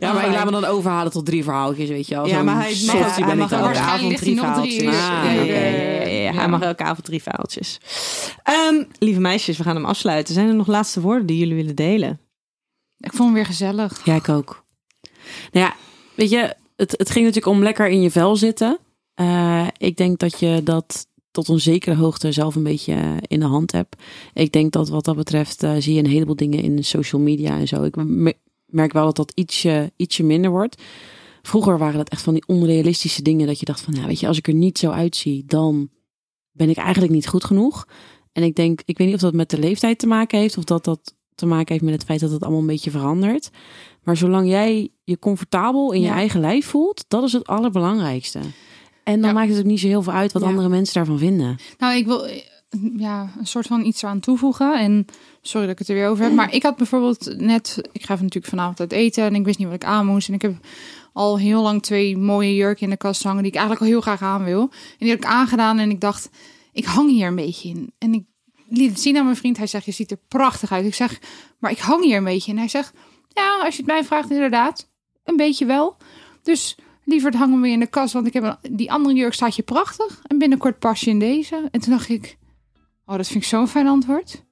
[SPEAKER 4] ja, maar ik laat me dan overhalen tot drie verhaaltjes, weet je wel.
[SPEAKER 3] Ja,
[SPEAKER 4] Zo'n
[SPEAKER 3] maar hij
[SPEAKER 4] soortie
[SPEAKER 3] mag,
[SPEAKER 4] ben
[SPEAKER 3] hij
[SPEAKER 4] ik
[SPEAKER 3] mag
[SPEAKER 4] dan.
[SPEAKER 3] elke
[SPEAKER 5] Waarschijnlijk
[SPEAKER 3] avond
[SPEAKER 5] ligt
[SPEAKER 3] drie
[SPEAKER 5] hij nog
[SPEAKER 3] vaaltjes.
[SPEAKER 5] drie uur.
[SPEAKER 3] Ah,
[SPEAKER 4] Ja,
[SPEAKER 3] oké,
[SPEAKER 4] ja,
[SPEAKER 3] ja, ja, ja. Hij mag elke avond drie vaaltjes. Ehm, lieve meisjes, we gaan hem afsluiten. Zijn er nog laatste woorden die jullie willen delen?
[SPEAKER 5] Ik vond hem weer gezellig.
[SPEAKER 4] Ja, ik ook. Nou ja, weet je, het, het ging natuurlijk om lekker in je vel zitten. Eh, ik denk dat je dat tot een zekere hoogte zelf een beetje eh, in de hand hebt. Ik denk dat wat dat betreft eh, zie je een heleboel dingen in social media en zo. Ik me- merk wel dat dat ietsje, ietsje minder wordt. Vroeger waren dat echt van die onrealistische dingen dat je dacht van, ja, weet je, als ik er niet zo uitzie, dan ben ik eigenlijk niet goed genoeg. En ik denk, ik weet niet of dat met de leeftijd te maken heeft of dat dat te maken heeft met het feit dat het allemaal een beetje verandert. Maar zolang jij je comfortabel in je
[SPEAKER 5] Ja.
[SPEAKER 4] eigen lijf voelt, dat is het allerbelangrijkste. En dan
[SPEAKER 5] Ja.
[SPEAKER 4] maakt het ook niet zo heel veel uit wat
[SPEAKER 5] Ja.
[SPEAKER 4] andere mensen daarvan vinden.
[SPEAKER 5] Nou, ik wil eh, ja, een soort van iets aan toevoegen. En sorry dat ik het er weer over heb. Maar ik had bijvoorbeeld net... Ik ga natuurlijk vanavond uit eten. En ik wist niet wat ik aan moest. En ik heb al heel lang twee mooie jurken in de kast hangen. Die ik eigenlijk al heel graag aan wil. En die heb ik aangedaan. En ik dacht, ik hang hier een beetje in. En ik liet het zien aan mijn vriend. Hij zegt, je ziet er prachtig uit. Ik zeg, maar ik hang hier een beetje in. Hij zegt, ja, als je het mij vraagt, inderdaad. Een beetje wel. Dus Lieverd hang hem weer in de kast, want ik heb een- die andere jurk staat je prachtig. En binnenkort pas je in deze. En toen dacht ik, oh, dat vind ik zo'n fijn antwoord.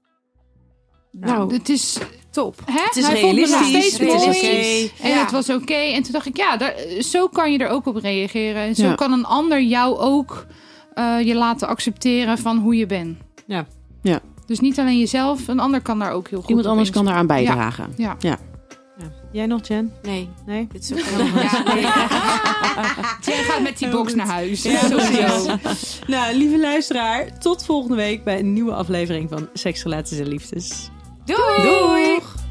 [SPEAKER 2] Nou,
[SPEAKER 5] Het is
[SPEAKER 2] top.
[SPEAKER 5] Hè?
[SPEAKER 1] Het is
[SPEAKER 5] Hij vond me nog
[SPEAKER 1] realistisch,
[SPEAKER 5] steeds mooi.
[SPEAKER 1] realistisch.
[SPEAKER 5] En
[SPEAKER 2] Ja.
[SPEAKER 5] het was oké. En toen dacht ik, ja, daar, zo kan je er ook op reageren. En zo
[SPEAKER 4] Ja.
[SPEAKER 5] kan een ander jou ook eh, je laten accepteren van hoe je bent.
[SPEAKER 3] Ja.
[SPEAKER 4] Ja.
[SPEAKER 5] Dus niet alleen jezelf, een ander kan daar ook heel goed
[SPEAKER 4] Iemand
[SPEAKER 5] op
[SPEAKER 4] anders kan
[SPEAKER 5] inspelen.
[SPEAKER 4] daaraan bijdragen.
[SPEAKER 5] Ja.
[SPEAKER 3] Jij nog, Jen?
[SPEAKER 2] Nee,
[SPEAKER 3] Nee?
[SPEAKER 2] dit is ook helemaal
[SPEAKER 5] Ja, nee. Jen gaat met die box naar huis. Sowieso.
[SPEAKER 3] Nou, lieve luisteraar, tot volgende week bij een nieuwe aflevering van Seks, Relaties en Liefdes.
[SPEAKER 2] Doei! Doei!